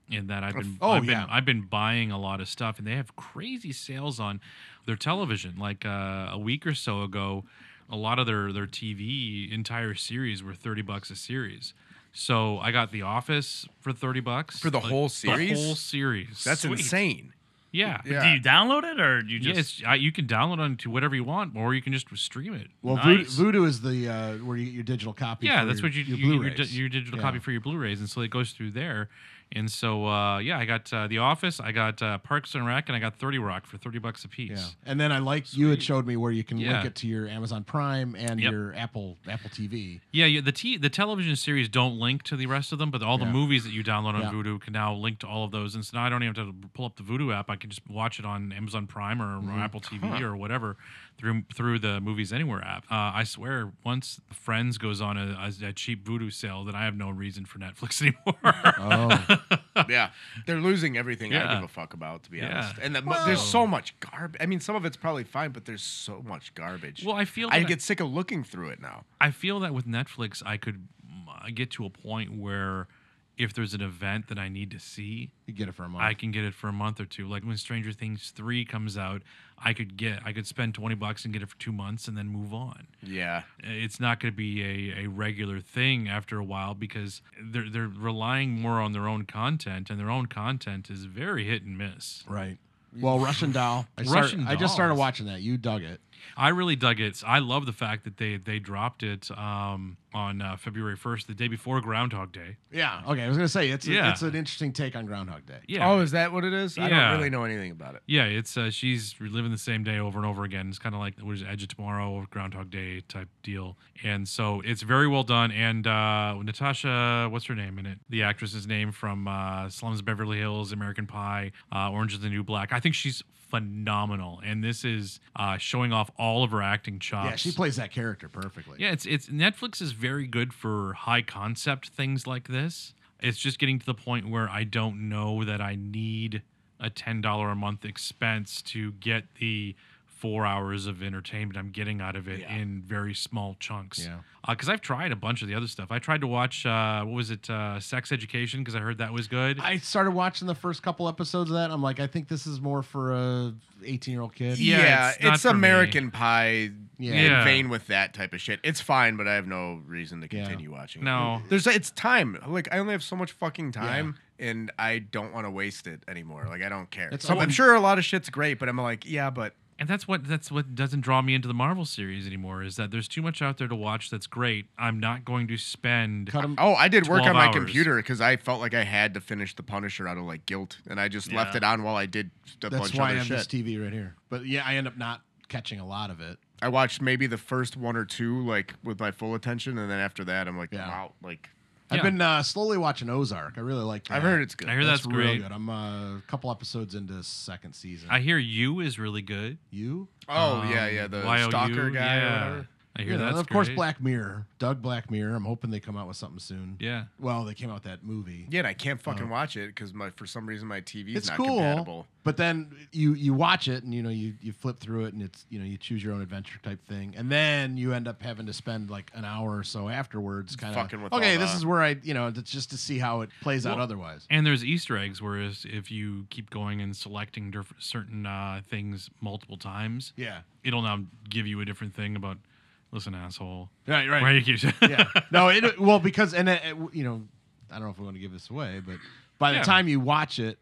S3: In that I've been,
S1: Oh,
S3: I've been,
S1: yeah.
S3: I've been buying a lot of stuff, and they have crazy sales on their television. Like uh, a week or so ago, a lot of their their TV entire series were thirty bucks a series. So I got The Office for thirty bucks
S2: For the whole
S3: The
S2: series?
S3: whole series.
S2: That's
S4: Sweet.
S2: insane.
S3: yeah.
S2: Yeah.
S4: Do you download it or do you
S3: Yeah,
S4: just?
S3: it's, I, you can download onto whatever you want, or you can just stream it.
S1: well,
S4: Nice.
S1: Voodoo, Voodoo is the uh, where you get your digital copy.
S3: yeah,
S1: for
S3: that's
S1: your-
S3: what you
S1: your
S3: your, your,
S1: Blu-rays.
S3: di- your digital
S1: Yeah.
S3: copy for your Blu-rays, and so it goes through there. And so, uh, yeah, I got uh, The Office, I got uh, Parks and Rec, and I got Thirty Rock for thirty bucks a piece.
S1: Yeah. And then I like you had showed me where you can
S3: Yeah.
S1: link it to your Amazon Prime and
S3: Yep.
S1: your Apple Apple TV.
S3: Yeah, yeah. The t- the television series don't link to the rest of them, but all the
S1: Yeah.
S3: movies that you download on
S1: Yeah.
S3: Vudu can now link to all of those. And so now I don't even have to pull up the Vudu app. I can just watch it on Amazon Prime or
S1: Mm-hmm.
S3: Apple TV or whatever through through the Movies Anywhere app. Uh, I swear, once Friends goes on a, a, a cheap Vudu sale, then I have no reason for Netflix anymore.
S1: Oh,
S2: yeah, they're losing everything I
S3: Yeah.
S2: give a fuck about, to be
S3: Yeah.
S2: honest. And the, but there's so much garbage. I mean, some of it's probably fine, but there's so much garbage.
S3: well, I feel
S2: I
S3: that-
S2: get sick of looking through it now.
S3: I feel that with Netflix, I could mm, get to a point where if there's an event that I need to see,
S1: you get it for a month.
S3: I can get it for a month or two. Like when Stranger Things three comes out, I could get I could spend twenty bucks and get it for two months and then move on.
S2: Yeah,
S3: It's not going to be a, a regular thing after a while because they're they're relying more on their own content and their own content is very hit and miss.
S1: right. Well, Russian Doll. I,
S3: Russian
S1: start- I just started
S3: Dolls.
S1: watching that. You dug it.
S3: I really dug it. I love the fact that they they dropped it um, on uh, February first, the day before Groundhog Day.
S1: Yeah. Okay. I was gonna say it's a-
S3: Yeah.
S1: it's an interesting take on Groundhog Day.
S3: Yeah.
S2: Oh, is that what it is? I
S3: Yeah.
S2: don't really know anything about it.
S3: Yeah, it's uh, she's reliving the same day over and over again. It's kind of like what is it, Edge of Tomorrow or Groundhog Day type deal. And so it's very well done. And uh, Natasha, what's her name in it? The actress's name from uh, Slums of Beverly Hills, American Pie, uh, Orange is the New Black. I think she's phenomenal. And this is uh, showing off all of her acting chops.
S1: Yeah, she plays that character perfectly.
S3: Yeah, it's it's Netflix is very good for high concept things like this. It's just getting to the point where I don't know that I need a ten dollar a month expense to get the four hours of entertainment I'm getting out of it in very small chunks.
S1: Yeah.
S3: Because I've tried a bunch of the other stuff. I tried to watch uh, what was it, uh, Sex Education, because I heard that was good.
S1: I started watching the first couple episodes of that. I'm like, I think this is more for a 18 year old kid.
S3: Yeah, it's not
S2: it's,
S3: for me.
S2: American Pie
S1: Yeah.
S3: Yeah.
S2: in vain with that type of shit. It's fine, but I have no reason to
S1: Yeah.
S2: continue watching.
S3: No.
S2: it. there's it's time. Like I only have so much fucking time, and I don't want to waste it anymore. Like I don't care.
S1: It's
S2: So
S1: all-
S2: I'm sure a lot of shit's great, but I'm like, yeah, but
S3: and that's what that's what doesn't draw me into the Marvel series anymore. Is that there's too much out there to watch that's great. I'm not going to spend.
S1: Cut him.
S2: oh, I did work
S3: 12
S2: on my
S3: hours.
S2: computer because I felt like I had to finish The Punisher out of like guilt, and I just left
S4: Yeah.
S2: it on while I did a
S1: That's
S2: bunch of
S1: why I
S2: other
S1: have
S2: shit.
S1: this TV right here. But yeah, I end up not catching a lot of it.
S2: I watched maybe the first one or two like with my full attention, and then after that, I'm like,
S1: Yeah.
S2: wow, like
S3: Yeah.
S1: I've been uh, slowly watching Ozark. I really like. That.
S2: I've heard it's good.
S3: I heard
S1: that's,
S3: that's,
S1: real
S3: great.
S1: good. I'm uh, a couple episodes into second season.
S3: I hear you is really good.
S1: you?
S2: Oh
S3: Um,
S2: yeah, yeah, the
S3: YOU,
S2: stalker guy. Or whatever.
S3: I hear
S1: Yeah,
S3: that's
S1: of course,
S3: great.
S1: Black Mirror. Doug Black Mirror. I'm hoping they come out with something soon.
S3: Yeah,
S1: Well, they came out with that movie.
S2: Yeah, and I can't fucking watch it because my for some reason my TV's
S1: Oh. It's
S2: not
S1: cool,
S2: compatible.
S1: but then you you watch it and you know you you flip through it and it's you know you choose your own adventure type thing, and then you end up having to spend like an hour or so afterwards, kind
S2: Fucking
S1: of
S2: with
S1: okay,
S2: all
S1: this
S2: the-
S1: is where I you know it's just to see how it plays out
S3: Well-
S1: otherwise.
S3: and there's Easter eggs. Whereas if you keep going and selecting diff- certain uh, things multiple times,
S1: Yeah,
S3: it'll now give you a different thing about. Listen, asshole.
S1: right,
S3: Why you keep?
S1: yeah. No, it well because and uh, it, it- you know, I don't know if we want to give this away, but by the
S3: Yeah.
S1: time you watch it,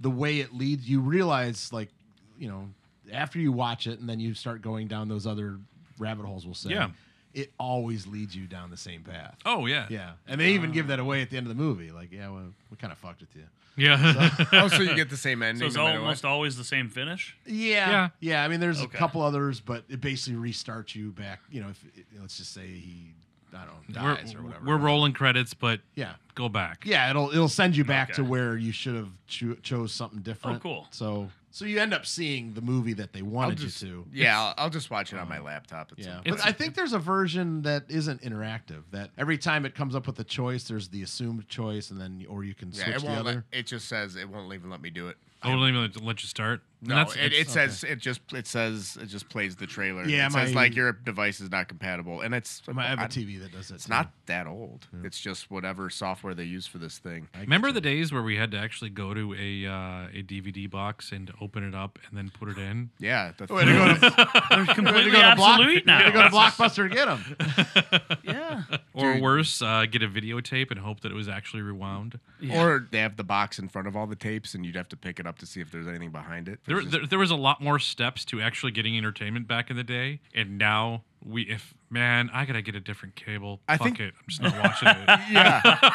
S1: the way it leads, you realize like, you know, after you watch it and then you start going down those other rabbit holes, we'll say.
S3: Yeah.
S1: It always leads you down the same path.
S3: oh yeah.
S1: Yeah, and they even give that away at the end of the movie. Like, yeah, well, we kind of fucked with you.
S3: Yeah.
S2: oh, so you get the same ending.
S4: So it's
S2: no matter what?
S4: almost always the same finish.
S1: Yeah,
S3: Yeah.
S1: yeah. I mean, there's
S4: Okay.
S1: a couple others, but it basically restarts you back. You know, if let's just say he, I don't know,
S3: we're,
S1: dies or whatever.
S3: we're rolling credits, but
S1: Yeah,
S3: go back.
S1: yeah. It'll it'll send you back to
S4: Okay.
S1: where you should have cho- chose something different.
S4: cool.
S1: So so you end up seeing the movie that they
S2: Oh, I'll
S1: wanted
S2: just,
S1: you to.
S2: yeah, I'll, I'll just watch it on my laptop. It's
S1: Oh. Yeah,
S2: yeah,
S1: but
S3: It's-
S1: I think there's a version that isn't interactive. That every time it comes up with a choice, there's the assumed choice, and then or you can switch
S2: yeah it
S1: the
S2: won't.
S1: other.
S2: Let, it just says it won't even let me do it.
S3: I won't even let- let you start. And
S2: No,
S3: that's-
S2: it,
S3: it's-
S2: it says it just it says it just plays the trailer.
S1: Yeah,
S2: it
S1: my-
S2: says like your device is not compatible, and it's
S1: I might have a
S2: I-
S1: TV that does it.
S2: It's not that old. It's just whatever software they use for this thing.
S3: Remember the days where we had to actually go to a uh, a DVD box and open it up and then put it in?
S2: Yeah, the
S1: Way to go to-
S4: They're
S1: Way
S4: completely
S1: to go to Block-
S4: absolute
S1: way to go to
S4: now.
S1: Blockbuster to get them.
S4: yeah.
S3: Or worse, uh, get a videotape and hope that it was actually rewound.
S2: Or they have the box in front of all the tapes, and you'd have to pick it up to see if there's anything behind it.
S3: There,
S2: It's just-
S3: there, there was a lot more steps to actually getting entertainment back in the day, and now we, if man, I gotta get a different cable.
S2: I
S3: Fuck
S2: think-
S3: it, I'm just not watching it.
S2: yeah,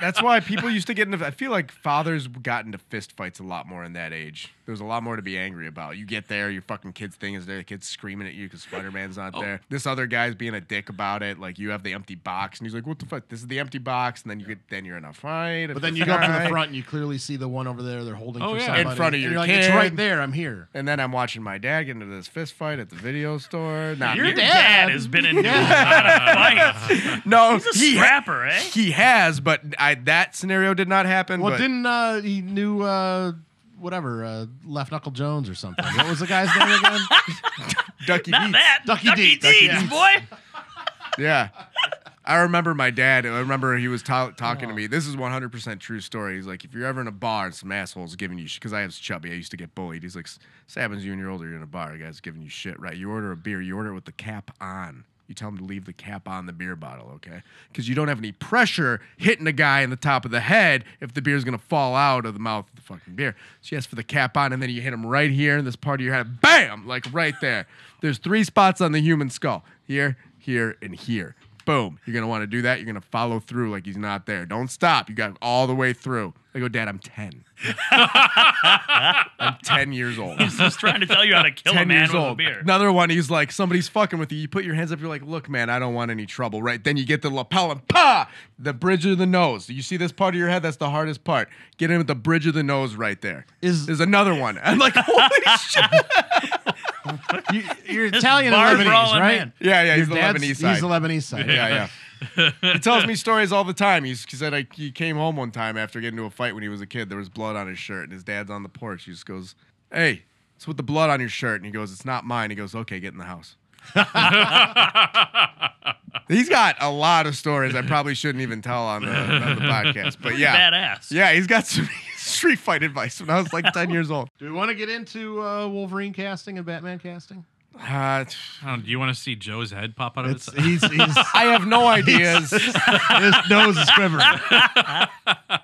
S2: that's why people used to get into. I feel like fathers got into fist fights a lot more in that age. There was a lot more to be angry about. You get there, your fucking kid's thing is there. The kid's screaming at you because Spider Man's not
S1: Oh.
S2: there. This other guy's being a dick about it. Like you have the empty box, and he's like, "What the fuck? This is the empty box." And then you get, then you're in a fight.
S1: But then you go up to the front and you clearly see the one over there. They're holding
S3: Oh,
S1: for
S3: yeah.
S1: somebody.
S2: In front of
S1: And
S2: your
S1: you're like,
S2: kid.
S1: It's right there. I'm here.
S2: And then I'm watching my dad get into this fist fight at the video store. Not
S4: Your
S2: me.
S4: dad has been in yeah. a lot of fights.
S2: No,
S4: He's a
S2: he-
S4: scrapper, eh?
S2: He has, but I, that scenario did not happen.
S1: Well,
S2: but
S1: didn't uh, he knew uh, whatever uh, Left Knuckle Jones or something? What was the guy's name again?
S2: Ducky
S4: Not
S2: Beats-
S4: that.
S1: Ducky
S4: Ducky,
S1: Deeds. Ducky
S4: Deeds,
S1: Deeds.
S4: boy.
S2: Yeah. I remember my dad. I remember he was ta- talking to me. This is 100% true story. He's like, if you're ever in a bar and some asshole's giving you shit, because I was chubby, I used to get bullied. He's like, "S- this happens to you when you're older, you're in a bar, a guy's giving you shit, right? You order a beer, you order it with the cap on. You you tell him to leave the cap on the beer bottle, okay? Because you don't have any pressure hitting a guy in the top of the head if the beer's gonna fall out of the mouth of the fucking beer. So you ask for the cap on, and then you hit him right here in this part of your head, bam, like right there. There's three spots on the human skull here, here, and here. Boom. You're gonna wanna do that. You're gonna follow through like he's not there. Don't stop. You got all the way through. I go, Dad, I'm 10. I'm 10 years old.
S4: He's just trying to tell you how to kill a
S2: 10
S4: man
S2: years
S4: with
S2: old.
S4: a beer.
S2: Another one, he's like, somebody's fucking with you. You put your hands up, you're like, look, man, I don't want any trouble, right? Then you get the lapel and pa, the bridge of the nose. You see this part of your head? That's the hardest part. Get in with the bridge of the nose right there.
S1: Is-
S2: There's another one. I'm like, holy shit.
S1: You, you're Italian
S4: bar
S1: and Lebanese,
S4: brawling
S1: right?
S4: man.
S2: Yeah, yeah,
S1: Your
S2: he's the
S1: dad's-
S2: Lebanese side.
S1: He's the Lebanese side.
S2: yeah, yeah. he tells me stories all the time. He's, he said like, he came home one time after getting into a fight when he was a kid. There was blood on his shirt, and his dad's on the porch. He just goes, "Hey, it's with the blood on your shirt." And he goes, "It's not mine." He goes, "Okay, get in the house." he's got a lot of stories I probably shouldn't even tell on the, on the podcast, but yeah,
S4: Badass.
S2: yeah, he's got some street fight advice when I was like ten years old.
S1: Do we want to get into uh, Wolverine casting and Batman casting?
S2: Uh,
S3: I don't- do you want to see Joe's head pop out of
S1: It's,
S3: Oh, its?
S1: he's, he's,
S2: I have no ideas.
S1: his nose is quivering.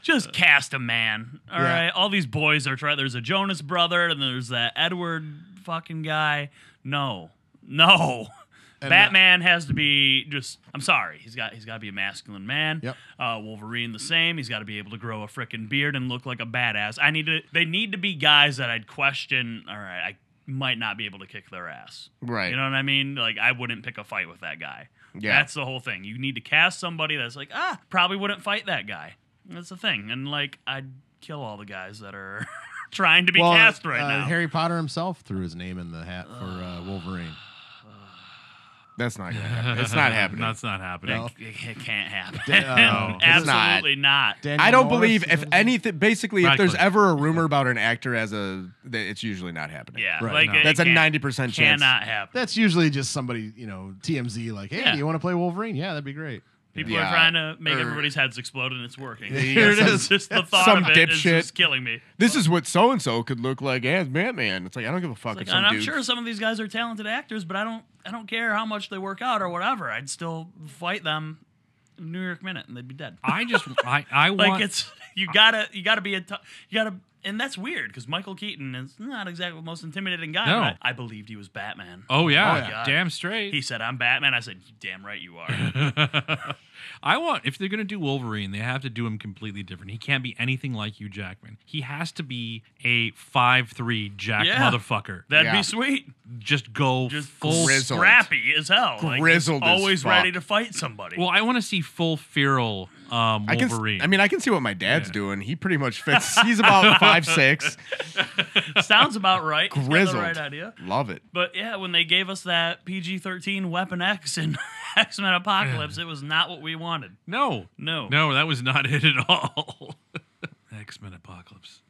S4: Just cast a man. all right.
S2: Yeah.
S4: All these boys are trying. There's a Jonas brother and there's that Edward fucking guy. No. No. Batman has to be just. I'm sorry. He's got. He's got to be a masculine man.
S1: Yep.
S4: Uh, Wolverine the same. He's got to be able to grow a freaking beard and look like a badass. I need to. They need to be guys that I'd question. All right. I might not be able to kick their ass.
S2: Right.
S4: You know what I mean? Like I wouldn't pick a fight with that guy.
S2: Yeah.
S4: That's the whole thing. You need to cast somebody that's like, ah, probably wouldn't fight that guy. That's the thing. And like I'd kill all the guys that are trying to be cast right
S1: uh,
S4: now.
S1: Harry Potter himself threw his name in the hat for uh, Wolverine.
S2: That's not gonna happen. It's not happening.
S3: That's not happening.
S1: No.
S4: it, it can't happen.
S1: Da- oh,
S2: uh, it's not.
S4: Absolutely not.
S1: Daniel
S2: I don't
S1: Morris
S2: believe
S1: is
S2: if
S1: in it?
S2: anything. Basically, if
S3: Radcliffe.
S2: there's ever a rumor about an actor as a, that it's usually not happening.
S4: Yeah.
S1: Right,
S4: like
S1: no.
S4: it
S2: that's a
S4: can't-
S2: ninety percent chance.
S4: Cannot happen.
S1: That's usually just somebody, you know, TMZ, like, hey,
S4: Yeah.
S1: you want to play Wolverine? Yeah, that'd be great.
S4: People
S2: Yeah.
S4: are trying to make
S2: Or-
S4: everybody's heads explode and it's working.
S1: you
S4: Here
S1: got
S4: it is.
S1: some-
S4: Just the thought
S2: some
S4: of it is
S2: dipshit.
S4: just killing me.
S2: This is what so and so could look like as Batman. It's like I don't give a fuck.
S4: Like,
S2: if
S4: and
S2: some
S4: I'm
S2: dude-
S4: sure some of these guys are talented actors, but I don't I don't care how much they work out or whatever. I'd still fight them in New York minute and they'd be dead.
S3: I just I I want
S4: like it's you gotta you gotta be a t- you gotta and that's weird because Michael Keaton is not exactly the most intimidating guy.
S3: No.
S4: but I, I believed he was Batman.
S3: Oh yeah,
S1: Oh,
S4: yeah.
S3: damn straight.
S4: He said, "I'm Batman." I said, "You damn right you are."
S3: I want if they're gonna do Wolverine, they have to do him completely different. He can't be anything like Hugh Jackman. He has to be a five three Jack
S4: Yeah.
S3: motherfucker.
S4: That'd
S2: Yeah.
S4: be sweet.
S3: Just go
S4: Just
S3: full.
S2: grit. Grizzled.
S4: scrappy as hell. Like,
S2: Grizzled as
S4: always
S2: fuck.
S4: ready to fight somebody.
S3: Well, I want to see full feral um,
S2: I can.
S3: Wolverine.
S2: I mean, I can see what my dad's
S3: Yeah.
S2: doing. He pretty much fits. He's about five six.
S4: Sounds about right. He's got
S2: Grizzled.
S4: the right idea.
S2: Love it.
S4: But yeah, when they gave us that PG-13 Weapon X in X Men Apocalypse, it was not what we wanted.
S3: no,
S4: No.
S3: no, that was not it at all. X Men Apocalypse.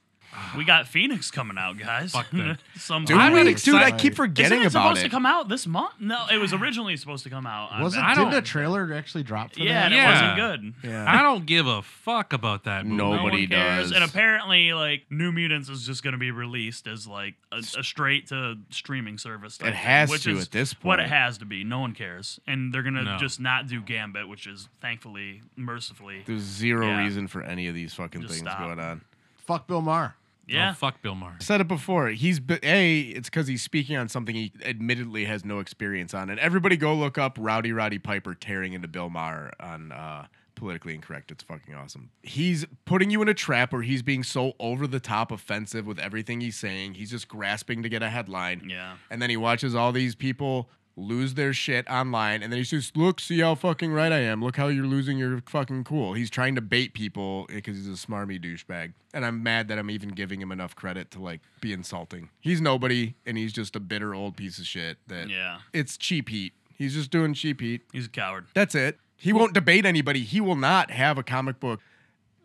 S4: we got Phoenix coming out, guys.
S3: Fuck that.
S4: Some
S2: Dude,
S3: I'm not
S2: dude, I
S3: excited.
S2: keep forgetting
S4: Isn't it
S2: about
S4: supposed
S2: it.
S4: to come out this month? No, it was originally supposed to come out. on
S1: Was it?
S4: that.
S1: Didn't
S3: don't-
S1: a trailer actually drop for
S4: Yeah, and
S1: that?
S3: Yeah.
S4: it wasn't good.
S1: Yeah.
S3: I don't give a fuck about that movie.
S4: No
S2: Nobody
S4: one cares.
S2: does.
S4: And apparently, like New Mutants is just going to be released as like a, a straight to streaming service. type
S2: It has
S4: thing, which
S2: to
S4: is
S2: at this
S4: What it
S2: point.
S4: has to be. No one cares, and they're going to
S3: No.
S4: just not do Gambit, which is thankfully, mercifully,
S2: There's zero
S4: Yeah.
S2: reason for any of these fucking
S4: Just
S2: things
S4: stop.
S2: going on.
S1: Fuck Bill Maher.
S4: yeah.
S3: Oh, fuck Bill Maher.
S2: said it before. He's b- a. It's because he's speaking on something he admittedly has no experience on. And everybody go look up Rowdy Roddy Piper tearing into Bill Maher on uh, politically incorrect. It's fucking awesome. He's putting you in a trap where he's being so over the top offensive with everything he's saying. He's just grasping to get a headline.
S4: Yeah.
S2: And then he watches all these people lose their shit online and then he's just look see how fucking right i am look how you're losing your fucking cool he's trying to bait people because he's a smarmy douchebag and i'm mad that i'm even giving him enough credit to like be insulting he's nobody and he's just a bitter old piece of shit that
S4: Yeah.
S2: it's cheap heat he's just doing cheap heat
S4: He's a coward.
S2: that's it he won't debate anybody he will not have a comic book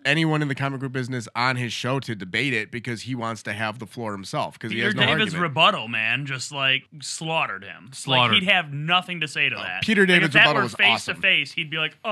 S2: anyone in the comic book business on his show to debate it because he wants to have the floor himself because he
S4: Peter
S2: has no
S4: David's
S2: argument.
S4: rebuttal, man, just like slaughtered him.
S3: Slaughtered.
S4: Like, he'd have nothing to say to that.
S2: Peter
S4: Like,
S2: David's
S4: if that
S2: rebuttal
S4: were
S2: was
S4: face
S2: awesome.
S4: to face, he'd be like, uh,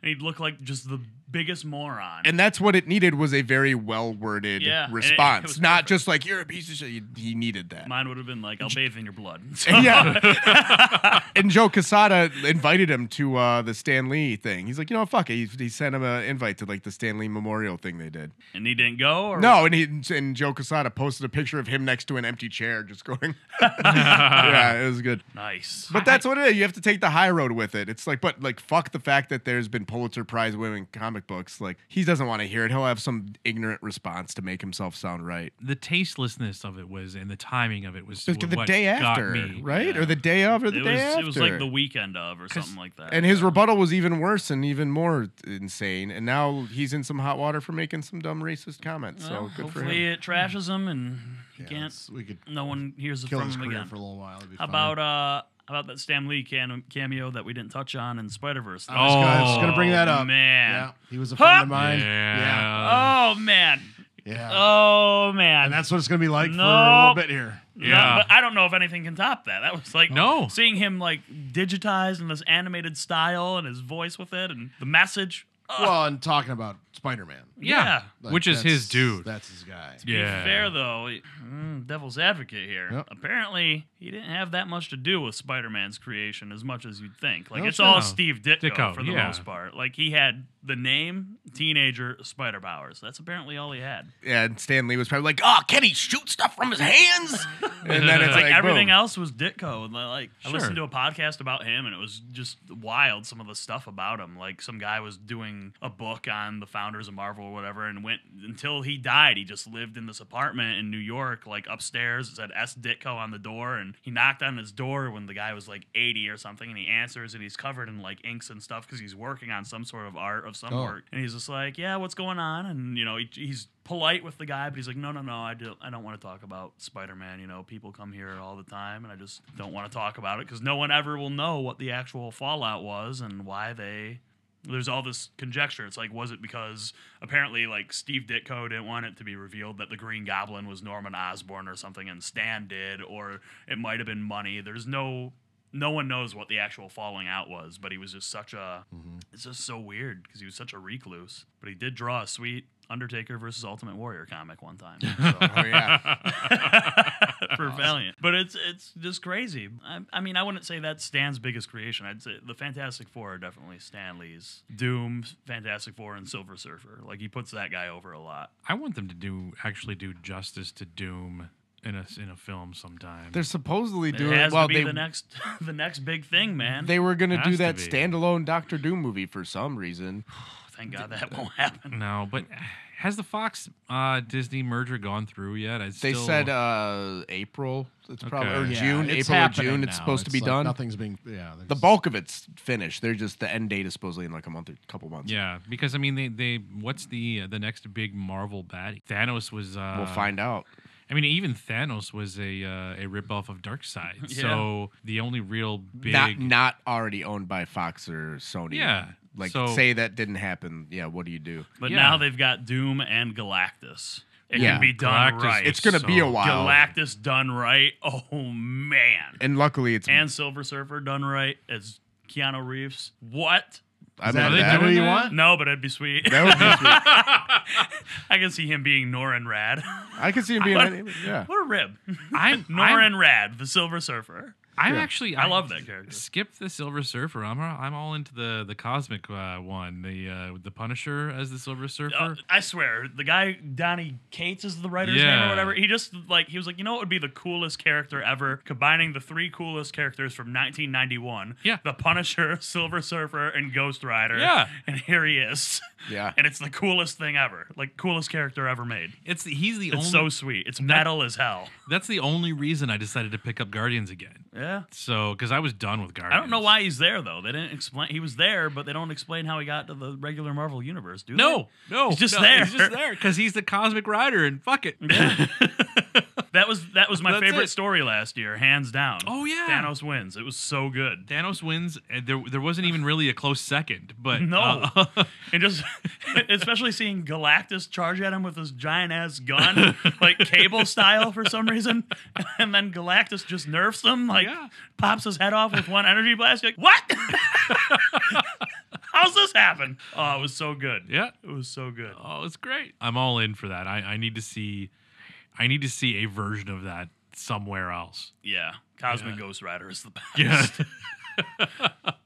S4: and he'd look like just the biggest moron.
S2: and that's what it needed was a very well worded
S4: Yeah, and it- it
S2: response,
S4: was
S2: not
S4: perfect.
S2: just like you're a piece of shit. He- He needed that.
S4: Mine would have been like, I'll bathe in your blood.
S2: yeah. and Joe Casada invited him to uh, the Stan Lee thing. He's like, you know, fuck it. He, he sent him an invite to like the Stan Lee memorial thing they did.
S4: and he didn't go? Or
S2: No, and he and Joe Casada posted a picture of him next to an empty chair, just going. yeah, it was good.
S4: Nice.
S2: But that's what it is. You have to take the high road with it. It's like, but like, fuck the fact that there's been Pulitzer Prize winning comic books. Like, he doesn't want to hear it. He'll have some ignorant response to make himself sound right.
S3: the tastelessness of it was, and the timing of it was
S2: Just the
S3: what
S2: day
S3: got
S2: after,
S3: me.
S2: right, or the day of, or the
S4: it
S2: day
S4: was,
S2: after.
S4: It was like the weekend of or something like that.
S2: And his rebuttal was even worse and even more insane. And now he's in some hot water for making some dumb racist comments. So
S4: Well,
S2: good for
S4: hopefully
S2: him.
S4: it trashes him and he
S1: Yeah,
S4: can't.
S1: it's- we could
S4: No one hears
S1: kill
S4: from
S1: his
S4: him
S1: career
S4: again.
S1: for a little while. It'd be
S4: How
S1: fine.
S4: about uh how about that Stan Lee cam- cameo that we didn't touch on in Spider Verse?
S1: Oh, I was gonna- I was gonna bring that
S4: Oh,
S1: up.
S4: man.
S1: yeah, he was a
S4: Huh?
S1: friend of mine. Yeah,
S3: Yeah.
S4: Oh man.
S1: yeah.
S4: Oh man.
S1: and that's what it's gonna be like for a little
S4: Nope.
S1: bit here.
S4: No,
S3: Yeah.
S4: but I don't know if anything can top that. That was like
S3: No.
S4: seeing him like digitized in this animated style and his voice with it and the message. Oh,
S1: Well, and talking about Spider-Man,
S3: Yeah.
S4: yeah.
S1: Like,
S3: Which is
S1: that's-
S3: his dude.
S1: That's his guy.
S3: yeah.
S4: Be fair though, he- mm, devil's advocate here.
S1: Yep.
S4: Apparently, he didn't have that much to do with Spider-Man's creation as much as you'd think. Like
S1: No,
S4: it's
S1: sure.
S3: No.
S4: all Steve Ditko,
S3: Ditko,
S4: for the
S3: yeah.
S4: most part. Like he had the name, teenager, spider powers. That's apparently all he had.
S2: Yeah, and Stan Lee was probably like, oh, can he shoot stuff from his hands? and then it's
S4: like,
S2: like,
S4: everything
S2: boom.
S4: else was Ditko. And, Like I
S3: Sure.
S4: listened to a podcast about him, and it was just wild. Some of the stuff about him, like some guy was doing a book on the founders of Marvel or whatever, and went until he died. He just lived in this apartment in New York, like upstairs. It said S Ditko on the door, and he knocked on his door when the guy was like 80 or something, and he answers, and he's covered in like inks and stuff because he's working on some sort of art of some
S1: Oh.
S4: work, and he's just like, yeah, what's going on? And you know, he, he's polite with the guy, but he's like, no, no, no, I don't, I don't want to talk about Spider-Man. You know, people come here all the time, and I just don't want to talk about it because no one ever will know what the actual fallout was and why they. There's all this conjecture. It's like, was it because apparently, like Steve Ditko didn't want it to be revealed that the Green Goblin was Norman Osborn or something, and Stan did, or it might have been money. There's no. No one knows what the actual falling out was, but he was just such a it's just so weird because he was such a recluse, but he did draw a sweet Undertaker versus Ultimate Warrior comic one time so,
S2: Oh, yeah.
S4: for Valiant. But it's it's just crazy. I, I mean, I wouldn't say that's Stan's biggest creation. I'd say the Fantastic Four are definitely Stan Lee's. Doom, Fantastic Four, and Silver Surfer. Like he puts that guy over a lot.
S3: I want them to do actually do justice to Doom in a in a film sometime.
S2: They're supposedly
S4: It
S2: doing
S4: has
S2: well.
S4: to be
S2: they,
S4: the next the next big thing, man.
S2: they were going to
S3: Has
S2: do
S3: to
S2: that
S3: be.
S2: standalone Doctor Doom movie for some reason.
S4: Thank God that won't happen.
S3: no, but has the Fox uh, Disney merger gone through yet? I
S2: They
S3: still,
S2: said uh, April. It's probably or
S3: Okay.
S1: Yeah,
S2: June,
S1: it's
S2: April or
S1: happening
S2: June. It's
S1: now.
S2: supposed to be
S1: like
S2: done.
S1: Nothing's being. Yeah,
S2: The bulk of it's finished. They're just the end date is supposedly in like a month or couple months.
S3: Yeah, because I mean, they they what's the uh, the next big Marvel bat? Thanos was. Uh,
S2: We'll find out.
S3: I mean, even Thanos was a uh, a ripoff of Darkseid.
S4: Yeah.
S3: So the only real big
S2: Not not already owned by Fox or Sony.
S3: Yeah,
S2: Like
S3: so-
S2: say that didn't happen. Yeah, what do you do?
S4: But
S3: Yeah.
S4: now they've got Doom and Galactus. It
S2: Yeah.
S4: can be done
S3: Galactus
S4: right.
S3: was
S2: It's gonna be a
S3: so-
S2: while.
S4: Galactus done right. Oh man.
S2: and luckily it's
S4: and Silver Surfer done right as Keanu Reeves. What?
S2: I
S1: Is
S2: mean,
S1: that,
S3: Are they
S1: that
S2: that,
S1: what
S3: doing
S1: you
S3: that?
S1: want?
S4: No, but it'd be sweet.
S2: that would be sweet.
S4: I can see him being Norin Rad.
S2: I could see him being any- yeah.
S4: what a rib.
S3: I'm
S4: Norin
S3: I'm,
S4: Rad, the Silver Surfer.
S3: I'm actually
S4: I love that character.
S3: Skip the Silver Surfer. I'm I'm all into the the cosmic uh, one. The uh, the Punisher as the Silver Surfer.
S4: Uh, I swear, the guy Donnie Cates is the writer's name
S3: Yeah.
S4: or whatever. He just like he was like, you know, what would be the coolest character ever? Combining the three coolest characters from 1991.
S3: Yeah.
S4: the Punisher, Silver Surfer, and Ghost Rider.
S3: Yeah.
S4: and here he is.
S2: Yeah.
S4: and it's the coolest thing ever. Like coolest character ever made.
S3: it's he's the
S4: It's
S3: only.
S4: so sweet. It's metal as hell.
S3: that's the only reason I decided to pick up Guardians again.
S4: Yeah.
S3: So because I was done with Guardians.
S4: I don't know why he's there though. They didn't explain. He was there, but they don't explain how he got to the regular Marvel universe, do they?
S3: No, no,
S4: He's just
S3: no,
S4: there.
S3: He's just there because he's the cosmic rider, and fuck it.
S4: That was that was my
S3: That's
S4: favorite
S3: it.
S4: story last year, hands down.
S3: Oh, yeah.
S4: Thanos wins. It was so good.
S3: Thanos wins, and there there wasn't even really a close second, but
S4: No,
S3: uh,
S4: and just especially seeing Galactus charge at him with his giant ass gun, like cable style for some reason, and then Galactus just nerfs him, like
S3: Yeah.
S4: pops his head off with one energy blast. You're like what? How's this happen? Oh, it was so good.
S3: yeah,
S4: it was so good.
S3: oh, it's great. I'm all in for that. I, I need to see, I need to see a version of that somewhere else.
S4: Yeah, Cosmic Ghost Rider is the best.
S3: Yeah,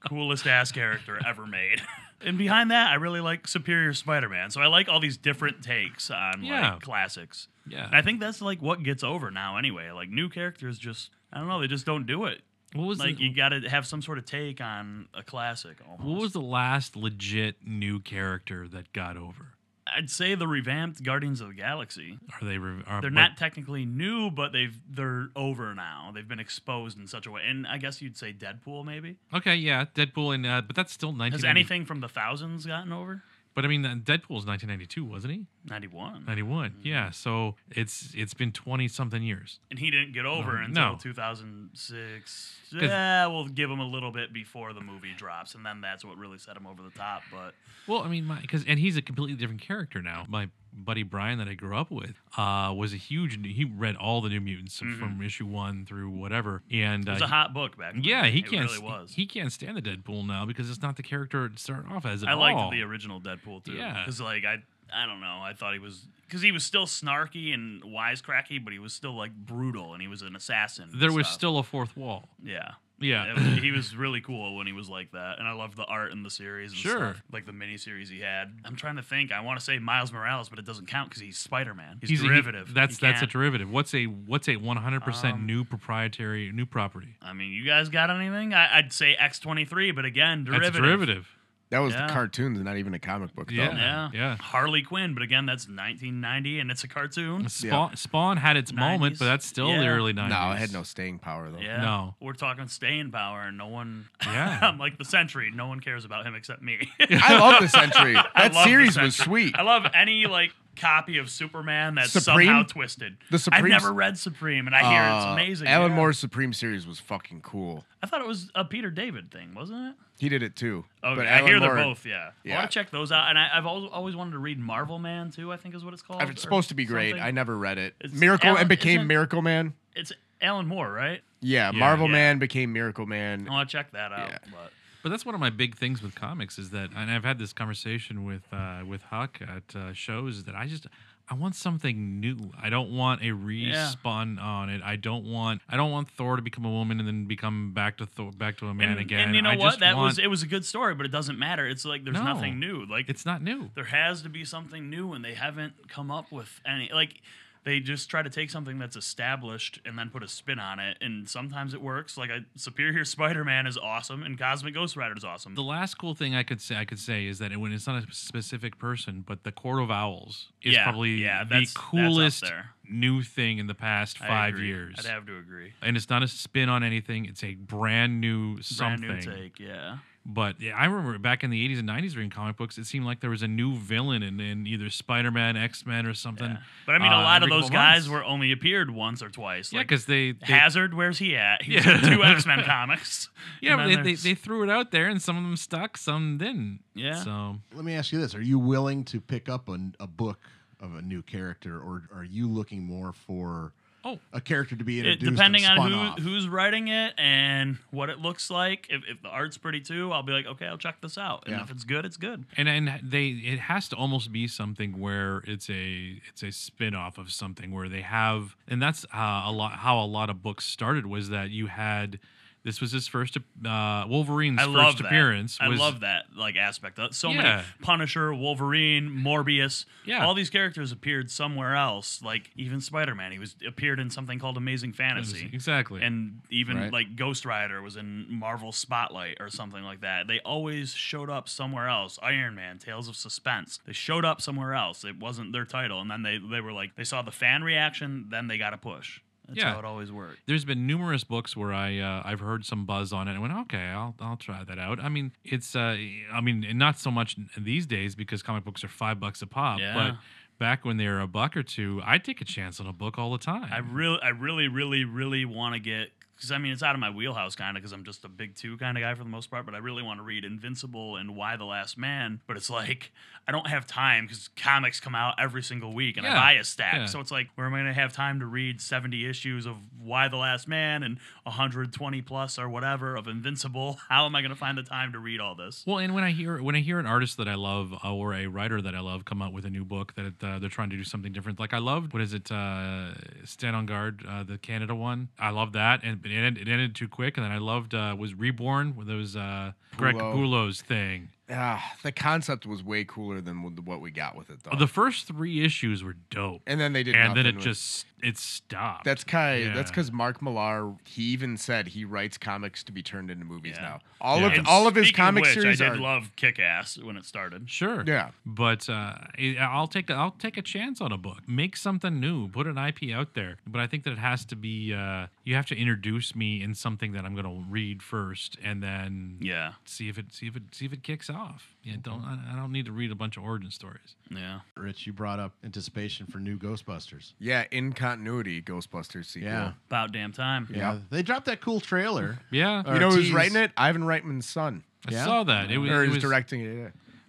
S4: coolest ass character ever made. and behind that, I really like Superior Spider-Man. So I like all these different takes on
S3: Yeah.
S4: like classics.
S3: yeah.
S4: And I think that's like what gets over now anyway. Like new characters just I don't know, they just don't do it.
S3: what was
S4: Like
S3: the,
S4: you got to have some sort of take on a classic almost.
S3: what was the last legit new character that got over?
S4: I'd say the revamped Guardians of the Galaxy.
S3: Are they? Re- are,
S4: They're
S3: but-
S4: not technically new, but they've they're over now. They've been exposed in such a way. And I guess you'd say Deadpool maybe.
S3: Okay, yeah, Deadpool and uh, but that's still 1990.
S4: Has anything from the thousands gotten over?
S3: But I mean, uh, Deadpool's 1992, wasn't he?
S4: 91.
S3: 91. Yeah, so it's it's been 20 something years.
S4: and he didn't get over
S3: No,
S4: until
S3: no.
S4: 2006.
S3: 'Cause-
S4: Yeah, we'll give him a little bit before the movie drops, and then that's what really set him over the top. But
S3: Well, I mean, because and he's a completely different character now. My buddy Brian that I grew up with uh, was a huge. He read all the New Mutants from issue one through whatever, and
S4: it was
S3: uh,
S4: Mm-hmm. a hot book back. Then.
S3: yeah, he
S4: It
S3: can't.
S4: Really was.
S3: He can't stand the Deadpool now because it's not the character it started off as at
S4: I liked
S3: all.
S4: the original Deadpool too.
S3: Yeah.
S4: because like I, I don't know, I thought he was because he was still snarky and wisecracky, but he was still like brutal, and he was an assassin. and
S3: there was
S4: stuff.
S3: still a fourth wall.
S4: yeah.
S3: Yeah,
S4: It- he was really cool when he was like that, and I loved the art in the series. And
S3: Sure.
S4: stuff, like the miniseries he had. I'm trying to think. I want to say Miles Morales, but it doesn't count because he's Spider Man. He's,
S3: a- he-
S4: derivative.
S3: that's
S4: He
S3: that's a
S4: can't-
S3: derivative. What's a what's a 100 percent
S4: Um,
S3: new proprietary new property?
S4: I mean, you guys got anything? I, I'd say X23, but again, derivative.
S3: That's a derivative.
S2: That was
S4: Yeah.
S2: the cartoons, not even a comic book.
S3: Yeah.
S2: Though.
S4: Yeah.
S3: Yeah.
S4: Harley Quinn, but again, that's 1990, and it's a cartoon.
S3: Spawn, Spawn had its moment, but
S4: 90s.
S3: that's still the
S4: Yeah.
S3: early 90s.
S2: No, it had no staying power though.
S4: Yeah.
S3: No.
S4: We're talking staying power, and no one.
S3: Yeah.
S4: I'm like the Sentry. No one cares about him except me.
S2: I love the Sentry.
S4: I
S2: That
S4: love the
S2: series was
S4: Sentry.
S2: sweet.
S4: I love any like copy of Superman that's
S2: Supreme?
S4: somehow twisted.
S2: The
S4: I've
S2: Supreme-
S4: never read Supreme, and I hear
S2: Uh,
S4: it's amazing.
S2: Alan
S4: yeah.
S2: Moore's Supreme series was fucking cool.
S4: I thought it was a Peter David thing, wasn't it?
S2: He did it too.
S4: Oh,
S2: But
S4: I
S2: Alan
S4: hear they're
S2: Moore-
S4: both. Yeah, I
S2: Yeah.
S4: want to check those out. And I, I've always, always wanted to read Marvel Man too. I think is what it's called.
S2: It's supposed to be great. I
S4: know.
S2: never read it.
S4: It's
S2: Miracle
S4: Alan-
S2: and became
S4: isn't-
S2: Miracle Man.
S4: It's Alan Moore, right?
S2: Yeah,
S3: Yeah.
S2: Marvel
S4: Yeah. Oh.
S2: Man became Miracle Man.
S4: I want to check that out.
S2: Yeah.
S4: But
S3: But that's one of my big things with comics is that, and I've had this conversation with uh, with Huck at uh, shows that I just I want something new. I don't want a respun on it. I don't want I don't want Thor to become a woman and then become back to Thor, back to a man
S4: and,
S3: again.
S4: and you know
S3: I
S4: what?
S3: just
S4: That
S3: want-
S4: was it was a good story, but it doesn't matter. It's like there's
S3: No.
S4: nothing new. Like
S3: It's not new.
S4: there has to be something new, and they haven't come up with any. Like they just try to take something that's established and then put a spin on it, and sometimes it works. Like I, Superior Spider-Man is awesome, and Cosmic Ghost Rider is awesome.
S3: The last cool thing I could say I could say is that it, when it's not a specific person, but the Court of Owls is
S4: Yeah,
S3: probably
S4: yeah,
S3: the
S4: that's- that's up
S3: coolest
S4: there.
S3: new thing in the past
S4: I
S3: five
S4: agree.
S3: years.
S4: I'd have to agree.
S3: and it's not a spin on anything. It's a brand new
S4: Brand
S3: something.
S4: new take, yeah.
S3: But yeah, I remember back in the 80s and 90s reading comic books, it seemed like there was a new villain in, in either Spider Man, X Men, or something.
S4: Yeah. But I mean, a
S3: uh,
S4: lot of
S3: every
S4: those
S3: couple
S4: guys
S3: months.
S4: were only appeared once or twice.
S3: Yeah,
S4: Like
S3: because they. they
S4: Hazard, where's he at? He was
S3: Yeah.
S4: in two X Men comics.
S3: yeah,
S4: And
S3: but
S4: then
S3: they, they,
S4: there's-
S3: they threw it out there and some of them stuck, some didn't.
S4: Yeah.
S3: So
S1: Let me ask you this: Are you willing to pick up a, a book of a new character, or are you looking more for
S3: Oh.
S1: a character to be
S4: it,
S1: introduced?
S4: depending
S1: and
S4: on
S1: spun
S4: who
S1: off?
S4: who's writing it and what it looks like. If, if the art's pretty too, I'll be like, okay, I'll check this out. And
S1: Yeah.
S4: if it's good, it's good.
S3: and and they it has to almost be something where it's a it's a spin-off of something where they have and that's uh, a lot how a lot of books started was that you had this was his first uh, Wolverine's
S4: I
S3: first
S4: love that.
S3: appearance
S4: I
S3: was
S4: love that like aspect. of So many
S3: Yeah.
S4: Punisher, Wolverine, Morbius,
S3: Yeah.
S4: all these characters appeared somewhere else. Like even Spider Man, he was appeared in something called Amazing Fantasy.
S3: exactly
S4: and even
S2: Right.
S4: like Ghost Rider was in Marvel Spotlight or something like that. They always showed up somewhere else. Iron Man, Tales of Suspense. They showed up somewhere else. It wasn't their title, and then they they were like they saw the fan reaction, then they got a push. That's
S3: Yeah.
S4: how it always worked.
S3: there's been numerous books where I uh, I've heard some buzz on it and went okay I'll I'll try that out. I mean it's uh I mean and not so much these days because comic books are five bucks a pop,
S4: Yeah.
S3: but back when they were a buck or two, I take a chance on a book all the time.
S4: I really, I really, really, really want to get because I mean it's out of my wheelhouse kind of because I'm just a big two kind of guy for the most part. But I really want to read Invincible and Why the Last Man. But it's like I don't have time because comics come out every single week and I
S3: Yeah.
S4: buy a stack.
S3: Yeah.
S4: So it's like where am I going to have time to read 70 issues of Why the Last Man and 120 plus or whatever of Invincible? How am I going to find the time to read all this?
S3: Well, and when I hear when I hear an artist that I love uh, or a writer that I love come out with a new book that uh, they're trying to do something different, like I loved what is it, uh, Stand on Guard, uh, the Canada one. I love that, and it ended, it ended too quick. And then I loved uh, was Reborn with those uh, Greg
S2: Capullo.
S3: Capullo's thing.
S2: Ah, the concept was way cooler than wh- what we got with
S4: Oh,
S2: it, though.
S3: The first three issues were dope,
S2: and then they did.
S3: and then
S2: nothing
S3: it
S2: with-
S3: just it stopped.
S2: That's kind.
S3: Yeah.
S2: That's because Mark Millar. He even said he writes comics to be turned into movies
S4: Yeah.
S2: now. All
S3: Yeah.
S2: of
S3: And
S2: all of his
S4: Speaking
S2: comic
S4: which,
S2: series
S4: I
S2: are.
S4: did love Kick Ass when it started.
S3: Sure.
S2: Yeah.
S3: But uh, I- I'll take a, I'll take a chance on a book. Make something new. Put an IP out there. But I think that it has to be uh, you have to introduce me in something that I'm going to read first, and then
S4: Yeah,
S3: see if it see if it see if it kicks off. Yeah.
S2: Mm-hmm.
S3: Don't I, I don't need to read a bunch of origin stories.
S4: yeah.
S1: Rich, you brought up anticipation for new Ghostbusters.
S2: yeah, in continuity, Ghostbusters sequel.
S1: Yeah.
S4: About damn time.
S1: Yeah. They dropped that cool trailer.
S3: Yeah.
S1: Uh,
S2: You know who's
S1: Ortiz.
S2: writing it? Ivan Reitman's son.
S3: I
S1: yeah.
S3: saw that. It was,
S2: or
S3: it
S2: is
S3: was-
S2: directing it. Yeah.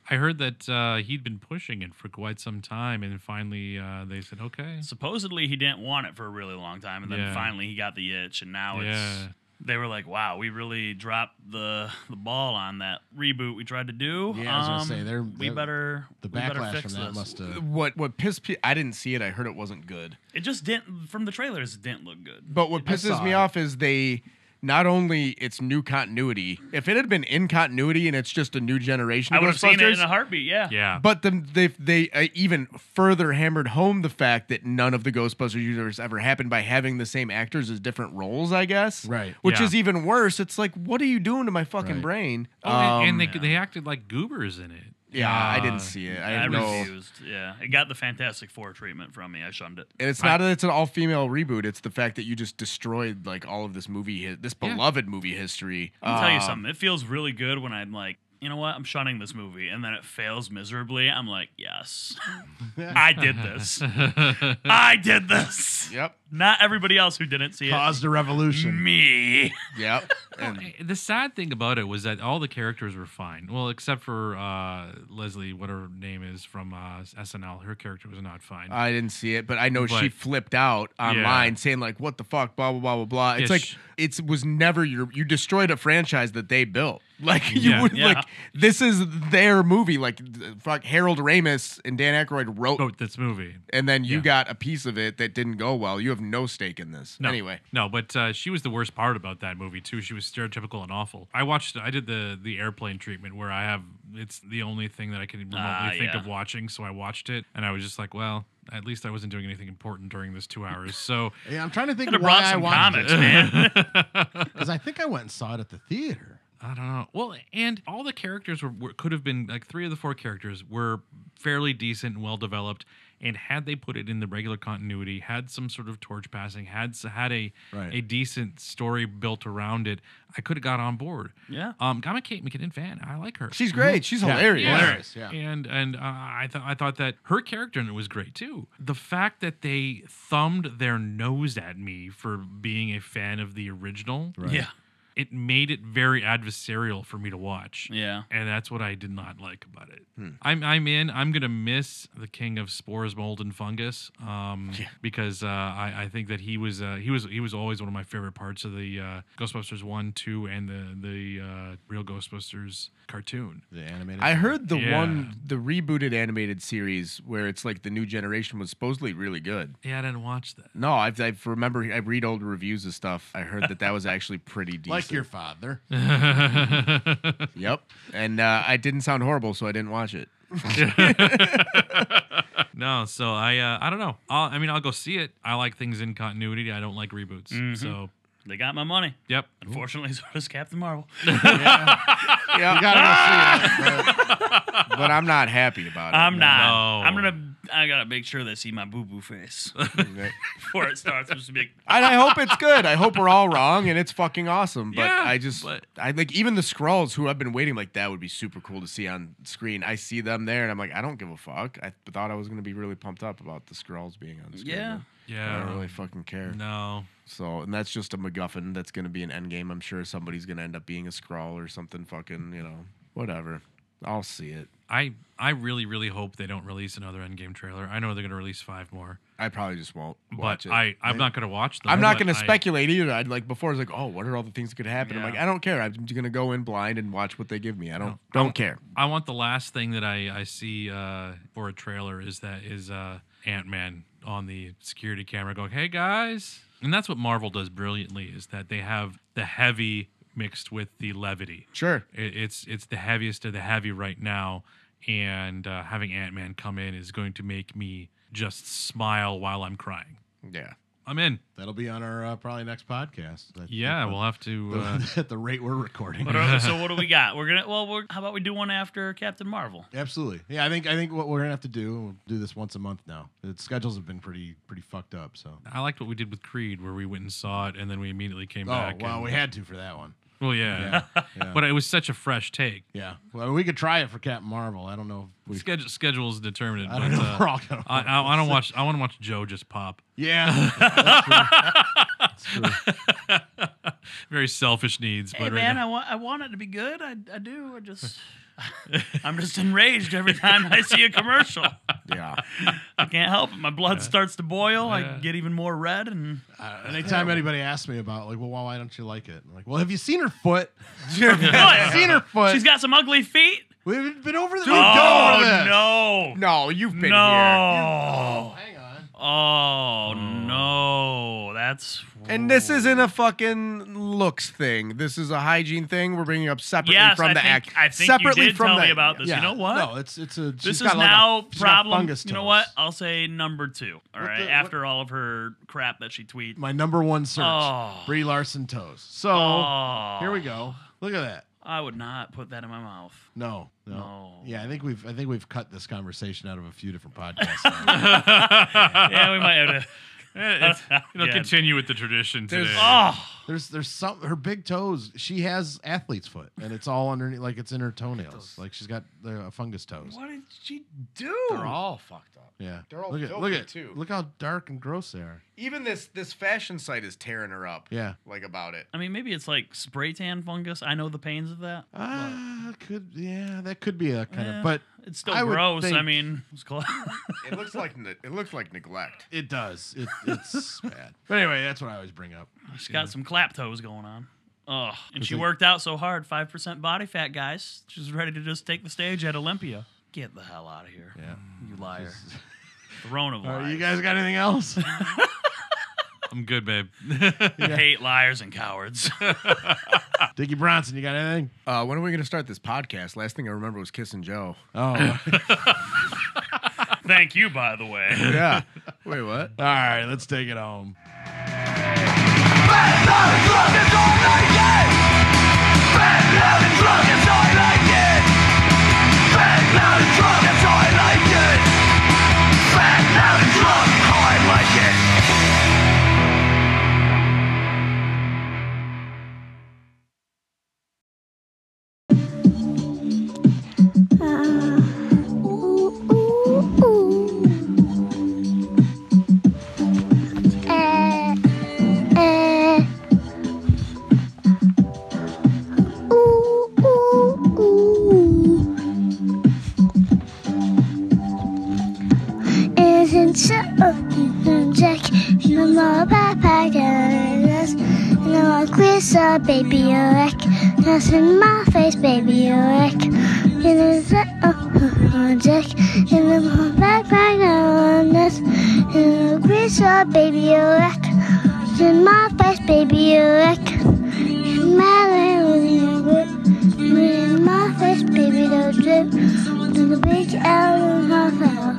S3: I heard that uh, he'd been pushing it for quite some time, and finally uh, they said, "Okay,
S4: supposedly he didn't want it for a really long time and then
S3: Yeah.
S4: finally he got the itch and now
S3: Yeah.
S4: it's they were like wow we really dropped the the ball on that reboot we tried to do Um,
S1: Yeah, I was gonna say, they're-
S4: we
S1: that-
S4: better
S1: The
S4: we better
S1: backlash
S4: fix
S1: from that
S4: this.
S1: must uh, have.
S2: What what pissed pe- I didn't see it. I heard it wasn't good.
S4: it just didn't from the trailers it didn't look good
S2: But what
S1: I
S2: pisses
S1: saw
S2: me
S1: it.
S2: off is they not only it's new continuity. If it had been in continuity and it's just a new generation,
S4: I
S2: of
S4: would have seen it in
S2: Ghostbusters,
S4: a heartbeat yeah
S3: yeah."
S2: But then they they uh, even further hammered home the fact that none of the Ghostbusters universe ever happened by having the same actors as different roles, I guess.
S1: Right.
S2: Which
S3: Yeah.
S2: is even worse. It's like, what are you doing to my fucking
S1: Right.
S2: brain?
S3: Oh, and-
S2: Um,
S3: and they they acted like goobers in it.
S2: yeah, I
S3: Uh,
S2: didn't see it. I,
S4: I
S2: have no.
S4: refused. Yeah, it got the Fantastic Four treatment from me. I shunned it.
S2: And it's not that it's an all female reboot. It's the fact that you just destroyed like all of this movie, hi- this
S3: Yeah.
S2: beloved movie history.
S4: I'll tell you
S2: Um,
S4: something. It feels really good when I'm like, you know what? I'm shunning this movie, and then it fails miserably. I'm like, yes, I did this. I did this.
S2: Yep.
S4: Not everybody else who didn't see it.
S1: Caused a revolution.
S4: Me.
S2: Yep.
S3: Well,
S2: And-
S3: eh, the sad thing about it was that all the characters were fine. Well, except for uh, Leslie, what her name is from uh, SNL. Her character was not fine.
S2: I didn't see it, but I know she
S3: But-
S2: flipped out online saying like, "What the fuck?" Blah blah blah blah blah. It's
S3: Yeah,
S2: like
S3: sh-
S2: it's was never your you destroyed a franchise that they built. Like you
S3: Yeah.
S2: would
S4: Yeah.
S2: like this is their movie. Like th- fuck Harold Ramis and Dan Aykroyd wrote,
S3: Wrote this movie.
S2: and then you
S3: Oh, yeah.
S2: got a piece of it that didn't go well. You have no stake in this.
S3: No,
S2: Anyway,
S3: no, but uh, she was the worst part about that movie too. She was stereotypical and awful. I watched. I did the the airplane treatment where I have. It's the only thing that I can remotely
S4: Ah,
S3: think
S4: yeah.
S3: of watching. So I watched it, and I was just like, well, at least I wasn't doing anything important during this two hours. So
S1: Yeah, I'm trying to think
S4: Could have
S1: why
S4: brought
S1: I
S4: some
S1: watched
S4: comics, man.
S1: because I think I went and saw it at the theater.
S3: I don't know. Well, and all the characters were, were could have been like three of the four characters were fairly decent and well developed. And had they put it in the regular continuity, had some sort of torch passing, had s- had a
S1: Right.
S3: a decent story built around it, I could have got on board.
S4: Yeah.
S3: Um, I'm a Kate McKinnon fan. I like her.
S2: she's great. She's hilarious.
S1: Yeah. Hilarious, yeah.
S3: And and uh, I thought I thought that her character in it was great too. The fact that they thumbed their nose at me for being a fan of the original,
S4: Yeah.
S3: it made it very adversarial for me to watch.
S4: Yeah.
S3: And that's what I did not like about it. I'm I'm in. I'm gonna miss the king of spores, mold, and fungus. Um, because uh, I I think that he was uh, he was he was always one of my favorite parts of the uh, Ghostbusters one, two, and the the uh, real Ghostbusters cartoon.
S1: The animated.
S2: I heard the
S3: Yeah.
S2: one the rebooted animated series where it's like the new generation was supposedly really good.
S3: Yeah, I didn't watch that.
S2: No, I've, I remember I read old reviews of stuff. I heard that that was actually pretty decent.
S1: like your father.
S2: Yep. And uh, I didn't sound horrible, so I didn't watch it.
S3: No, so I uh, I don't know. I'll, I mean, I'll go see it. I like things in continuity. I don't like reboots. So
S4: They got my money.
S3: yep.
S4: Unfortunately, so does Captain Marvel.
S2: Yeah,
S1: You gotta go see it.
S2: but I'm not happy about it.
S4: I'm
S2: No.
S4: not.
S3: No.
S4: I'm gonna I gotta make sure they see my boo boo face before it starts. I'm just be like,
S2: And I hope it's good. I hope we're all wrong and it's fucking awesome. But
S3: Yeah,
S2: I just,
S3: but-
S2: I like even the scrolls who I've been waiting like that would be super cool to see on screen. I see them there and I'm like, I don't give a fuck. I thought I was gonna be really pumped up about the scrolls being on the screen.
S4: Yeah.
S2: but I don't
S3: Yeah.
S2: really fucking care.
S3: No.
S2: So, and that's just a MacGuffin that's gonna be an end game. I'm sure somebody's gonna end up being a scroll or something. Fucking, you know, whatever. I'll see it.
S3: I I really really hope they don't release another Endgame trailer. I know they're gonna release five more,
S2: I probably just won't watch
S3: but
S2: it.
S3: I I'm not gonna watch them.
S2: I'm not
S3: but
S2: going to
S3: I-
S2: speculate either. I'd like before. I was like, oh, what are all the things that could happen? I'm
S4: Yeah.
S2: like, I don't care. I'm just going to go in blind and watch what they give me. I don't don't care.
S3: I want the last thing that I I see uh, for a trailer is that is uh, Ant Man on the security camera going, "Hey guys," and that's what Marvel does brilliantly is that they have the heavy mixed with the levity.
S2: Sure.
S3: It, it's it's the heaviest of the heavy right now, and uh, having Ant Man come in is going to make me just smile while I'm crying.
S2: Yeah.
S3: I'm in.
S1: That'll be on our uh, probably next podcast. I think,
S3: Yeah,
S1: uh,
S3: we'll have to. Uh,
S1: the- at the rate we're recording.
S4: what are- so what do we got? We're gonna well, we're, how about we do one after Captain Marvel?
S1: Absolutely. Yeah, I think I think what we're gonna have to do we'll do this once a month now. The schedules have been pretty pretty fucked up. So.
S3: I liked what we did with Creed, where we went and saw it, and then we immediately came
S1: Oh
S3: back.
S1: well,
S3: and-
S1: we had to for that one.
S3: well, yeah.
S1: Yeah.
S3: But it was such a fresh take.
S1: yeah. Well, we could try it for Captain Marvel. I don't know if we.
S3: Schedule schedule's determinate.
S1: I don't
S3: but,
S1: know
S3: uh,
S1: if we're all gonna.
S3: I, I, I don't watch. I want to watch Joe just pop.
S1: yeah. that's true. That's true.
S3: Very selfish needs,
S4: Hey
S3: but
S4: man,
S3: right
S4: I want I want it to be good. I, I do. I just I'm just enraged every time I see a commercial.
S2: Yeah.
S4: I can't help it. My blood starts to boil.
S3: Yeah.
S4: I get even more red and
S1: Uh, anytime anybody asks me about like, well, why don't you like it? I'm like, well, have you seen her foot?
S4: What?
S1: seen her foot.
S4: She's got some ugly feet.
S1: We've been over the.
S4: oh no.
S2: no, you've been here.
S4: No.
S1: Hang on.
S4: Oh no. That's
S2: And this isn't a fucking looks thing. This is a hygiene thing. We're bringing up separately
S4: Yes,
S2: from
S4: I
S2: the
S4: think-
S2: act.
S4: I think you
S2: separately
S4: did
S2: from
S4: tell
S2: the,
S4: me about this.
S1: Yeah.
S4: You know what?
S1: No, it's it's a.
S4: This
S1: she's
S4: is
S1: got like a-
S4: now
S1: she's got
S4: problem.
S1: fungus
S4: You know
S1: toes.
S4: what? I'll say number two. All
S1: What
S4: right.
S1: the-
S4: After all of her crap that she tweets.
S1: My number one search:
S4: Oh.
S1: Brie Larson toes. So
S4: Oh,
S1: here we go. Look at that.
S4: I would not put that in my mouth.
S1: No, no,
S4: No.
S1: Yeah, I think we've I think we've cut this conversation out of a few different podcasts. now.
S4: yeah, we might have to.
S3: now. Eh, It's- It'll
S4: Yeah.
S3: continue with the tradition
S2: There's-
S3: today.
S4: Oh,
S1: there's there's some her big toes. She has athlete's foot, and it's all underneath, like it's in her toenails. Like she's got the uh, fungus toes.
S2: What did she do? They're all fucked up.
S1: Yeah,
S2: They're all
S1: look at
S2: filthy,
S1: look at
S2: too.
S1: look how dark and gross they are.
S2: Even this this fashion site is tearing her up.
S1: Yeah,
S2: Like about it.
S4: I mean, maybe it's like spray tan fungus. I know the pains of that.
S1: ah, could yeah, that could be a kind
S4: Eh,
S1: of, but
S4: it's still
S1: I would
S4: gross. I
S1: think-
S4: mean, it's close.
S2: It looks like ne- it looks like neglect.
S1: it does. It, it's bad. But anyway, that's what I always bring up.
S4: She's got some clap toes going on. Ugh. And she
S1: like-
S4: worked out so hard, 5% body fat, guys. She's ready to just take the stage at Olympia. Get the hell out of here.
S1: Yeah.
S4: You liar. Throne of
S1: All right,
S4: lies.
S1: you guys got anything else?
S3: I'm good, babe.
S4: hate liars and cowards.
S1: Dickie Bronson, you got anything?
S2: Uh, when are we going to start this podcast? Last thing I remember was kissing Joe.
S1: Oh,
S4: Thank you, by the way.
S2: Yeah. Wait, what?
S1: all right, let's take it home.
S6: Uh, uh. Ooh, ooh, ooh. Isn't so Jack no more backpack and us no more quiz uh, baby you wreck That's in my face baby you wreck in a uh, Jack in the more backpack and us in a quiz uh, baby you wreck That's in my face baby you wreck in my face baby don't drip to the big L in my fell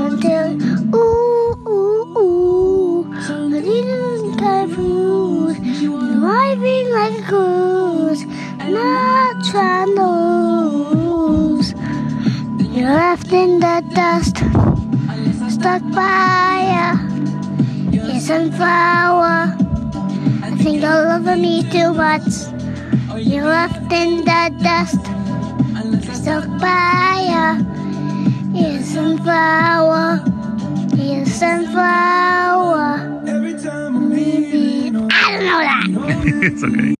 S6: until ooh ooh ooh I didn't play food driving like a goose not trying to lose You're left in the dust, stuck by a yeah, sunflower. I think all over me too much. You're left in the dust, stuck by a yeah, sunflower. Yeah, sunflower. I don't know that.
S7: it's okay.